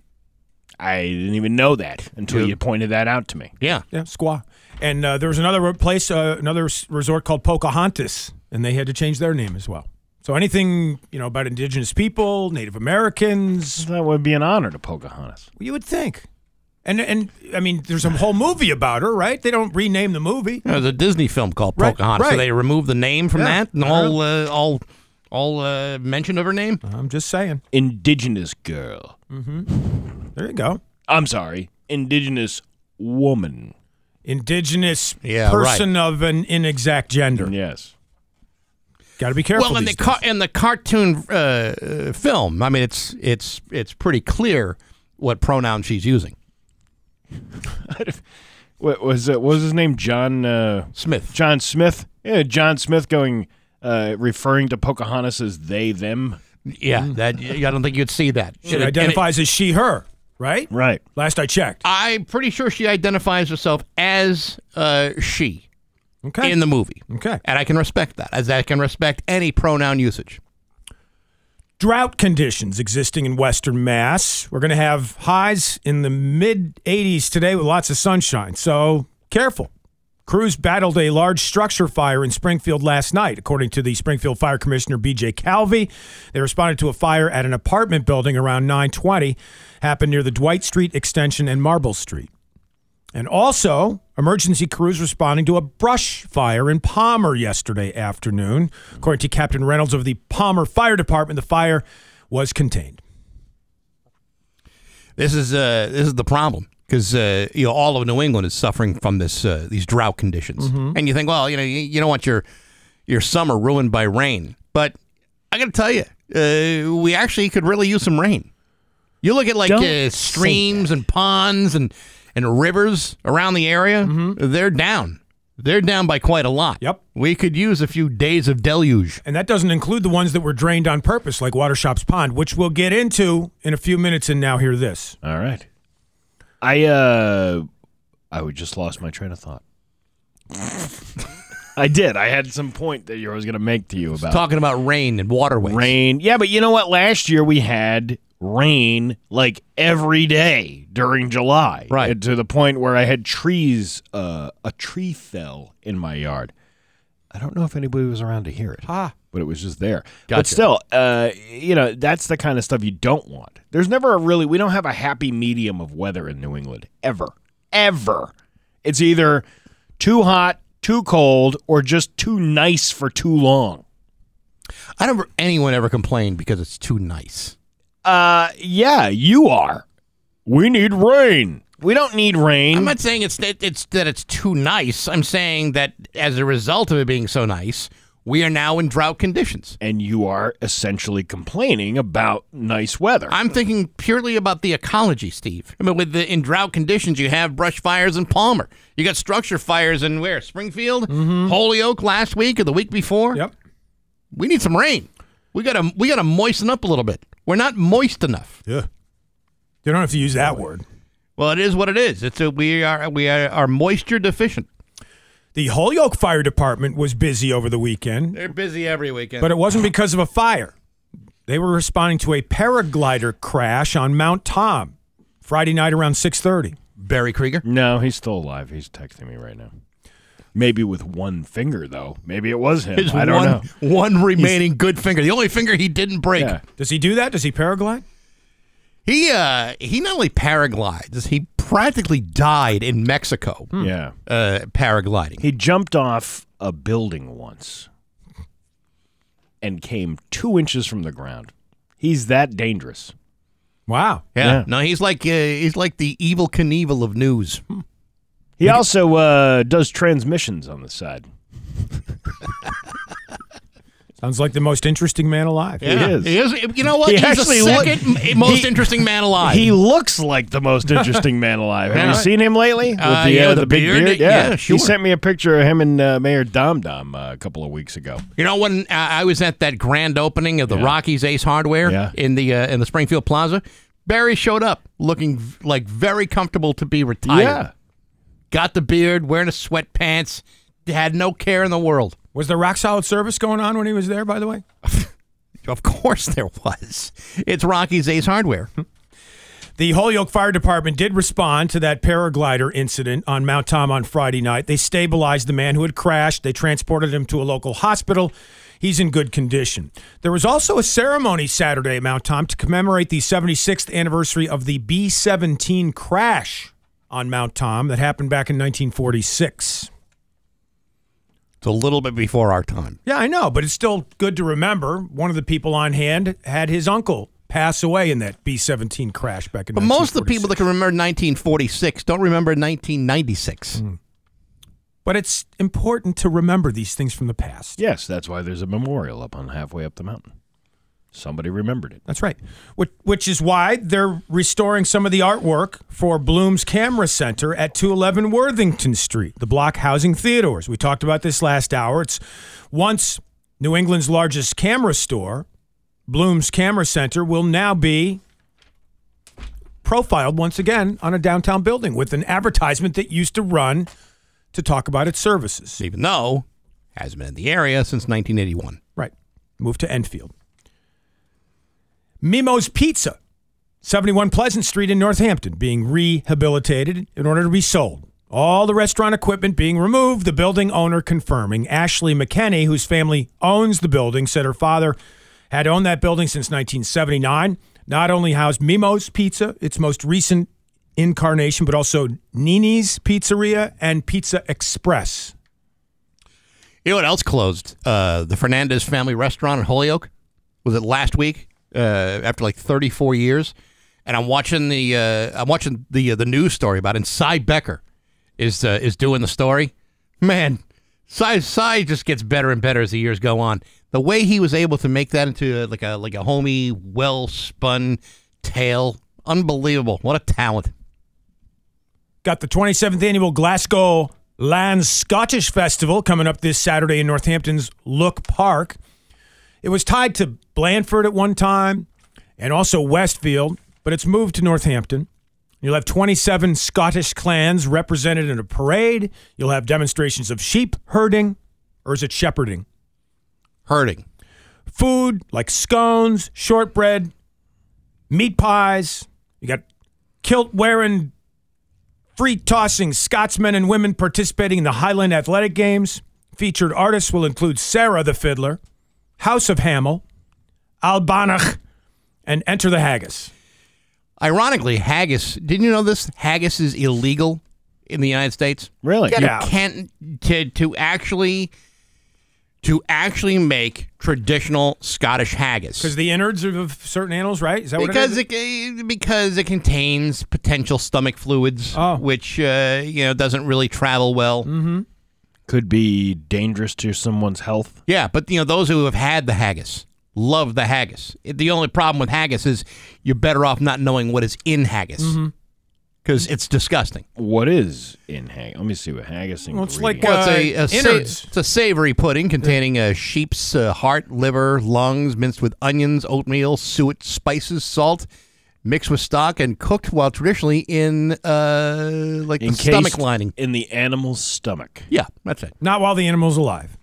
C: I didn't even know that until you pointed that out to me.
A: Yeah,
B: Yeah, Squaw. And uh, there was another re- place, uh, another s- resort called Pocahontas, and they had to change their name as well. So anything you know about Indigenous people, Native Americans,
C: That would be an honor to Pocahontas.
B: you would think. And and I mean, there's a whole movie about her, right? They don't rename the movie.
A: There's a Disney film called
B: Right,
A: Pocahontas. So
B: right.
A: they removed the name from
B: Yeah. Uh-huh.
A: that and all, uh, all, all uh, mention of her name.
B: I'm just saying.
C: Indigenous girl.
B: There you go.
C: I'm sorry. Indigenous woman.
B: Indigenous
A: Yeah,
B: person of an inexact gender.
C: Yes.
B: Got to be careful.
A: well, in the
B: these
A: car-
B: days.
A: in the cartoon uh, uh, film, I mean, it's it's it's pretty clear what pronoun she's using.
C: What was it? What was his name? John uh,
A: Smith.
C: John Smith. Yeah, John Smith going uh, referring to Pocahontas as they them.
A: Yeah,
B: Mm.
A: that I don't think you'd see that.
B: she identifies as she, her, right?
C: Right.
B: Last I checked.
A: I'm pretty sure she identifies herself as uh, she
B: Okay.
A: in the movie,
B: okay.
A: and I can respect that. As I can respect any pronoun usage.
B: drought conditions existing in Western Mass. We're going to have highs in the mid 80s today with lots of sunshine, so careful. Crews battled a large structure fire in Springfield last night, according to the Springfield Fire Commissioner B.J. Calvey. They responded to a fire at an apartment building around 920, happened near the Dwight Street extension and Marble Street. And also, emergency crews responding to a brush fire in Palmer yesterday afternoon. According to Captain Reynolds of the Palmer Fire Department, the fire was contained.
A: This is uh, this is the problem because uh, you know all of New England is suffering from this uh, these drought conditions,
C: Mm-hmm.
A: and you think, well, you know, you, you don't want your your summer ruined by rain, but I got to tell you, uh, we actually could really use some rain. You look at like
C: Don't
A: uh, streams and ponds and and rivers around the area;
C: Mm-hmm.
A: they're down. They're down by quite a lot.
B: Yep.
A: we could use a few days of deluge.
B: And that doesn't include the ones that were drained on purpose, like Watershop's Pond, which we'll get into in a few minutes. And now, hear this.
C: All right. I uh I would just lost my train of thought. I did. I had some point that you- I was going to make to you about
A: Talking about rain and waterways.
C: rain. Yeah, but you know what? Last year we had rain like every day during July,
A: Right.
C: And to the point where I had trees. Uh, a tree fell in my yard. I don't know if anybody was around to hear it,
B: Ah.
C: but it was just there. But
A: Gotcha.
C: still, uh, you know, that's the kind of stuff you don't want. There's never a really. We don't have a happy medium of weather in New England ever, ever. It's either too hot, too cold, or just too nice for too long.
A: I don't remember anyone ever complained because it's too nice.
C: Uh, yeah, you are. We need rain. We don't need rain.
A: I'm not saying it's that it's that it's too nice. I'm saying that as a result of it being so nice, we are now in drought conditions.
C: and you are essentially complaining about nice weather.
A: I'm thinking purely about the ecology, Steve. I mean, with the in drought conditions, you have brush fires in Palmer. You got structure fires in where Springfield, Holyoke last week or the week before.
B: Mm-hmm. Yep.
A: We need some rain. We gotta we gotta moisten up a little bit. We're not moist enough.
B: Yeah. You don't have to use that word.
A: Well, it is what it is. It's a, we are we are, are moisture deficient.
B: The Holyoke Fire Department was busy over the weekend.
A: They're busy every weekend.
B: But it wasn't because of a fire. They were responding to a paraglider crash on Mount Tom Friday night around 6:30.
A: Barry Krieger.
C: no, he's still alive. He's texting me right now. Maybe with one finger though. Maybe it was him.
A: His
C: I don't
A: one,
C: know.
A: one remaining good finger, the only finger he didn't break.
C: Yeah.
B: Does he do that? Does he paraglide?
A: He uh, he not only paraglides, he practically died in Mexico
C: Yeah.
A: uh, paragliding.
C: He jumped off a building once and came two inches from the ground He's that dangerous.
B: Wow.
A: Yeah.
C: Yeah.
A: No, he's like uh, he's like the evil Knievel of news.
C: He also uh, does transmissions on the side.
B: Sounds like the most interesting man alive.
A: Yeah.
C: is.
A: He is. You know what?
C: He
A: he's the
C: actually look-
A: second m- most
C: He-
A: interesting man alive.
C: He looks like the most interesting man alive. Have
A: Yeah.
C: you seen him lately? With
A: Uh, yeah, with the
C: big
A: beard?
C: Yeah,
A: Yeah, sure.
C: He sent me a picture of him and uh, Mayor Dom Dom uh, a couple of weeks ago.
A: You know when uh, I was at that grand opening of the Rockies Ace Hardware
C: Yeah.
A: in the uh, in the Springfield Plaza, Barry showed up looking v- like very comfortable to be retired.
C: Yeah.
A: Got the beard, wearing a sweatpants, had no care in the world.
B: Was there rock solid service going on when he was there, by the way?
A: Of course there was. It's Rockies Ace Hardware.
B: The Holyoke Fire Department did respond to that paraglider incident on Mount Tom on Friday night. They stabilized the man who had crashed, they transported him to a local hospital. He's in good condition. There was also a ceremony Saturday at Mount Tom to commemorate the 76th anniversary of the B 17 crash on Mount Tom that happened back in 1946.
A: It's a little bit before our time.
B: Yeah, I know, but it's still good to remember. One of the people on hand had his uncle pass away in that B 17 crash back in
A: But most of the people
B: 1946.
A: that can remember 1946 don't remember 1996.
B: But it's important to remember these things from the past.
C: Yes, that's why there's a memorial up on halfway up the mountain. Somebody remembered it.
B: That's right. Which, which is why they're restoring some of the artwork for Bloom's Camera Center at 211 Worthington Street, the block housing Theodore's. We talked about this last hour. It's once New England's largest camera store, Bloom's Camera Center will now be profiled once again on a downtown building with an advertisement that used to run to talk about its services.
A: Even though hasn't been in the area since 1981.
B: Right. Move to Enfield. Mimo's Pizza, 71 Pleasant Street in Northampton, being rehabilitated in order to be sold. All the restaurant equipment being removed, the building owner confirming. Ashley McKenney, whose family owns the building, said her father had owned that building since 1979. Not only housed Mimo's Pizza, its most recent incarnation, but also Nini's Pizzeria and Pizza Express.
A: You know what else closed? Uh, the Fernandez family restaurant in Holyoke. Was it last week? Uh, after like 34 years, and I'm watching the uh, I'm watching the uh, the news story about it. And Cy Becker is uh, is doing the story. Man, Cy Cy just gets better and better as the years go on. The way he was able to make that into uh, like a like a homey, well spun tale, unbelievable. What a talent!
B: Got the 27th annual Glasgow Land Scottish Festival coming up this Saturday in Northampton's Look Park. It was tied to Blandford at one time and also Westfield, but it's moved to Northampton. You'll have 27 Scottish clans represented in a parade. You'll have demonstrations of sheep herding, or is it shepherding?
A: Hurting.
B: food like scones, shortbread, meat pies. You got kilt wearing, free tossing Scotsmen and women participating in the Highland Athletic Games. Featured artists will include Sarah the Fiddler, House of Hamel, Albanach, and Enter the Haggis.
A: Ironically, haggis. Didn't you know this? Haggis is illegal in the United States.
C: Really?
A: you
B: out.
A: can't to to actually to actually make traditional Scottish
B: Because
A: haggis
B: the innards of- of certain animals, right? Is that what
A: because
B: it is?
A: it, ca- because it contains potential stomach fluids,
B: Oh. Mm-hmm.
A: which uh, you know doesn't really travel well.
C: Could be dangerous to someone's health.
A: Yeah, but you know those who have had the haggis love the haggis. It- The only problem with haggis is you're better off not knowing what is in haggis
B: Mm-hmm.
A: because it's disgusting.
C: What is in hag? Let me see what haggis
B: Well, it's like,
C: ingredient-
A: Well, it's a,
B: uh,
A: a sa-
B: innards.
A: it's a savory pudding containing a sheep's uh, heart, liver, lungs, minced with onions, oatmeal, suet, spices, salt, mixed with stock, and cooked while traditionally in uh, like the
C: encased
A: stomach lining.
C: in the animal's stomach.
A: Yeah, that's it.
B: Not while the animal's alive.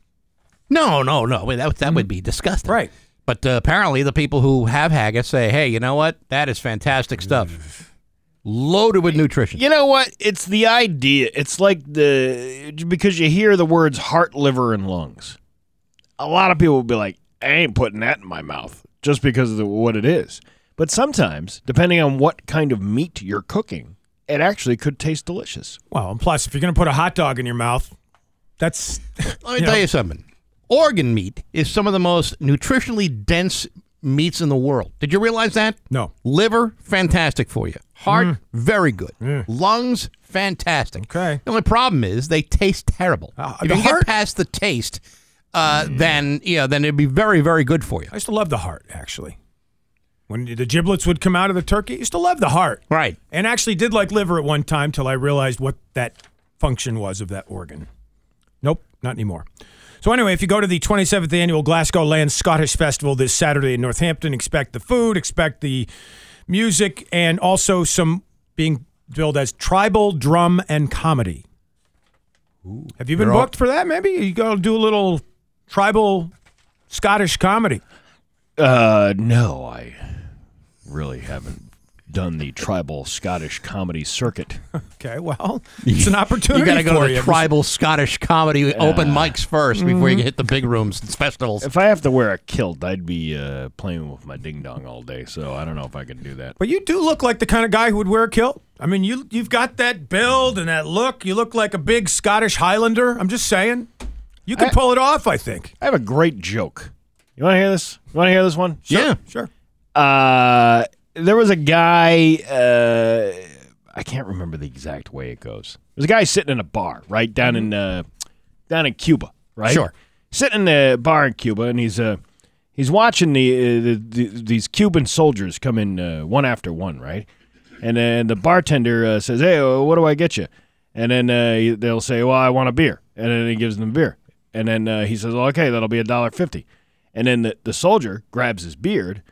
A: No, no, no. Wait, that that would be disgusting.
B: Right.
A: But uh, apparently, the people who have haggis say, "Hey, you know what? That is fantastic stuff, Mm. loaded with nutrition."
C: You know what? It's the idea. It's like the because you hear the words heart, liver, and lungs. A lot of people will be like, "I ain't putting that in my mouth," just because of the, what it is. But sometimes, depending on what kind of meat you're cooking, it actually could taste delicious.
B: Well, and plus, if you're going to put a hot dog in your mouth, that's
A: Let me tell you something. Organ meat is some of the most nutritionally dense meats in the world. Did you realize that?
B: No. Mm.
A: Liver, fantastic for you. Heart, very good. Lungs, fantastic.
B: Okay.
A: The only problem is they taste terrible.
B: Ah,
A: if
B: the
A: you
B: heart-
A: get past the taste, uh, then yeah, then it'd be very, very good for you.
B: I used to love the heart, actually. When the giblets would come out of the turkey, I used to love the heart.
A: Right.
B: And actually did like liver at one time till I realized what that function was of that organ. Nope, not anymore. So anyway, if you go to the 27th annual Glasgow Land Scottish Festival this Saturday in Northampton, expect the food, expect the music, and also some being billed as tribal drum and comedy. Have you been booked for that? Maybe you go do a little tribal Scottish comedy.
C: Uh, no, I really haven't done the tribal Scottish comedy circuit.
B: Okay, well, it's an opportunity
A: You got to go
B: for
A: to
B: you.
A: the tribal Scottish comedy open mics first before
B: Mm-hmm.
A: you hit the big rooms and festivals.
C: If I have to wear a kilt, I'd be uh, playing with my ding dong all day. So I don't know if I could do that.
B: But you do look like the kind of guy who would wear a kilt. I mean, you you've got that build and that look. You look like a big Scottish Highlander. I'm just saying, you can
C: I-
B: pull it off. I think.
C: I have a great joke. You want to hear this? You want to hear this one?
A: yeah.
B: Sure.
C: Uh, there was a guy. Uh, I can't remember the exact way it goes. There's a guy sitting in a bar, right down in uh, down in Cuba, right?
A: Sure.
C: Sitting in a bar in Cuba, and he's uh, he's watching the, uh, the, the these Cuban soldiers come in uh, one after one, right? And then the bartender uh, says, "Hey, uh, what do I get you?" And then uh, they'll say, "Well, I want a beer," and then he gives them beer. And then uh, he says, well, "Okay, that'll be a dollar fifty. And then the, the soldier grabs his beard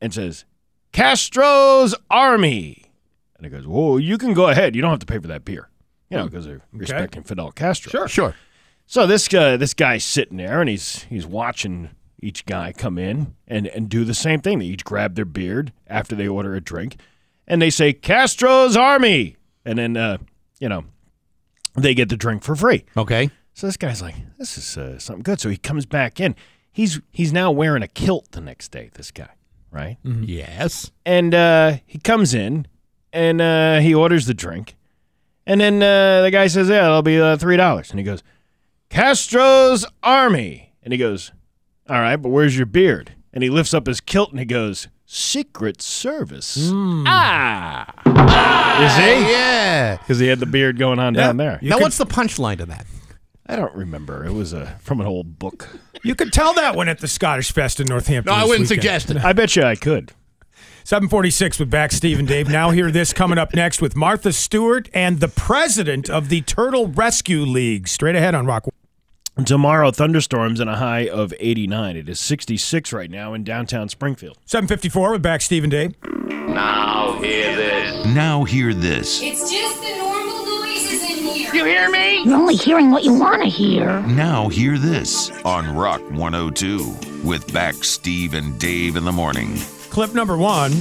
C: and says, Castro's Army. And it goes, Whoa, you can go ahead. You don't have to pay for that beer. You know, because they're respecting Fidel Castro. Sure.
A: Sure.
C: So this uh, this guy's sitting there and he's he's watching each guy come in and, and do the same thing. They each grab their beard after they order a drink and they say, Castro's Army. And then, uh, you know, they get the drink for free.
A: Okay.
C: So this guy's like, this is uh, something good. So he comes back in. He's he's now wearing a kilt the next day. This guy, right?
B: Mm-hmm.
A: Yes.
C: and uh, he comes in and uh, he orders the drink. And then uh, the guy says, Yeah, it'll be uh, $3. And he goes, Castro's Army. And he goes, All right, but where's your beard? And he lifts up his kilt and he goes, Secret Service. Ah. You see?
A: Yeah.
C: Because he had the beard going on down there.
A: now, what's the punchline to that?
C: I don't remember. It was uh, from an old book.
B: You could tell that one at the Scottish Fest in Northampton.
A: No, I
B: this
A: wouldn't
B: weekend.
A: suggest it.
C: I bet you I could.
B: 746 with back Steve and Dave. Now hear this coming up next with Martha Stewart and the president of the Turtle Rescue League. Straight ahead on Rock.
C: Tomorrow, thunderstorms and a high of 89. It is 66 right now in downtown Springfield.
B: 754 with back Steve and Dave.
I: Now hear this.
D: Now hear this.
K: It's just the normal noises in here.
L: You're only hearing what you want to hear.
D: Now hear this on Rock 102 with back Steve and Dave in the morning.
B: Clip number one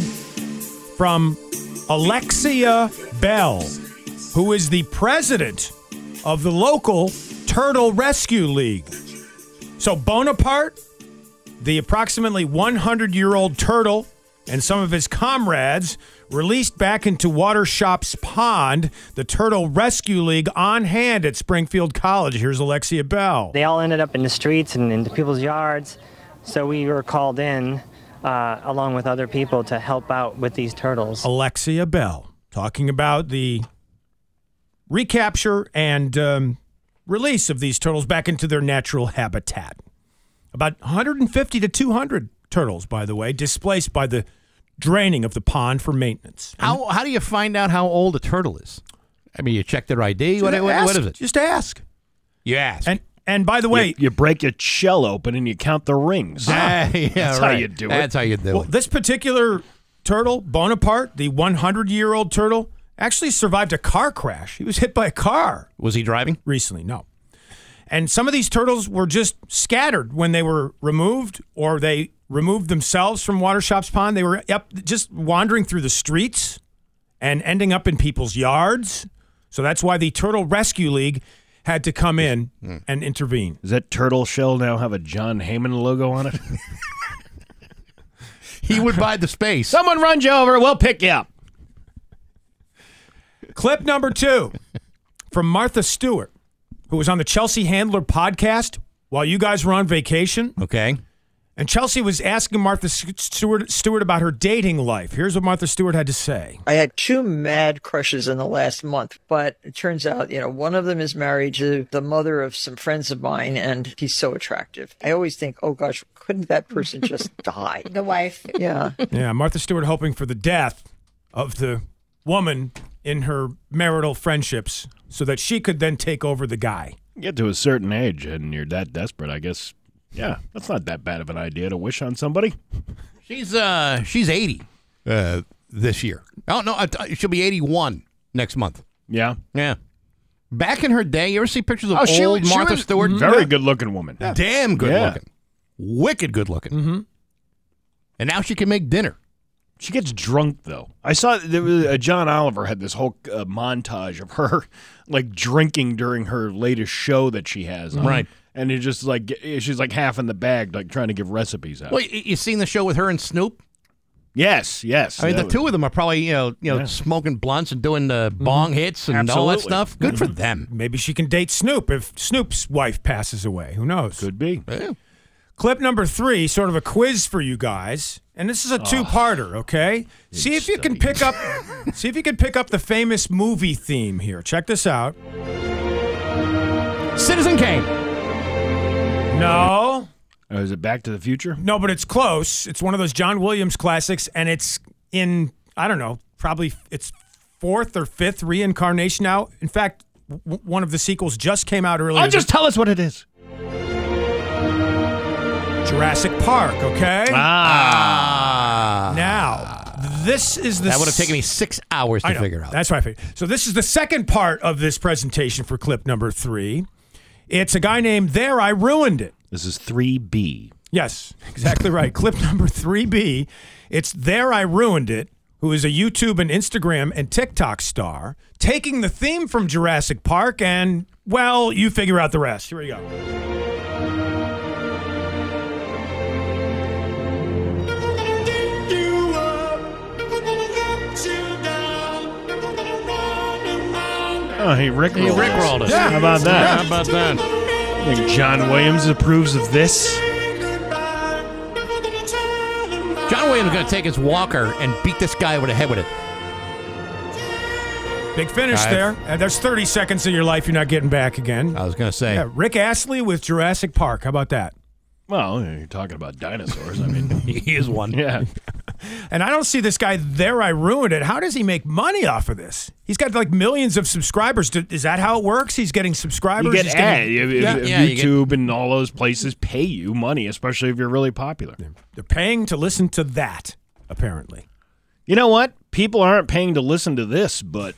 B: from Alexia Bell, who is the president of the local Turtle Rescue League. So, Bonaparte, the approximately 100 year old turtle, and some of his comrades released back into Watershops Pond, the Turtle Rescue League on hand at Springfield College. Here's Alexia Bell.
M: They all ended up in the streets and into people's yards. So we were called in uh, along with other people to help out with these turtles.
B: Alexia Bell talking about the recapture and um, release of these turtles back into their natural habitat. About 150 to 200 turtles, by the way, displaced by the draining of the pond for maintenance.
A: How how do you find out how old a turtle is? I mean, you check their ID. What, what, what
B: Ask-
A: is it?
B: Just ask.
A: You ask.
B: And and by the way,
C: You, you break your shell open and you count the rings.
A: Ah, yeah,
C: That's how
A: right.
C: you do it.
A: That's how you do
B: well,
A: it.
B: this particular turtle, Bonaparte, the 100 year old turtle, actually survived a car crash. He was hit by a car.
A: Was he driving?
B: recently. No. And some of these turtles were just scattered when they were removed or they removed themselves from Watershops Pond. They were up just wandering through the streets and ending up in people's yards. So that's why the Turtle Rescue League had to come in and intervene.
C: Does that turtle shell now have a John Heyman logo on it?
A: He would buy the space.
C: Someone runs you over, we'll pick you up.
B: Clip number two from Martha Stewart, who was on the Chelsea Handler podcast while you guys were on vacation.
A: Okay.
B: And Chelsea was asking Martha Stewart, Stewart about her dating life. Here's what Martha Stewart had to say.
N: I had two mad crushes in the last month, but it turns out, you know, one of them is married to the mother of some friends of mine, and he's so attractive. I always think, oh gosh, couldn't that person just die?
O: The wife.
N: Yeah.
B: Yeah, Martha Stewart hoping for the death of the woman in her marital friendships so that she could then take over the guy.
C: You get to a certain age and you're that desperate, I guess. Yeah, that's not that bad of an idea to wish on somebody.
A: She's uh she's 80 uh this year. Oh no, I- I- she'll be 81 next month.
C: Yeah.
A: Yeah. Back in her day, you ever see pictures of
C: Oh,
A: old
C: she was- she
A: Martha
C: was
A: Stewart?
C: very good-looking woman.
A: Damn good
C: Yeah.
A: looking. Wicked good looking. Mm-hmm. And now she can make dinner.
C: She gets drunk though. I saw there was uh, John Oliver had this whole uh, montage of her like drinking during her latest show that she has, on.
A: Right.
C: And it just like g- she's like half in the bag, like trying to give recipes out.
A: Well, you, you seen the show with her and Snoop?
C: yes, yes.
A: I mean, the
C: that was-
A: two of them are probably you know you know smoking blunts and doing the bong hits and all that
B: Absolutely.
A: stuff. Good for them.
B: Maybe she can date Snoop if Snoop's wife passes away. Who knows? Could
C: be.
B: Clip number three, sort of a quiz for you guys, and this is
A: Ah,
B: a two-parter. Okay, see if you can pick up, see if you can pick up the famous movie theme here. Check this out.
A: Citizen Kane.
B: No,
C: Oh, is it Back to the Future?
B: no, but it's close. It's one of those John Williams classics, and it's in I don't know, probably it's fourth or fifth reincarnation now. In fact, w- one of the sequels just came out earlier.
C: Oh, just tell us what it is.
B: Jurassic Park, okay?
A: Ah.
B: Now, this is the.
A: That would have taken me six hours to
B: I know.
A: figure out.
B: That's what I figured. So, this is the second part of this presentation for clip number three. It's a guy named There I Ruined It.
C: This is 3B.
B: Yes, exactly right. clip number 3B. It's There I Ruined It, who is a YouTube and Instagram and TikTok star, taking the theme from Jurassic Park and, well, you figure out the rest. Here we go.
C: Oh, he Rick
A: He rickrolled us.
C: How about that?
A: How about that?
C: I think John Williams approves of this.
A: John Williams is going to take his walker and beat this guy over the head with it.
B: Big finish
A: I've-
B: there. And there's 30 seconds of your life you're not getting back again.
A: I was going to say.
B: Yeah, Rick Astley with Jurassic Park. How about that?
C: Well, you're talking about dinosaurs. I mean, he
A: is one.
C: Yeah.
B: And I don't see this guy there. I ruined it. How does he make money off of this? He's got like millions of subscribers. Do- Is that how it works? He's getting subscribers.
C: You get
B: He's
C: ad.
B: getting-
C: if- if-
B: Yeah.
C: if
B: Yeah, you get-
C: YouTube and all those places pay you money, especially if you're really popular.
B: They're paying to listen to that, apparently.
C: You know what? People aren't paying to listen to this, but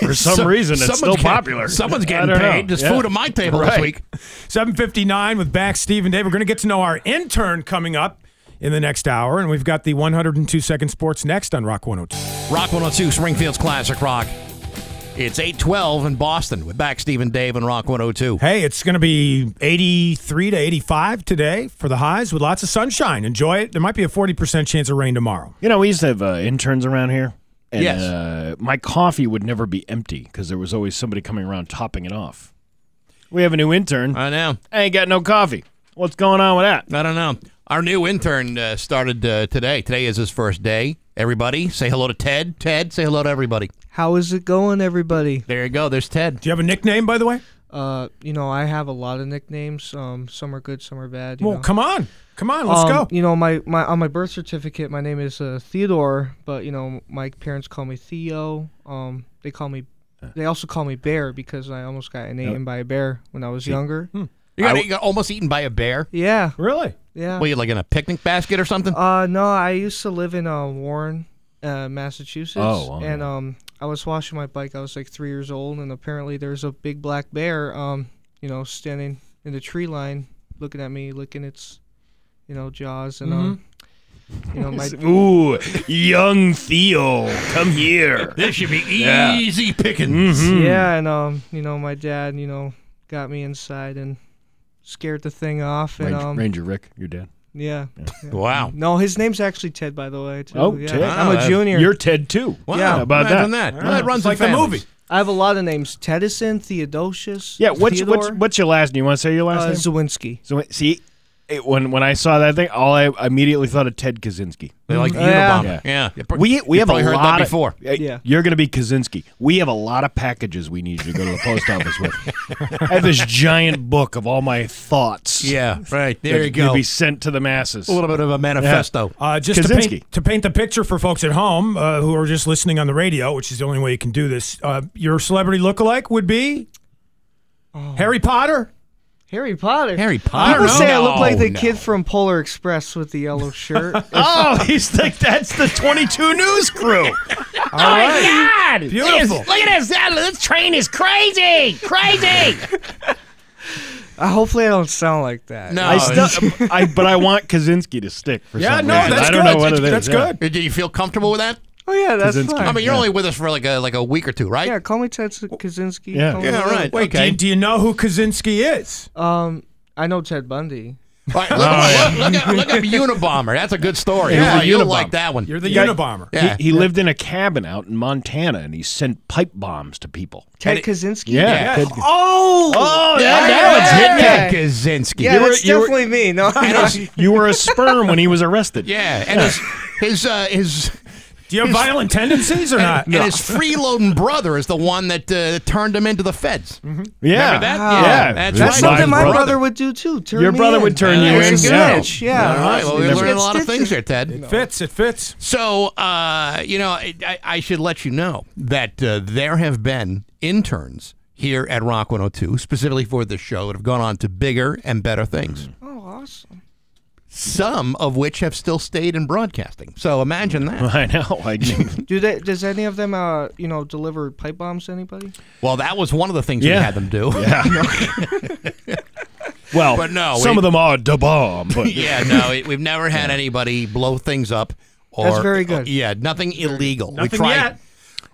C: for some
B: Some-
C: reason, it's still
B: someone's getting-
C: popular.
B: someone's
C: I
B: getting
C: don't know.
B: paid. There's
C: Yeah.
B: food on my table this
C: Right.
B: week. 759 with back Steve and Dave. We're going to get to know our intern coming up in the next hour. And we've got the 102 second sports next on Rock 102.
A: Rock 102, Springfield's Classic Rock. It's 812 in Boston. We're back, Stephen Dave and Rock 102.
B: Hey, it's going to be 83 to 85 today for the highs with lots of sunshine. Enjoy it. There might be a 40% chance of rain tomorrow.
C: You know, we used to have uh, interns around here. And,
B: Yes.
C: Uh, my coffee would never be empty because there was always somebody coming around topping it off. We have a new intern.
A: I know.
C: I ain't got no coffee. What's going on with that?
A: I don't know. Our new intern uh, started uh, today. Today is his first day. Everybody, say hello to Ted. Ted, say hello to everybody.
P: How is it going, everybody?
A: There you go. There's Ted.
B: Do you have a nickname, by the way?
P: Uh, you know, I have a lot of nicknames. Um, some are good, some are bad. You
B: Well,
P: know.
B: come on. Come on. Let's
P: Um,
B: go.
P: You know, my, my on my birth certificate, my name is uh, Theodore, but you know, my parents call me Theo. Um, they call me, they also call me Bear because I almost got eaten by a bear when I was younger.
A: You got, you got almost eaten by a bear?
P: Yeah.
B: Really?
P: Yeah.
A: Were you like in a picnic basket or something?
P: Uh, no, I used to live in uh, Warren, uh, Massachusetts.
A: Oh, wow.
P: And um, I was washing my bike. I was like three years old, and apparently there's a big black bear. Um, you know, standing in the tree line, looking at me, licking its, you know, jaws, and um,
A: Mm-hmm.
P: you know, my
C: Ooh, young Theo, come here.
A: This should be
C: Yeah.
A: easy pickings.
C: Mhm.
P: yeah, and um, you know, my dad, you know, got me inside and scared the thing off, and
C: Ranger,
P: um,
C: Ranger Rick, your dad.
P: Yeah. yeah.
A: Wow.
P: No, his name's actually Ted, by the way. Too.
C: Oh,
P: yeah.
C: Ted.
P: I'm a junior.
C: You're Ted too.
P: Wow,
C: How about that?
A: imagine that. Well, that runs It's in like the families. movie.
P: I have a lot of names: Tedison, Theodosius.
C: Yeah. What's what's
P: Theodore.
C: what's your last name? You want to say your last
P: Uh,
C: name?
P: Zawinski.
C: Zawi- see, it- when when I saw that thing, all I immediately thought of Ted Kaczynski.
A: They like
C: yeah.
A: Unabomber. Yeah. You pro-
C: we we
A: you
C: have
A: probably
C: a
A: heard that
C: lot of-
A: before.
C: Uh,
A: Yeah.
C: You're going to be Kaczynski. We have a lot of packages we need you to go to the post office with. I have this giant book of all my thoughts.
A: Yeah, right. There
C: that
A: you go.
C: Could be sent to the masses.
A: A little bit of a manifesto.
C: Yeah.
B: Uh, just to
C: Kaczynski.
B: paint, to paint the picture for folks at home uh, who are just listening on the radio, which is the only way you can do this, uh, your celebrity lookalike would be
C: Oh.
B: Harry Potter.
P: Harry Potter.
A: Harry
P: People say I
A: No,
P: look like the
A: no.
P: kid from Polar Express with the yellow shirt.
C: Oh, he's like that's the 22 News crew.
P: All right.
O: God!
P: Beautiful.
O: Look at this. That- This train is crazy. Crazy.
P: Uh, hopefully, I don't sound like that.
A: No,
C: I still, I, but I want Kaczynski to stick for
B: Uh,
C: some reason. I don't know what it is. yeah.
A: good. Do you feel comfortable with that?
P: Oh yeah, that's
C: Kaczynski.
P: fine.
A: I mean, you're only with us for like a like a week or two, right?
P: Yeah, call me Ted Kaczynski.
A: Yeah.
P: Call me
A: Yeah,
P: whatever.
A: right.
B: Wait, do,
A: Okay.
B: you, do you know who Kaczynski is?
C: Uh,
P: Um, I know Ted Bundy.
A: All right, look,
C: Oh,
A: look, look, up- look up Unabomber. That's a good story.
C: He was
A: Yeah,
C: the
A: you'll
C: Unabomber.
A: like that one.
B: You're the
C: Yeah.
B: Unabomber.
C: He-
A: Yeah.
C: He, lived in a cabin out in Montana, and he sent pipe bombs to people.
P: Ted
A: it-
P: Kaczynski.
C: Yeah. Ted-
P: Oh.
C: Oh,
A: Yeah,
C: that,
A: yeah,
C: that one's hitting.
A: Kaczynski.
P: Yeah,
C: You were-
P: that's
C: you were-
P: definitely me. No,
C: You were a sperm when he was arrested.
A: Yeah, and his his uh, his.
B: Do you have
A: his-
B: violent tendencies or
A: and-
C: Uh,
B: not?
A: And his freeloading brother is the one that uh, turned him into the feds.
C: Mm-hmm. Yeah.
A: Remember that?
P: Wow.
C: Yeah.
A: That's
P: That's
A: right.
P: something my
A: Brother.
P: brother. would do too. Turn
C: Your
P: me
C: brother would
P: in.
C: turn you
A: There
C: in.
A: you go.
C: Yeah.
P: Snitch, Yeah.
A: All right. Well, we
C: Never-
A: learned a lot of things
P: Stitches.
A: here, Ted.
B: It fits. It fits.
A: So, uh, you know, I, I- I should let you know that uh, there have been interns here at Rock 102, specifically for this show, that have gone on to bigger and better things,
P: Oh, awesome.
A: some of which have still stayed in broadcasting. So imagine that.
C: I know. I didn't-
P: Do they? Does any of them, uh, you know, deliver pipe bombs to anybody?
A: Well, that was one of the things
C: Yeah.
A: we had them do.
C: well,
A: But no,
C: some
A: we-
C: of them are da bomb. But
A: yeah, no, it, we've never had anybody blow things up. Or,
P: That's very good.
A: yeah, nothing illegal. we
B: Nothing
A: tried,
B: yet.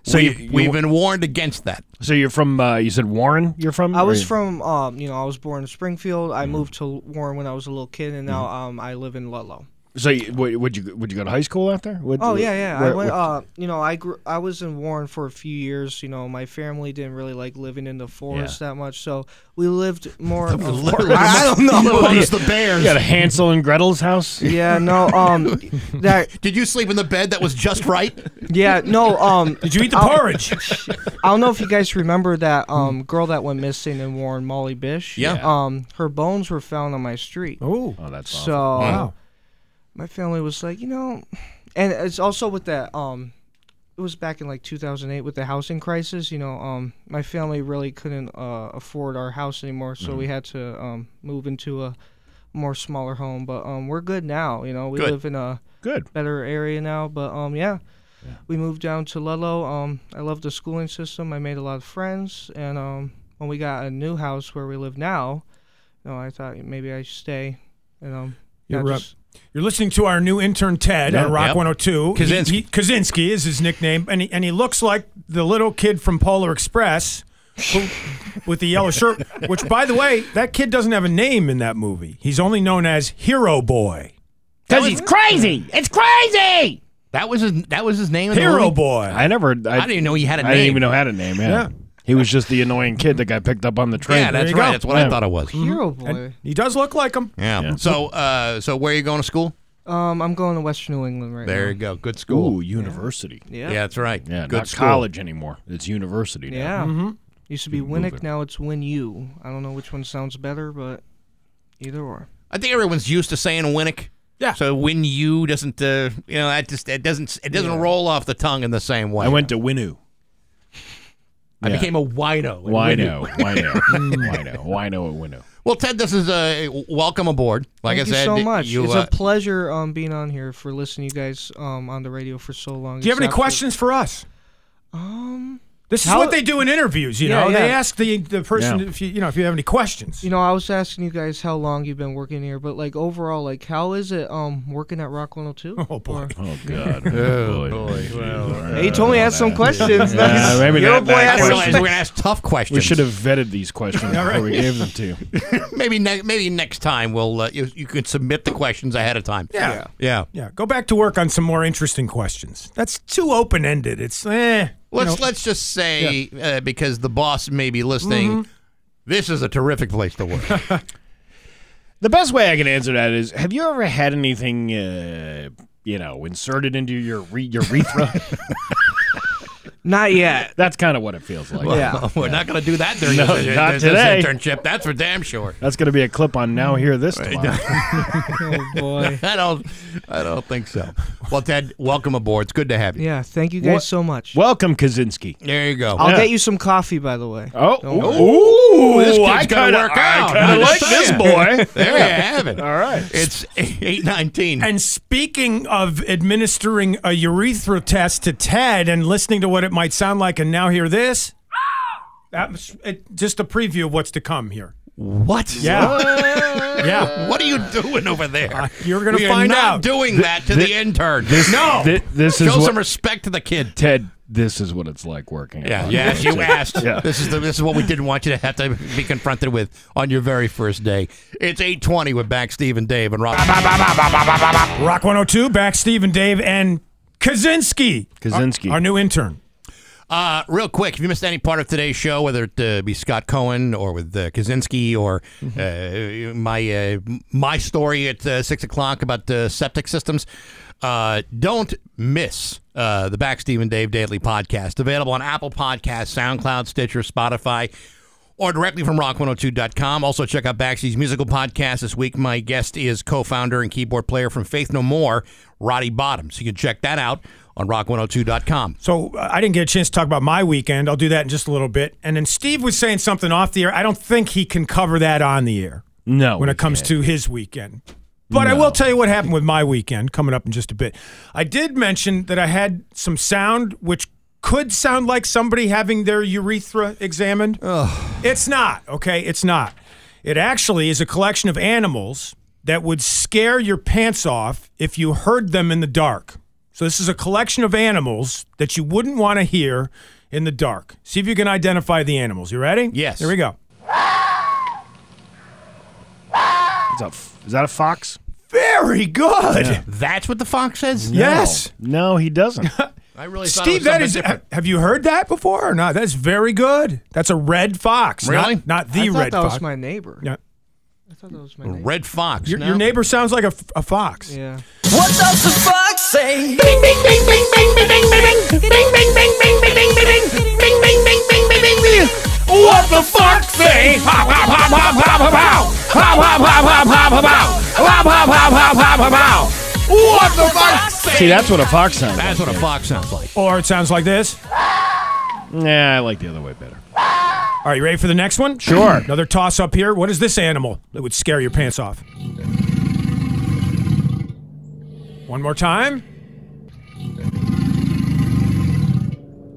A: So
C: So
A: we've,
C: you- you-
A: we've been warned against that.
C: so you're from? Uh, you said Warren. You're from?
P: I
C: Or
P: was
C: you-
P: from, um, you know, I was born in Springfield.
C: Mm-hmm.
P: I moved to Warren when I was a little kid, and now um, I live in Ludlow.
C: So you, would, would you would you go to high school out there? What-
P: Oh yeah, yeah. I
C: where-
P: went.
C: what-
P: Uh, you know, I grew. I was in Warren for a few years. You know, my family didn't really like living in the forest that much, so we lived more. of- I don't know.
A: Amongst the bears.
C: you got a Hansel and Gretel's house.
P: yeah, no. Um, that.
A: Did you sleep in the bed that was just right?
P: Yeah, no. Um,
B: Did you eat the
C: Oh.
P: I'll-
B: porridge?
P: I don't know if you guys remember that um girl that went missing in Warren, Molly Bish.
A: Yeah.
P: Um, her bones were found on my street.
B: Oh,
C: Oh, that's
P: So
C: awful.
B: wow.
P: my family was like, you know, and it's also with that um, it was back in like 2008 with the housing crisis. You know, um, my family really couldn't uh, afford our house anymore, so we had to um move into a more smaller home. But um, we're good now. You know, we
A: Good.
P: live in a
C: good.
P: better area now. But um, yeah, we moved down to Ludlow. Um, I love the schooling system. I made a lot of friends, and um, when we got a new house where we live now, you know, I thought maybe I should stay. And um,
B: You're
P: not
B: up.
P: just-
B: You're listening to our new intern Ted
A: Yeah.
B: at Rock
A: Yep.
B: 102.
A: Kaczynski.
B: He, he- Kaczynski is his nickname, and he, and he looks like the little kid from Polar Express who- with the yellow shirt. Which, by the way, that kid doesn't have a name in that movie. He's only known as Hero Boy.
O: Because he's crazy. It's crazy.
A: That was his. That was his name. In the
B: Hero
A: movie?
B: Boy.
C: I never. I,
A: I didn't even know he had a
C: I didn't
A: name.
C: even know had a name. Yeah.
B: Yeah.
C: He was just the annoying kid that got picked up on the train.
A: Yeah, that's
B: you go.
A: right. That's what I
C: Yeah.
A: thought it was.
P: Hero boy.
B: And he does look like him.
A: Yeah.
C: Yeah.
A: So, uh, so where are you going to school?
P: um, I'm going to Western New England right
A: There you
P: now.
A: go. Good school.
C: Ooh, university.
A: yeah.
P: Yeah.
A: that's right.
C: Yeah,
A: good
C: not
A: school.
C: college anymore. It's university now.
P: Yeah. Used to be
C: it.
P: Winnick, now it's Win U. I don't know which one sounds better, but either or.
A: I think everyone's used to saying Winnick.
B: Yeah.
A: So when you doesn't, uh, you know, that just it doesn't it doesn't roll off the tongue in the same way.
C: I went to Winu.
A: I
C: yeah.
A: became a wino. in Winu.
C: Wino, Wino, Wino, Wino at Wino.
A: Well, Ted, this is a welcome aboard. Like
P: Thank
A: I said,
P: you so much.
A: you,
P: it's
A: uh,
P: a pleasure um, being on here for listening to you guys um, on the radio for so long.
B: Do you have
P: It's
B: any
P: absolute-
B: questions for us?
P: Um,
B: This is
P: How-
B: what they do in interviews. You
P: Yeah,
B: know, they
P: yeah.
B: ask the the person
C: Yeah.
B: if you you know if you have any questions.
P: You know, I was asking you guys how long you've been working here, but like overall, like how is it um working at Rock 102?
B: Oh, boy.
C: Oh God.
A: Oh, boy.
P: Hey, you told me I had some questions.
C: Yeah, maybe
P: Your
C: that-
P: boy
C: that
A: I didn't
P: asked
A: realize
P: some
C: question.
A: we're gonna ask tough questions.
C: We should have vetted these questions before we gave them to you.
A: maybe ne- maybe next time we'll uh, you, you could submit the questions ahead of time.
B: Yeah.
A: yeah.
B: Yeah, go back to work on some more interesting questions. That's too open ended. It's eh. you
A: Let's
B: know.
A: let's just say uh, Mm-hmm. because the boss may be listening, this is a terrific place to work.
C: The best way I can answer that is: Have you ever had anything, uh, you know, inserted into your re- urethra?
P: Not yet.
C: That's kind of what it feels like.
A: Well, we're not going to do that during
C: No,
A: this,
C: not
A: this
C: today.
A: internship. That's for damn sure.
C: That's going to be a clip on now. Hear this
A: Right.
C: tomorrow.
P: oh boy.
A: I don't. I don't think so. Well, Ted, welcome aboard. It's good to have you.
P: Yeah, thank you guys
A: What-
P: so much.
C: Welcome, Kaczynski.
A: There you go.
P: I'll get you some coffee, by the way.
C: Oh,
P: Don't worry.
A: Oh, Ooh, this kid's
C: I
A: gonna
C: kinda-
A: work
C: I
A: out.
C: kinda
A: I'm
C: like
A: just
C: this
A: saying.
C: boy.
A: there
C: Yeah.
A: you have it.
C: All right.
A: It's eight nineteen.
B: And speaking of administering a urethra test to Ted and listening to what it might sound like, and now hear this. That was it, just a preview of what's to come here.
A: What?
B: Yeah. yeah.
A: What are you doing over there?
B: you're gonna
A: We are
B: find
A: not
B: out.
A: Doing
C: Th-
A: that to
C: thi-
A: the intern.
C: this-
A: no.
C: thi- this
A: Show
C: is what-
A: some respect to the kid.
C: Ted, this is what it's like working. at
A: Yeah,
C: Fox
A: yes,
C: News.
A: you asked.
C: Yeah.
A: This is the, this is what we didn't want you to have to be confronted with on your very first day. It's eight twenty with back Steve and Dave and Rock.
B: Rock 102, back Steve and Dave and Kaczynski.
C: Kaczynski.
B: Our, our new intern.
A: Uh, real quick, if you missed any part of today's show, whether it uh, be Scott Cohen or with uh, Kaczynski or uh, my uh, my story at uh, six o'clock about uh, septic systems, uh, don't miss uh, the Back Steve and Dave Daily podcast. Available on Apple Podcasts, SoundCloud, Stitcher, Spotify, or directly from rock102.com. Also, check out Baxi's musical podcast this week. My guest is co founder and keyboard player from Faith No More, Roddy Bottoms. You can check that out on rock102.com.
B: So uh, I didn't get a chance to talk about my weekend. I'll do that in just a little bit. And then Steve was saying something off the air. I don't think he can cover that on the air
C: No,
B: when
C: we
B: it comes
C: can't.
B: to his weekend. But I will tell you what happened with my weekend coming up in just a bit. I did mention that I had some sound which could sound like somebody having their urethra examined. It's not, okay? It's not. It actually is a collection of animals that would scare your pants off if you heard them in the dark. So this is a collection of animals that you wouldn't want to hear in the dark. See if you can identify the animals. You ready?
A: Yes.
B: Here we go.
C: It's a f- is that a fox?
B: Very good.
A: That's what the fox says?
B: Yes.
C: No, no, he doesn't.
A: I really thought
B: Steve,
A: it was
B: that
A: something
B: is.
A: different.
B: ha- Have you heard that before or not? That's very good. That's a red fox. not-
A: Really?
B: Not, the
P: I thought
B: red
P: that
B: fox.
P: was my neighbor.
B: Yeah.
P: I thought that was my neighbor.
A: Red fox.
B: your,
A: no?
B: your neighbor sounds like a, f- a fox.
P: Yeah.
O: What does the fox say? Bing bing bing bing bing bing bing bing bing bing bing bing bing bing bing bing bing bing bing bing bing bing bing. What the fox say? Hop hop hop hop hop hop hop hop hop hop hop hop hop hop hop hop hop hop hop hop. What the fox say?
C: See, that's what a fox sounds.
A: That's
C: like.
A: what a fox sounds like.
B: Or it sounds like this.
C: Nah, I like the other way better.
B: All right, you ready for the next one?
C: Sure.
B: Another toss up here. What is this animal that would scare your pants off? One more time.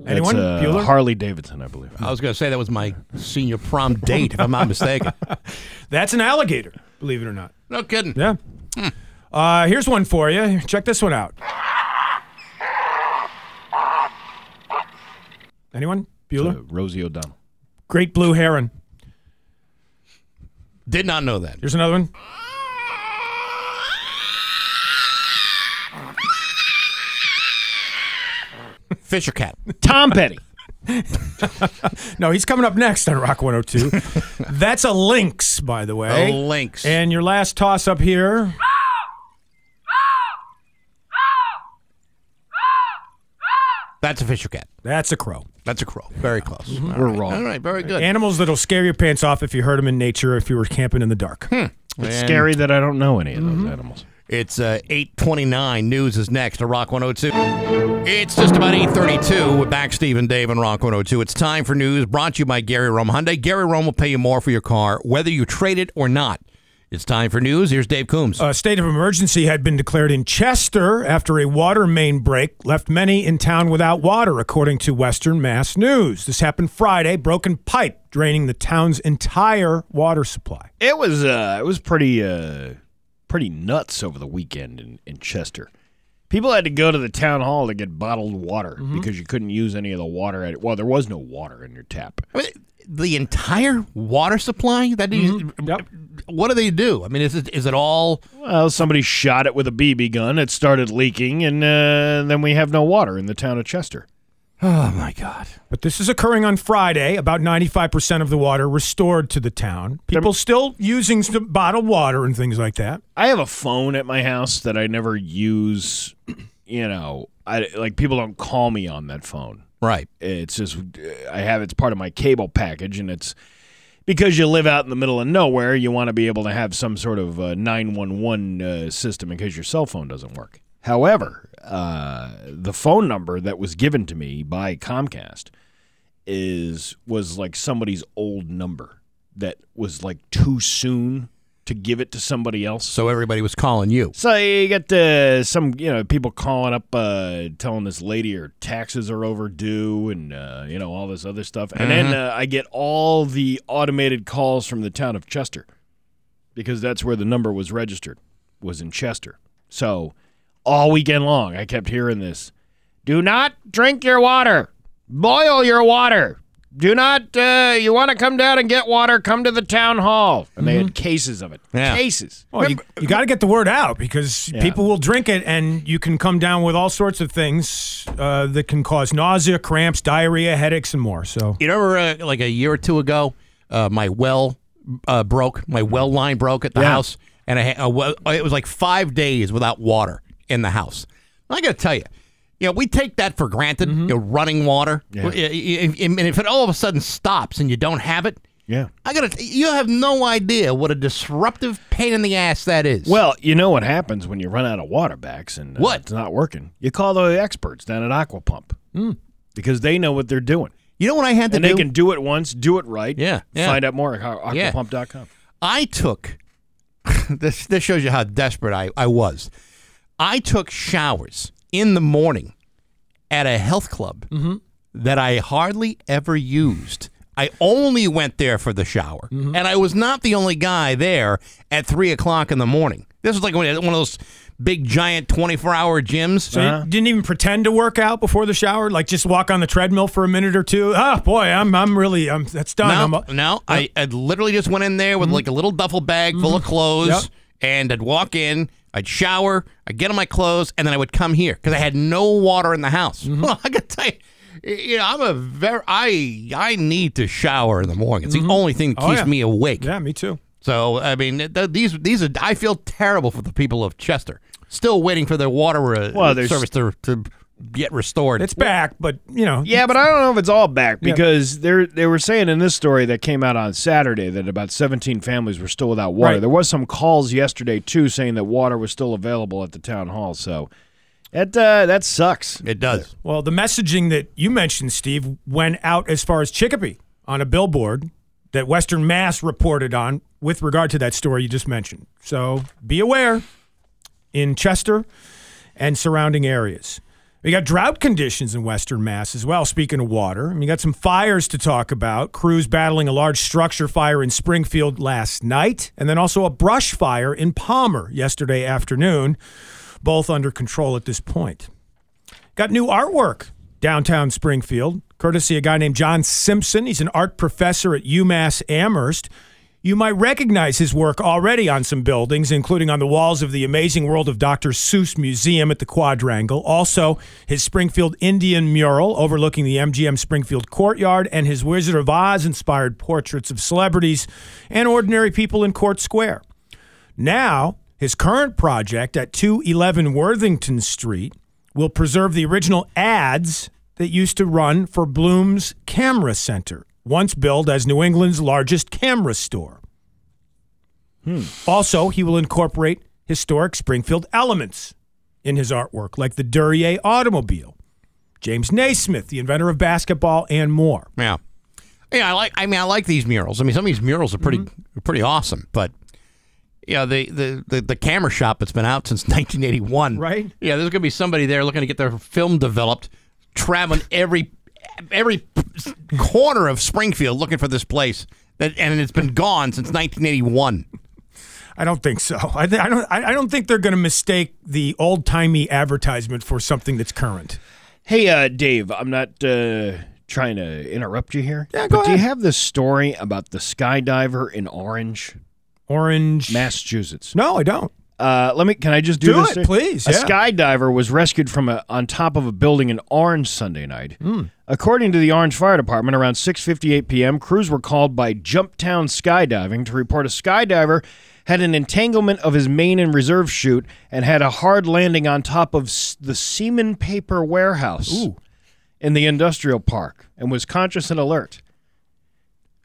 B: Anyone?
C: That's, uh,
B: Bueller?
C: Harley Davidson, I believe.
A: I was going to say that was my senior prom date, if I'm not mistaken.
B: That's an alligator, believe it or not.
A: No kidding.
B: Yeah. Uh, here's one for you. Check this one out. Anyone?
C: Uh,
B: Bueller?
C: Rosie O'Donnell.
B: Great blue heron.
A: Did not know that.
B: Here's another one.
A: Fisher cat.
C: Tom Petty.
B: No, he's coming up next on Rock 102. That's a lynx, by the way.
A: A lynx.
B: And your last toss up here.
A: That's a fisher cat.
B: That's a crow.
A: That's a crow. Very close.
C: We're
A: All
C: wrong.
A: right, very good.
B: Animals that'll scare your pants off if you heard them in nature, if you were camping in the dark.
C: It's scary that I don't know any of those animals.
A: It's uh, 829. News is next to Rock 102. It's just about 832 with back Steve and Dave and Rock 102. It's time for news brought to you by Gary Rome Hyundai. Gary Rome will pay you more for your car, whether you trade it or not. It's time for news. Here's Dave Coombs.
B: A state of emergency had been declared in Chester after a water main break left many in town without water, according to Western Mass News. This happened Friday, broken pipe draining the town's entire water supply.
C: It was uh, it was pretty uh, pretty nuts over the weekend in, in Chester. People had to go to the town hall to get bottled water
B: Mm-hmm.
C: because you couldn't use any of the water at well, there was no water in your tap.
A: I mean, the entire water supply? That is-
C: Mm-hmm.
A: What do they do? I mean, is it, is it all.
C: Well, somebody shot it with a BB gun. It started leaking, and uh, then we have no water in the town of Chester.
A: Oh my God!
B: But this is occurring on Friday. About ninety-five percent of the water restored to the town. People still using s- bottled water and things like that.
C: I have a phone at my house that I never use. You know, I like people don't call me on that phone.
A: Right.
C: It's just I have it's part of my cable package, and it's because you live out in the middle of nowhere. You want to be able to have some sort of uh, nine one one system in case your cell phone doesn't work. However, uh, the phone number that was given to me by Comcast is was like somebody's old number that was like too soon to give it to somebody else.
A: So everybody was calling you.
C: So you get uh, some, you know, people calling up, uh, telling this lady her taxes are overdue, and uh, you know all this other stuff. And then
Q: Mhm.
C: uh, I get all the automated calls from the town of Chester, because that's where the number was registered, was in Chester. So all weekend long, I kept hearing this: "Do not drink your water, boil your water." Do not, uh, you want to come down and get water, come to the town hall. And they had cases of it. Cases.
B: Well, you, you got to get the word out because
C: Yeah.
B: people will drink it, and you can come down with all sorts of things uh, that can cause nausea, cramps, diarrhea, headaches, and more. So
A: You remember, uh, like a year or two ago, uh, my well uh, broke. My well line broke at the house, and I ha- uh, well, it was like five days without water in the house. I got to tell you, you know, we take that for granted.
C: Mm-hmm.
A: You know, running water, Uh, y- y- and if it all of a sudden stops and you don't have it,
C: yeah,
A: I got to. You have no idea what a disruptive pain in the ass that is.
C: Well, you know what happens when you run out of water backs and uh, it's not working. You call the experts down at Aqua Pump because they know what they're doing.
A: You know what I had to
C: and Hmm. they
A: do?
C: can do it once, do it right.
A: Yeah, yeah.
C: Find out more at
A: Yeah.
C: aquapump.com.
A: I took this this shows you how desperate I, I was. I took showers in the morning at a health club that I hardly ever used. I only went there for the shower. And I was not the only guy there at three o'clock in the morning. This was like one of those big giant twenty four hour gyms.
B: So you didn't even pretend to work out before the shower, like just walk on the treadmill for a minute or two. Ah, boy, I'm I'm really I'm that's done. I'm,
A: No, no. I, I literally just went in there with like a little duffel bag full of clothes,
B: Mm-hmm. Yep.
A: and I'd walk in, I'd shower, I'd get on my clothes, and then I would come here because I had no water in the house.
B: Mm-hmm.
A: Well, I gotta tell you. y- You know, I'm a very I I need to shower in the morning. It's the only thing that
B: Oh,
A: keeps
B: yeah.
A: me awake.
B: Yeah, me too.
A: So I mean, th- these these are I feel terrible for the people of Chester, still waiting for their water uh,
C: Well, there's-
A: service to to get restored.
B: it's back, but you know.
C: Yeah, but I don't know if it's all back because they're they were saying in this story that came out on Saturday that about 17 families were still without water.
B: Right.
C: There was some calls yesterday too saying that water was still available at the town hall. So that uh, that sucks.
A: It does.
B: Well, the messaging that you mentioned, Steve, went out as far as Chicopee on a billboard that Western Mass reported on with regard to that story you just mentioned. So be aware in Chester and surrounding areas. We got drought conditions in Western Mass as well. Speaking of water, and you got some fires to talk about. Crews battling a large structure fire in Springfield last night, and then also a brush fire in Palmer yesterday afternoon. Both under control at this point. Got new artwork downtown Springfield, courtesy of a guy named John Simpson. He's an art professor at UMass Amherst. You might recognize his work already on some buildings, including on the walls of the Amazing World of Dr. Seuss Museum at the Quadrangle. Also, his Springfield Indian mural overlooking the MGM Springfield Courtyard, and his Wizard of Oz inspired portraits of celebrities and ordinary people in Court Square. Now, his current project at 211 Worthington Street will preserve the original ads that used to run for Bloom's Camera Center, once billed as New England's largest camera store. Also, he will incorporate historic Springfield elements in his artwork, like the Duryea automobile, James Naismith, the inventor of basketball, and more.
A: Yeah. Yeah, I like. I mean, I like these murals. I mean, some of these murals are pretty, are pretty awesome. But yeah, the, the the the camera shop that's been out since 1981.
B: Right.
A: Yeah, there's gonna be somebody there looking to get their film developed, traveling every every corner of Springfield looking for this place that, and it's been gone since 1981.
B: I don't think so. I, th- I don't. I I don't think they're going to mistake the old timey advertisement for something that's current.
C: Hey, uh, Dave, I'm not uh, trying to interrupt you here. Yeah, go but Do you have this story about the skydiver in Orange,
B: Orange,
C: Massachusetts?
B: No, I don't.
C: Uh, let me. Can I just do,
B: Do
C: this?
B: it,
C: thing?
B: please,
C: A
B: yeah.
C: skydiver was rescued from a, on top of a building in Orange Sunday night.
B: Hmm.
C: According to the Orange Fire Department, around 6:58 p.m., crews were called by Jumptown Skydiving to report a skydiver had an entanglement of his main and reserve chute and had a hard landing on top of s- the Seaman Paper Warehouse in the industrial park and was conscious and alert.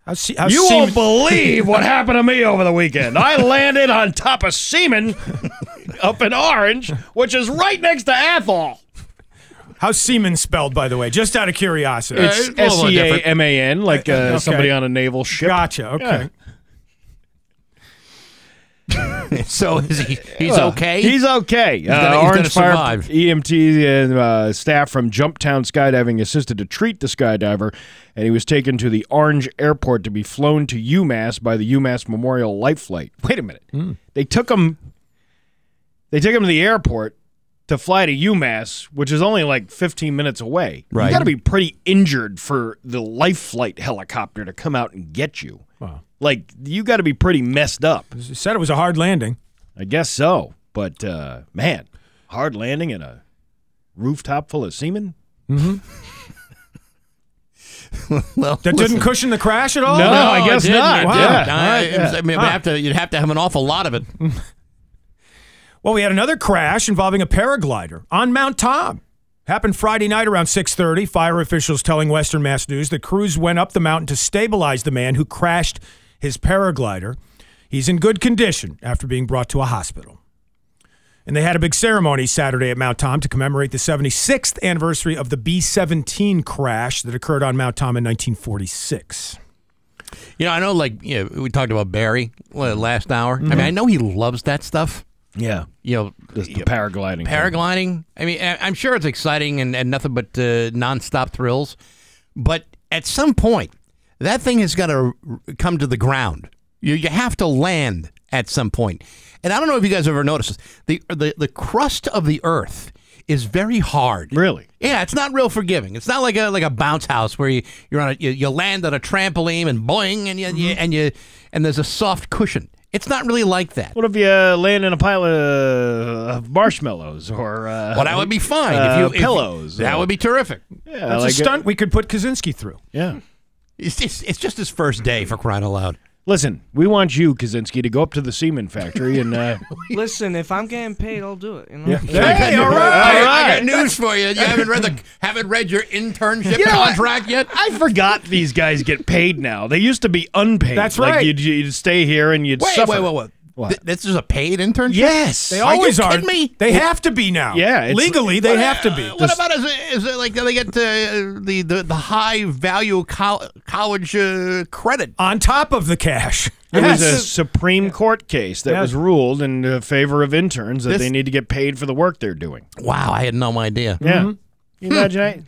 B: how
C: you
B: Seaman-
C: won't believe what happened to me over the weekend. I landed on top of Seaman up in Orange, which is right next to Athol.
B: How's seaman spelled, by the way? Just out of curiosity.
C: It's S E A M A N, like uh,
B: Okay.
C: somebody on a naval ship.
B: Gotcha. Okay.
A: so is he? He's
C: Well,
A: okay.
C: He's okay. Uh,
A: He's gonna- he's
C: Orange
A: gonna
C: Fire
A: survive.
C: EMT and uh, staff from Jumptown Skydiving assisted to treat the skydiver, and he was taken to the Orange Airport to be flown to UMass by the UMass Memorial Life Flight. Wait a minute.
A: Hmm.
C: They took him. They took him to the airport to fly to UMass, which is only like 15 minutes away.
A: Right.
C: You got to be pretty injured for the Life Flight helicopter to come out and get you.
B: Wow.
C: Like you got to be pretty messed up.
B: You said it was a hard landing.
C: I guess so, but uh, man, hard landing in a rooftop full of semen.
A: well,
B: That didn't cushion the crash at all?
C: No, Oh, I guess
A: it didn't.
C: not.
A: It didn't.
C: Yeah.
A: No,
C: All right,
A: it was-
B: yeah.
A: I mean,
B: Huh.
A: we have to, you'd have to have an awful lot of it.
B: Well, we had another crash involving a paraglider on Mount Tom. Happened Friday night around 6:30. Fire officials telling Western Mass News that crews went up the mountain to stabilize the man who crashed his paraglider. He's in good condition after being brought to a hospital. And they had a big ceremony Saturday at Mount Tom to commemorate the 76th anniversary of the B-17 crash that occurred on Mount Tom in 1946.
A: You know, I know, like, you know, we talked about Barry uh, last hour. I mean, I know he loves that stuff.
C: Yeah,
A: You know,
C: the, the paragliding.
A: Paragliding. I mean, I- I'm sure it's exciting and, and nothing but uh, nonstop thrills. But at some point, that thing has got to come to the ground. You, you have to land at some point. And I don't know if you guys ever noticed this. The, the, the crust of the earth is very hard.
C: Really?
A: Yeah, it's not real forgiving. It's not like a like a bounce house where you you're on a, you, you land on a trampoline and boing and you, you
C: Mm-hmm.
A: and you and there's a soft cushion. It's not really like that.
C: What if you uh, land in a pile of marshmallows or? Uh,
A: Well, that would be fine.
C: uh,
A: if you if you-
C: pillows. uh,
A: that would be terrific.
C: Yeah,
B: That's
C: like
B: a
C: it-
B: stunt we could put Kaczynski through.
C: Yeah.
A: It's just, it's just his first day for crying out loud.
C: Listen, we want you, Kaczynski, to go up to the semen factory and. Uh,
P: Listen, if I'm getting paid, I'll do it. You know?
C: Yeah.
A: Hey, all
C: right.
A: I got news for you. You haven't read the haven't read your internship
C: You know what?
A: contract yet.
C: I forgot these guys get paid now. They used to be unpaid.
B: That's
C: Like
B: right.
C: you'd, you'd stay here and you'd
A: Wait,
C: suffer.
A: wait, wait, wait.
C: What?
A: Th- this is a paid internship.
C: Yes.
B: They always
A: you
B: are.
A: kidding me?
B: They have to be now.
C: Yeah, it's-
B: legally they have to be.
A: uh, What about is it, is it like do they get uh, the, the the high value col- college uh, credit?
B: on top of the cash.
C: It was a
B: Yes.
C: Supreme Court case that
B: Yeah.
C: was ruled in uh, favor of interns that
A: This-
C: they need to get paid for the work they're doing.
A: Wow, I had no idea.
C: Yeah. Mm-hmm. You imagine that?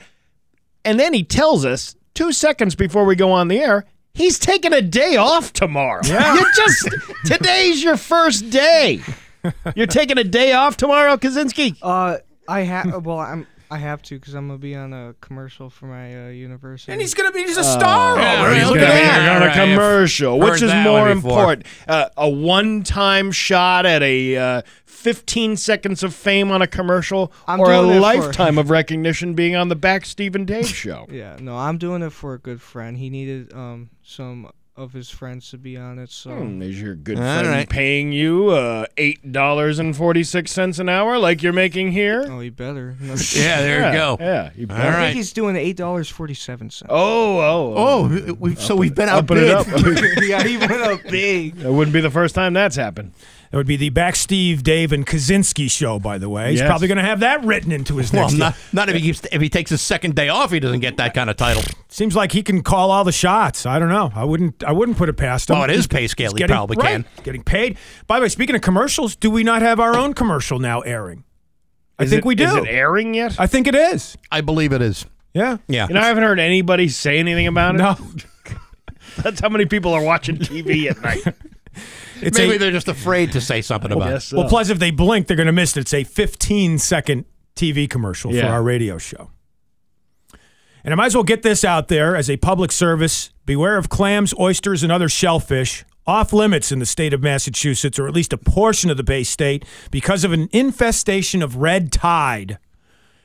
C: And then he tells us two seconds before we go on the air, he's taking a day off tomorrow. You just today's your first day. You're taking a day off tomorrow, Kaczynski.
P: Uh, I have. Well, I'm. I have to because I'm gonna be on a commercial for my uh, university.
B: And he's gonna be he's a star.
A: Yeah,
B: already.
A: right.
B: Look
A: He's
B: at
A: gonna be-
B: that.
A: Yeah,
C: on Oh. a
A: right. I've
C: commercial, which
A: heard
C: is
A: that
C: more
A: one before.
C: important. Uh, a one-time shot at a uh, 15 seconds of fame on a commercial,
P: I'm
C: or a
P: doing it for-
C: lifetime of recognition being on the back Stephen Dave show.
P: Yeah, no, I'm doing it for a good friend. He needed um some of his friends to be on it, so
C: Hmm, is your good
A: All
C: friend
A: right.
C: paying you uh, eight dollars and forty-six cents an hour, like you're making here?
P: oh, he better. No,
A: Yeah, there
C: Yeah,
A: you go.
C: Yeah. you
A: All
C: bet.
P: I
A: right.
P: think he's doing eight dollars forty seven cents.
C: Oh, oh,
A: Oh, we, so we've been
C: Upping it
A: outbid.
C: up.
P: yeah, he went up big.
C: that wouldn't be the first time that's happened.
B: That would be the back Steve, Dave, and Kaczynski show. By the way, he's
C: Yes.
B: probably gonna have that written into his
A: Well,
B: next.
A: not,
B: year.
A: not if he keeps, if he takes his second day off, he doesn't get that kind of title.
B: Seems like he can call all the shots. I don't know. I wouldn't. I wouldn't put it past him.
A: Well, it is
B: He's-
A: pay
B: he's
A: scale. He
B: getting-
A: probably
B: right,
A: can.
B: he's Getting paid. By the way, speaking of commercials, do we not have our own commercial now airing? I
C: Is
B: think
C: it-
B: we do.
C: Is it airing yet?
B: I think it is.
A: I believe it is.
B: Yeah.
A: Yeah.
C: You know, I haven't heard anybody say anything about it.
B: No,
C: That's how many people are watching TV at night.
B: it's
A: Maybe
B: a,
A: they're just afraid to say something about it.
C: Yes,
B: Well,
C: uh,
B: plus if they blink, they're going to miss it. It's a 15 second TV commercial for
C: Yeah.
B: our radio show. And I might as well get this out there as a public service. Beware of clams, oysters, and other shellfish, off limits in the state of Massachusetts, or at least a portion of the Bay State, because of an infestation of red tide.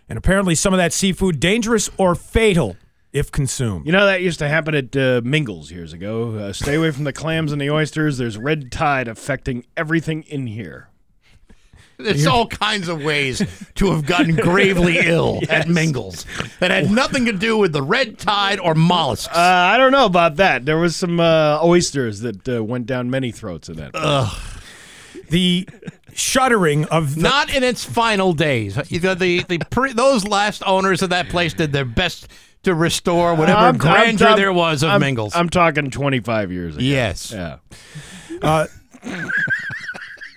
B: And apparently, some of that seafood dangerous or fatal if consumed.
C: You know that used to happen at uh, Mingles years ago. Uh, stay away from the clams and the oysters. There's red tide affecting everything in here.
A: There's all kinds of ways to have gotten gravely ill at Mingles that had nothing to do with the red tide or mollusks.
C: Uh, I don't know about that. There was some uh, oysters that uh, went down many throats in that.
A: Ugh.
B: The shuddering of the-
A: not in its final days. You know, the the pre, those last owners of that place did their best to restore whatever
C: I'm- I'm-
A: grandeur
C: I'm-
A: there was of
C: I'm-
A: Mingles.
C: I'm talking 25 years ago.
A: Yes.
C: Yeah.
B: Uh,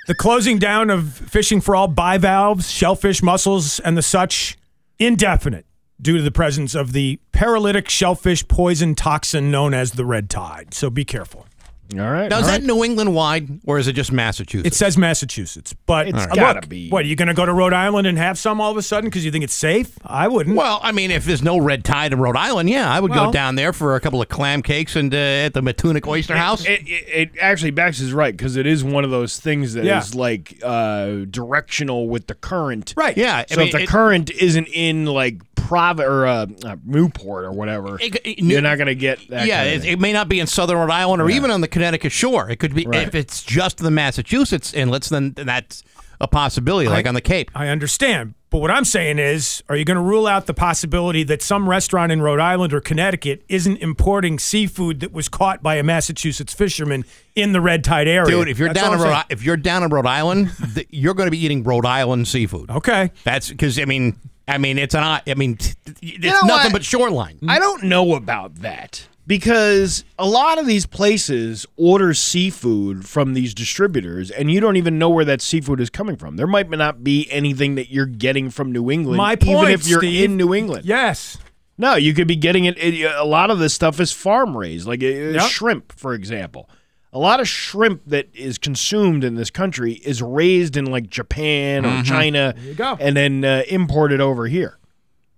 B: the closing down of fishing for all bivalves, shellfish, mussels, and the such, indefinite due to the presence of the paralytic shellfish poison toxin known as the red tide. So be careful.
C: All right.
A: now, is that New England wide or is it just Massachusetts?
B: It says Massachusetts, but
A: It's
B: uh,
A: gotta
B: look,
A: be.
B: What, are you going to go to Rhode Island and have some all of a sudden because you think it's safe? I wouldn't.
A: Well, I mean, if there's no red tide in Rhode Island, yeah, I would
B: Well-
A: go down there for a couple of clam cakes and uh, at the Matunic Oyster House.
C: It, it, it actually Bax is right because it is one of those things that is
A: Yeah.
C: like uh, directional with the current.
A: Right. Yeah, I
C: So
A: mean,
C: if the
A: it-
C: current isn't in like Prov or uh, uh, Newport or whatever,
A: It- it-
C: you're not going to get that.
A: yeah,
C: kind of
A: it,
C: thing.
A: it may not be in southern Rhode Island or even on the Connecticut shore. It could be
C: Right.
A: if it's just the Massachusetts inlets, then that's a possibility, like
B: I-
A: on the Cape.
B: I understand. But what I'm saying is, are you going to rule out the possibility that some restaurant in Rhode Island or Connecticut isn't importing seafood that was caught by a Massachusetts fisherman in the red tide area?
A: Dude, if you're
B: That's
A: down
B: all
A: in
B: I'm
A: Rhode,
B: saying.
A: I- if you're down in Rhode Island, th- you're going to be eating Rhode Island seafood.
B: Okay,
A: that's because I mean, I mean, it's an I I mean, t- t- it's
C: know
A: nothing
C: what?
A: but shoreline.
C: I don't know about that because a lot of these places order seafood from these distributors, and you don't even know where that seafood is coming from. There might not be anything that you're getting from New England,
B: My
C: even
B: point,
C: if you're
B: Steve.
C: in New England.
B: Yes.
C: No, you could be getting it. it- a lot of this stuff is farm raised, like uh,
B: Yep.
C: shrimp, for example. A lot of shrimp that is consumed in this country is raised in like Japan or
A: Mhm.
C: China,
A: There you go.
C: and then uh, imported over here.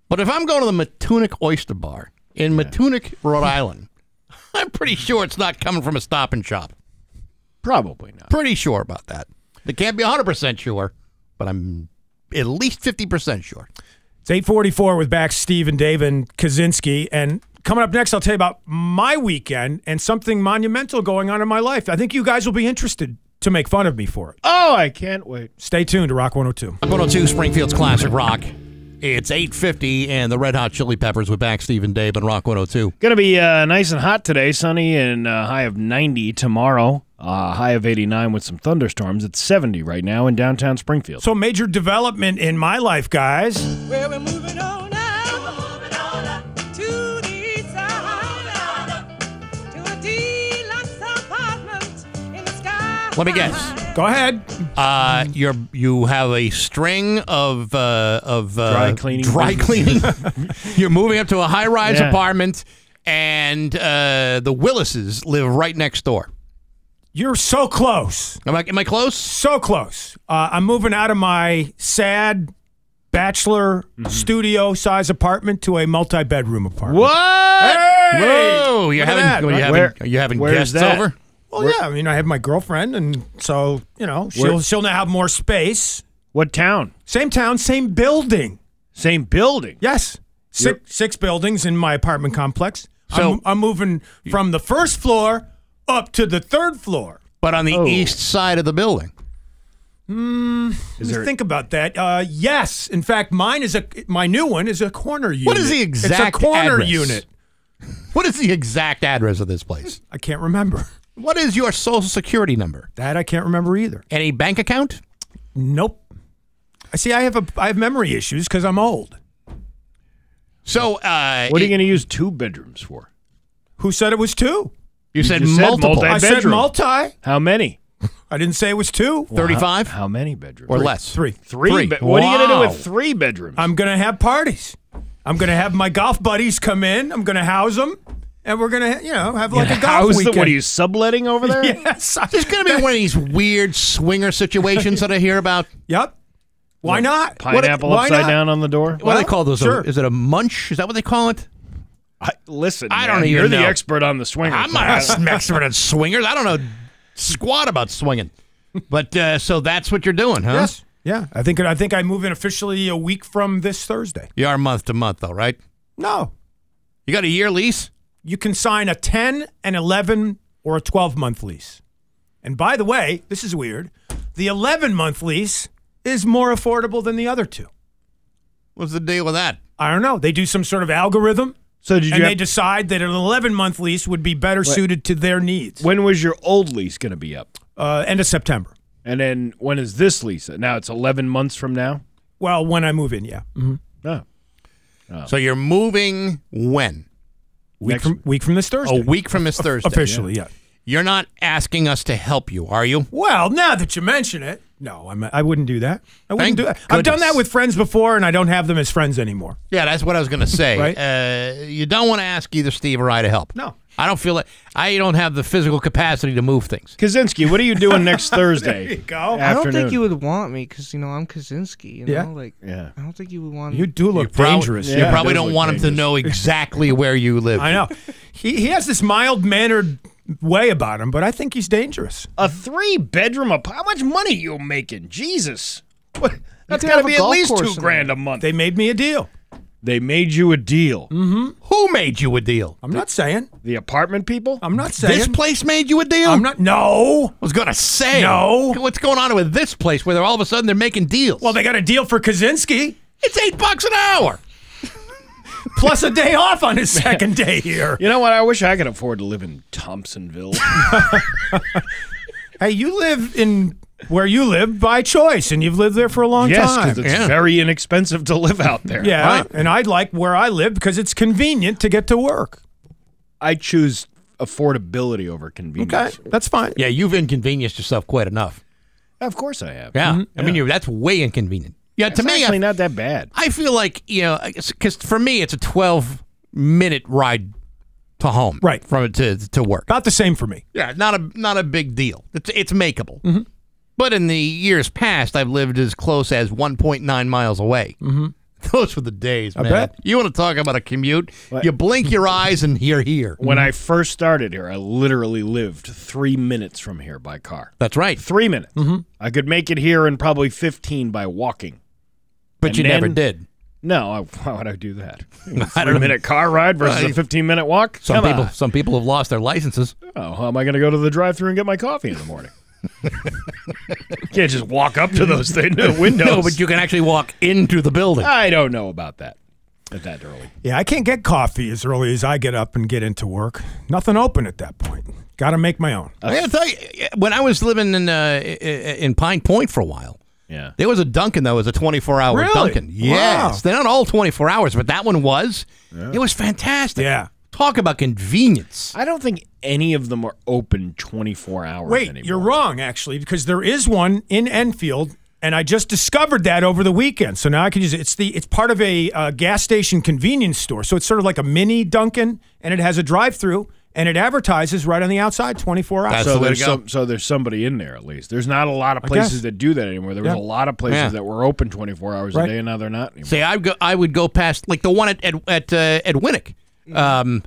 A: But if I'm going to the Matunic Oyster Bar in Matunic, Rhode Island, I'm pretty sure it's not coming from a stop and shop.
C: Probably not.
A: Pretty sure about that. It can't be 100% sure, but I'm at least 50% sure.
B: It's 844 with back Steve and Dave and Kaczynski. And coming up next, I'll tell you about my weekend and something monumental going on in my life. I think you guys will be interested to make fun of me for it.
C: Oh, I can't wait.
B: Stay tuned to Rock 102.
A: Rock 102 Springfield's Classic Rock. It's 850 and the Red Hot Chili Peppers with back Steve and Dave and Rock 102.
C: Gonna be uh, nice and hot today, sunny and uh, high of 90 tomorrow. Uh, high of 89 with some thunderstorms. It's 70 right now in downtown Springfield.
B: So, major development in my life, guys.
O: Well, we're moving on now to the east side, to a deluxe apartment in the sky.
A: Let me guess.
B: Go ahead.
A: Uh, you're you have a string of uh, of uh,
C: Dry cleaning
A: Dry cleaning. you're moving up to a high rise
C: Yeah.
A: apartment, and uh, the Willises live right next door.
B: You're so close.
A: Am I am I close?
B: So close. Uh, I'm moving out of my sad bachelor
C: Mm-hmm.
B: studio size apartment to a multi bedroom apartment.
C: What?
B: Hey!
A: Whoa! You're
B: Look at
A: having
B: that.
A: what, you having
C: Where-
A: are you having
C: where's
A: guests
C: that?
A: over?
B: Well, yeah. I mean, I have my girlfriend, and so you know, she'll
C: Where-
B: she'll now have more space.
C: What town?
B: Same town, same building.
C: Same building.
B: Yes, 6
C: You're-
B: six buildings in my apartment complex.
A: So-
B: I'm, I'm moving from the first floor up to the third floor.
A: But on the
C: Oh.
A: east side of the building.
C: Is
B: Let me
C: there-
B: think about that. Uh, yes, in fact, mine is a my new one is a corner unit.
A: What is the exact
B: It's a corner
A: address?
B: unit.
A: What is the exact address of this place?
B: I can't remember
A: What is your social security number?
B: that. I can't remember either.
A: Any bank account?
B: Nope. I see. I have a I have memory issues because I'm old.
A: So uh,
C: What are you
A: it-
C: going to use two bedrooms for?
B: Who said it was two?
A: you said
C: just said
A: multiple
C: multi-
B: I said
C: bedroom.
B: multi. I
C: How many?
B: didn't say it was two.
C: Well, how-
A: 35?
C: How, many bedrooms?
A: or less.
B: Three.
C: Three.
A: Three.
C: be- what are you going to do
A: Wow.
C: with three bedrooms?
B: I'm gonna have parties. I'm gonna have my golf buddies come in. I'm gonna house them, and we're gonna you know have like a golf
C: How's the,
B: weekend.
C: what are you subletting over there?
B: yes. I-
A: There's going to be one of these weird swinger situations that I hear about.
B: Yep. Why not?
C: Pineapple
B: What- why
C: upside
B: not?
C: down on the door.
A: What do they call those?
B: sure.
A: Is it a munch? Is that what they call it?
C: I, listen,
A: I don't
C: man,
A: even
C: You're the
A: know.
C: expert on the swinger.
A: I'm not an expert at swingers. I don't know squat about swinging. But uh, so that's what you're doing, huh?
B: Yes. Yeah. I think I think I move in officially a week from this Thursday.
A: You are month to month, though, right?
B: No.
A: You got a year lease?
B: You can sign a 10, an 11, or a 12 month lease. And by the way, this is weird. The 11 month lease is more affordable than the other two.
A: What's the deal with that?
B: I don't know. They do some sort of algorithm.
C: So did you
B: and
C: have-
B: they decide that an 11 month lease would be better
C: Wait.
B: suited to their needs.
C: When was your old lease going to be up?
B: Uh, end of September.
C: And then when is this lease? Now it's 11 months from now?
B: Well, when I move in, yeah. Mm-hmm.
C: No.
A: Oh. So you're moving when?
B: Week from week from this Thursday.
A: A Oh, week from this
B: Of-
A: Thursday.
B: officially, yeah.
A: You're not asking us to help you, are you?
B: Well, now that you mention it, no, I'm, I wouldn't do that. I wouldn't
A: Thank
B: do that. I've done
A: goodness.
B: that with friends before, and I don't have them as friends anymore.
A: Yeah, that's what I was going to say. uh, you don't want to ask either Steve or I to help.
B: No.
A: I don't feel like I don't have the physical capacity to move things.
C: Kaczynski, what are you doing next Thursday?
B: There you go.
P: I don't think
C: afternoon?
P: you would want me because you know I'm Kaczynski. You know,
A: Yeah.
P: like
C: yeah.
P: I don't think you would want.
B: You do look
A: Prob-
B: dangerous.
A: you probably don't want him to know exactly where you live.
B: I know. He, he has this mild mannered way about him, but I think he's dangerous.
C: A three bedroom apartment? How much money you making? Jesus. What? That's
B: could
C: got
B: have
C: to
B: a
C: be at
B: golf
C: least
B: course in
C: two
B: there.
C: grand a month.
B: They made me a deal.
C: They made you a deal.
B: Mm-hmm.
A: Who made you a deal?
B: I'm not saying.
C: The apartment people?
B: I'm not saying.
A: This place made you a deal?
B: I'm not. No.
A: I was going to say.
B: No.
A: What's going on with this place where they're all of a sudden they're making deals?
B: Well, they got a deal for Kaczynski
A: It's eight bucks an hour.
B: plus a day off on his second day here.
C: You know what? I wish I could afford to live in Thompsonville.
B: Hey, you live in where you live by choice, and you've lived there for a long
C: yes,
B: time.
C: because it's very inexpensive to live out there.
B: Yeah,
C: Right.
B: and I like where I live because it's convenient to get to work.
C: I choose affordability over convenience.
B: Okay, that's fine.
A: Yeah, you've inconvenienced yourself quite enough.
C: Of course I have.
A: Mm-hmm. Yeah. I mean, you're, that's way inconvenient. Yeah,
C: It's
A: to me,
C: actually
A: I,
C: not that bad.
A: I feel like, you know, because for me, it's a 12 minute ride to home.
B: Right.
A: From it to, to work.
B: About the same for me.
A: Yeah, not a not a big deal. It's it's makeable. But in the years past, I've lived as close as 1.9 miles away. Mm-hmm. Those were the days,
B: I
A: man.
B: bet.
A: You want to talk about a commute? You blink your eyes and you're here.
C: When
B: Mm-hmm.
C: I first started here, I literally lived three minutes from here by car.
A: That's right.
C: Three minutes.
B: Mm-hmm.
C: I could make it here in probably 15 by walking.
A: But
C: And
A: you never
C: then-
A: did.
C: No, I, why would I do that?
A: I don't
C: Three minute car ride versus
A: Right.
C: a 15 minute walk?
A: Some
C: Come
A: people
C: on.
A: some people have lost their licenses.
C: Oh, how am I going to go to the drive through and get my coffee in the morning? Can't just walk up to those thing, windows.
A: No, but you can actually walk into the building.
C: I don't know about that at that early.
B: Yeah, I can't get coffee as early as I get up and get into work. Nothing open at that point. Got to make my own.
A: I gotta tell you, when I was living in uh, i- i- in Pine Point for a while,
C: Yeah.
A: there was a Dunkin' that was a twenty four hour
B: Really?
A: Dunkin'. Yes,
B: Wow.
A: they're not all twenty four hours, but that one was. It was fantastic.
B: Yeah.
A: talk about convenience.
C: I don't think any of them are open 24 hours
B: Wait,
C: anymore.
B: you're wrong actually because there is one in Enfield, and I just discovered that over the weekend. So now I can use it. It's the it's part of a uh, gas station convenience store, so it's sort of like a mini Dunkin', and it has a drive-through, and it advertises right on the outside, 24 hours.
A: That's
C: so
A: the way to
C: there's
A: go.
C: some, so there's somebody in there at least. There's not a lot of
B: I guess.
C: places that do that anymore. There was
B: Yeah.
C: a lot of places
A: Yeah.
C: that were open 24 hours
B: Right.
C: a day, and now they're not anymore.
A: See, I go, I would go past like the one at at at, uh, at Winnick, um,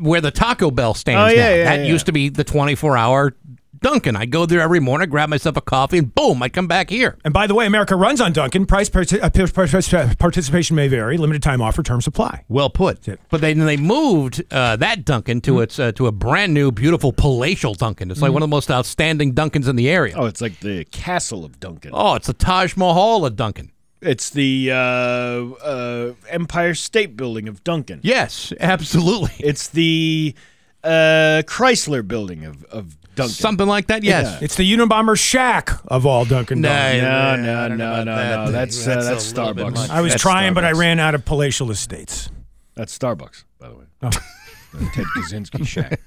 A: where the Taco Bell stands.
C: Oh, yeah,
A: now.
C: yeah,
A: that
C: yeah.
A: used to be the twenty four hour Dunkin'. I go there every morning, grab myself a coffee, and boom, I come back here.
B: And by the way, America runs on Dunkin'. Price parti- uh, par- par- par- participation may vary. Limited time offer. Term supply.
A: Well put.
B: it.
A: But then they moved uh, that Dunkin' to its uh, to a brand new, beautiful palatial Dunkin'. It's like one of the most outstanding Dunkins in the area.
C: Oh, it's like the Castle of Duncan.
A: Oh, it's the Taj Mahal of Dunkin'.
C: It's the uh, uh, Empire State Building of Duncan.
A: Yes, absolutely.
C: It's the uh, Chrysler Building of, of Duncan.
A: Something like that. Yes.
B: It's the Unabomber shack of all Dunkin'
A: No,
B: Donuts.
C: no,
A: yeah, I
C: no,
A: don't know
C: no, no,
A: about that.
C: no. That's uh,
A: That's a
C: that's
A: little bit
C: Starbucks.
A: much.
B: I was
C: That's
B: trying, but I
C: Starbucks.
B: ran out of palatial estates.
C: That's Starbucks, by the way.
B: Oh.
C: Ted Kaczynski shack.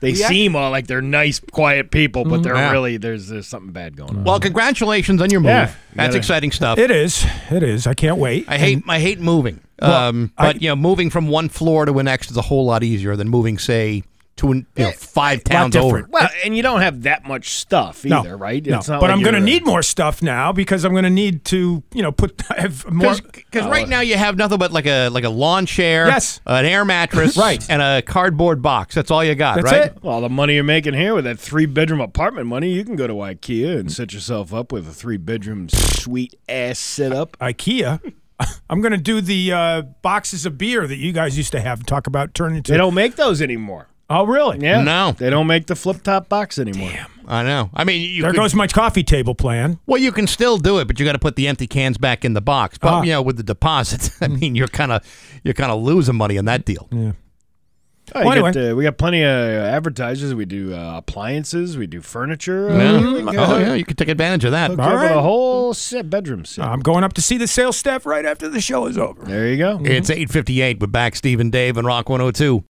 C: They seem all like they're nice, quiet people,
B: Mm-hmm.
C: but they're
A: Yeah.
C: really there's there's something bad going on.
A: Well, congratulations on your move.
C: Yeah, you
A: That's
C: gotta-
A: exciting stuff.
B: It is. It is. I can't wait.
A: I hate I hate moving.
B: Well,
A: um,
B: I-
A: but you know, moving from one floor to the next is a whole lot easier than moving, say, to you know, five towns
C: Eh, different.
A: over.
C: Well, and you don't have that much stuff either, right?
B: No,
C: It's
B: but
C: not like
B: I'm going to
C: you're-
B: need more stuff now because I'm going to need to, you know, put have more.
A: Because right now you have nothing but like a like a lawn chair,
B: Yes.
A: an air mattress,
B: Right.
A: and a cardboard box. That's all you got,
C: That's
A: right?
C: it. Well, the money you're making here with that three bedroom apartment money, you can go to IKEA and set yourself up with a three bedroom sweet ass setup.
B: IKEA. I'm going to do the uh, boxes of beer that you guys used to have and talk about turn into.
C: They don't make those anymore.
B: Oh, really?
C: Yeah.
A: No.
C: They don't make the flip top box anymore. Damn.
A: I know. I mean, you
B: There
A: could-
B: goes my coffee table plan.
A: Well, you can still do it, but you got to put the empty cans back in the box. But
B: Ah.
A: you know, with the deposits, I mean, you're kind of you're kind of losing money on that deal.
B: Yeah.
C: Oh, you
A: Well,
C: got, uh, we got plenty of advertisers. We do uh, appliances. We do furniture. Uh, we got-
A: Oh yeah, Uh, you can take advantage of that.
C: Hook you up with a whole set bedroom set.
B: I'm going up to see the sales staff right after the show is over.
C: There you go.
A: It's eight fifty eight with back Steve and Dave and Rock one hundred two.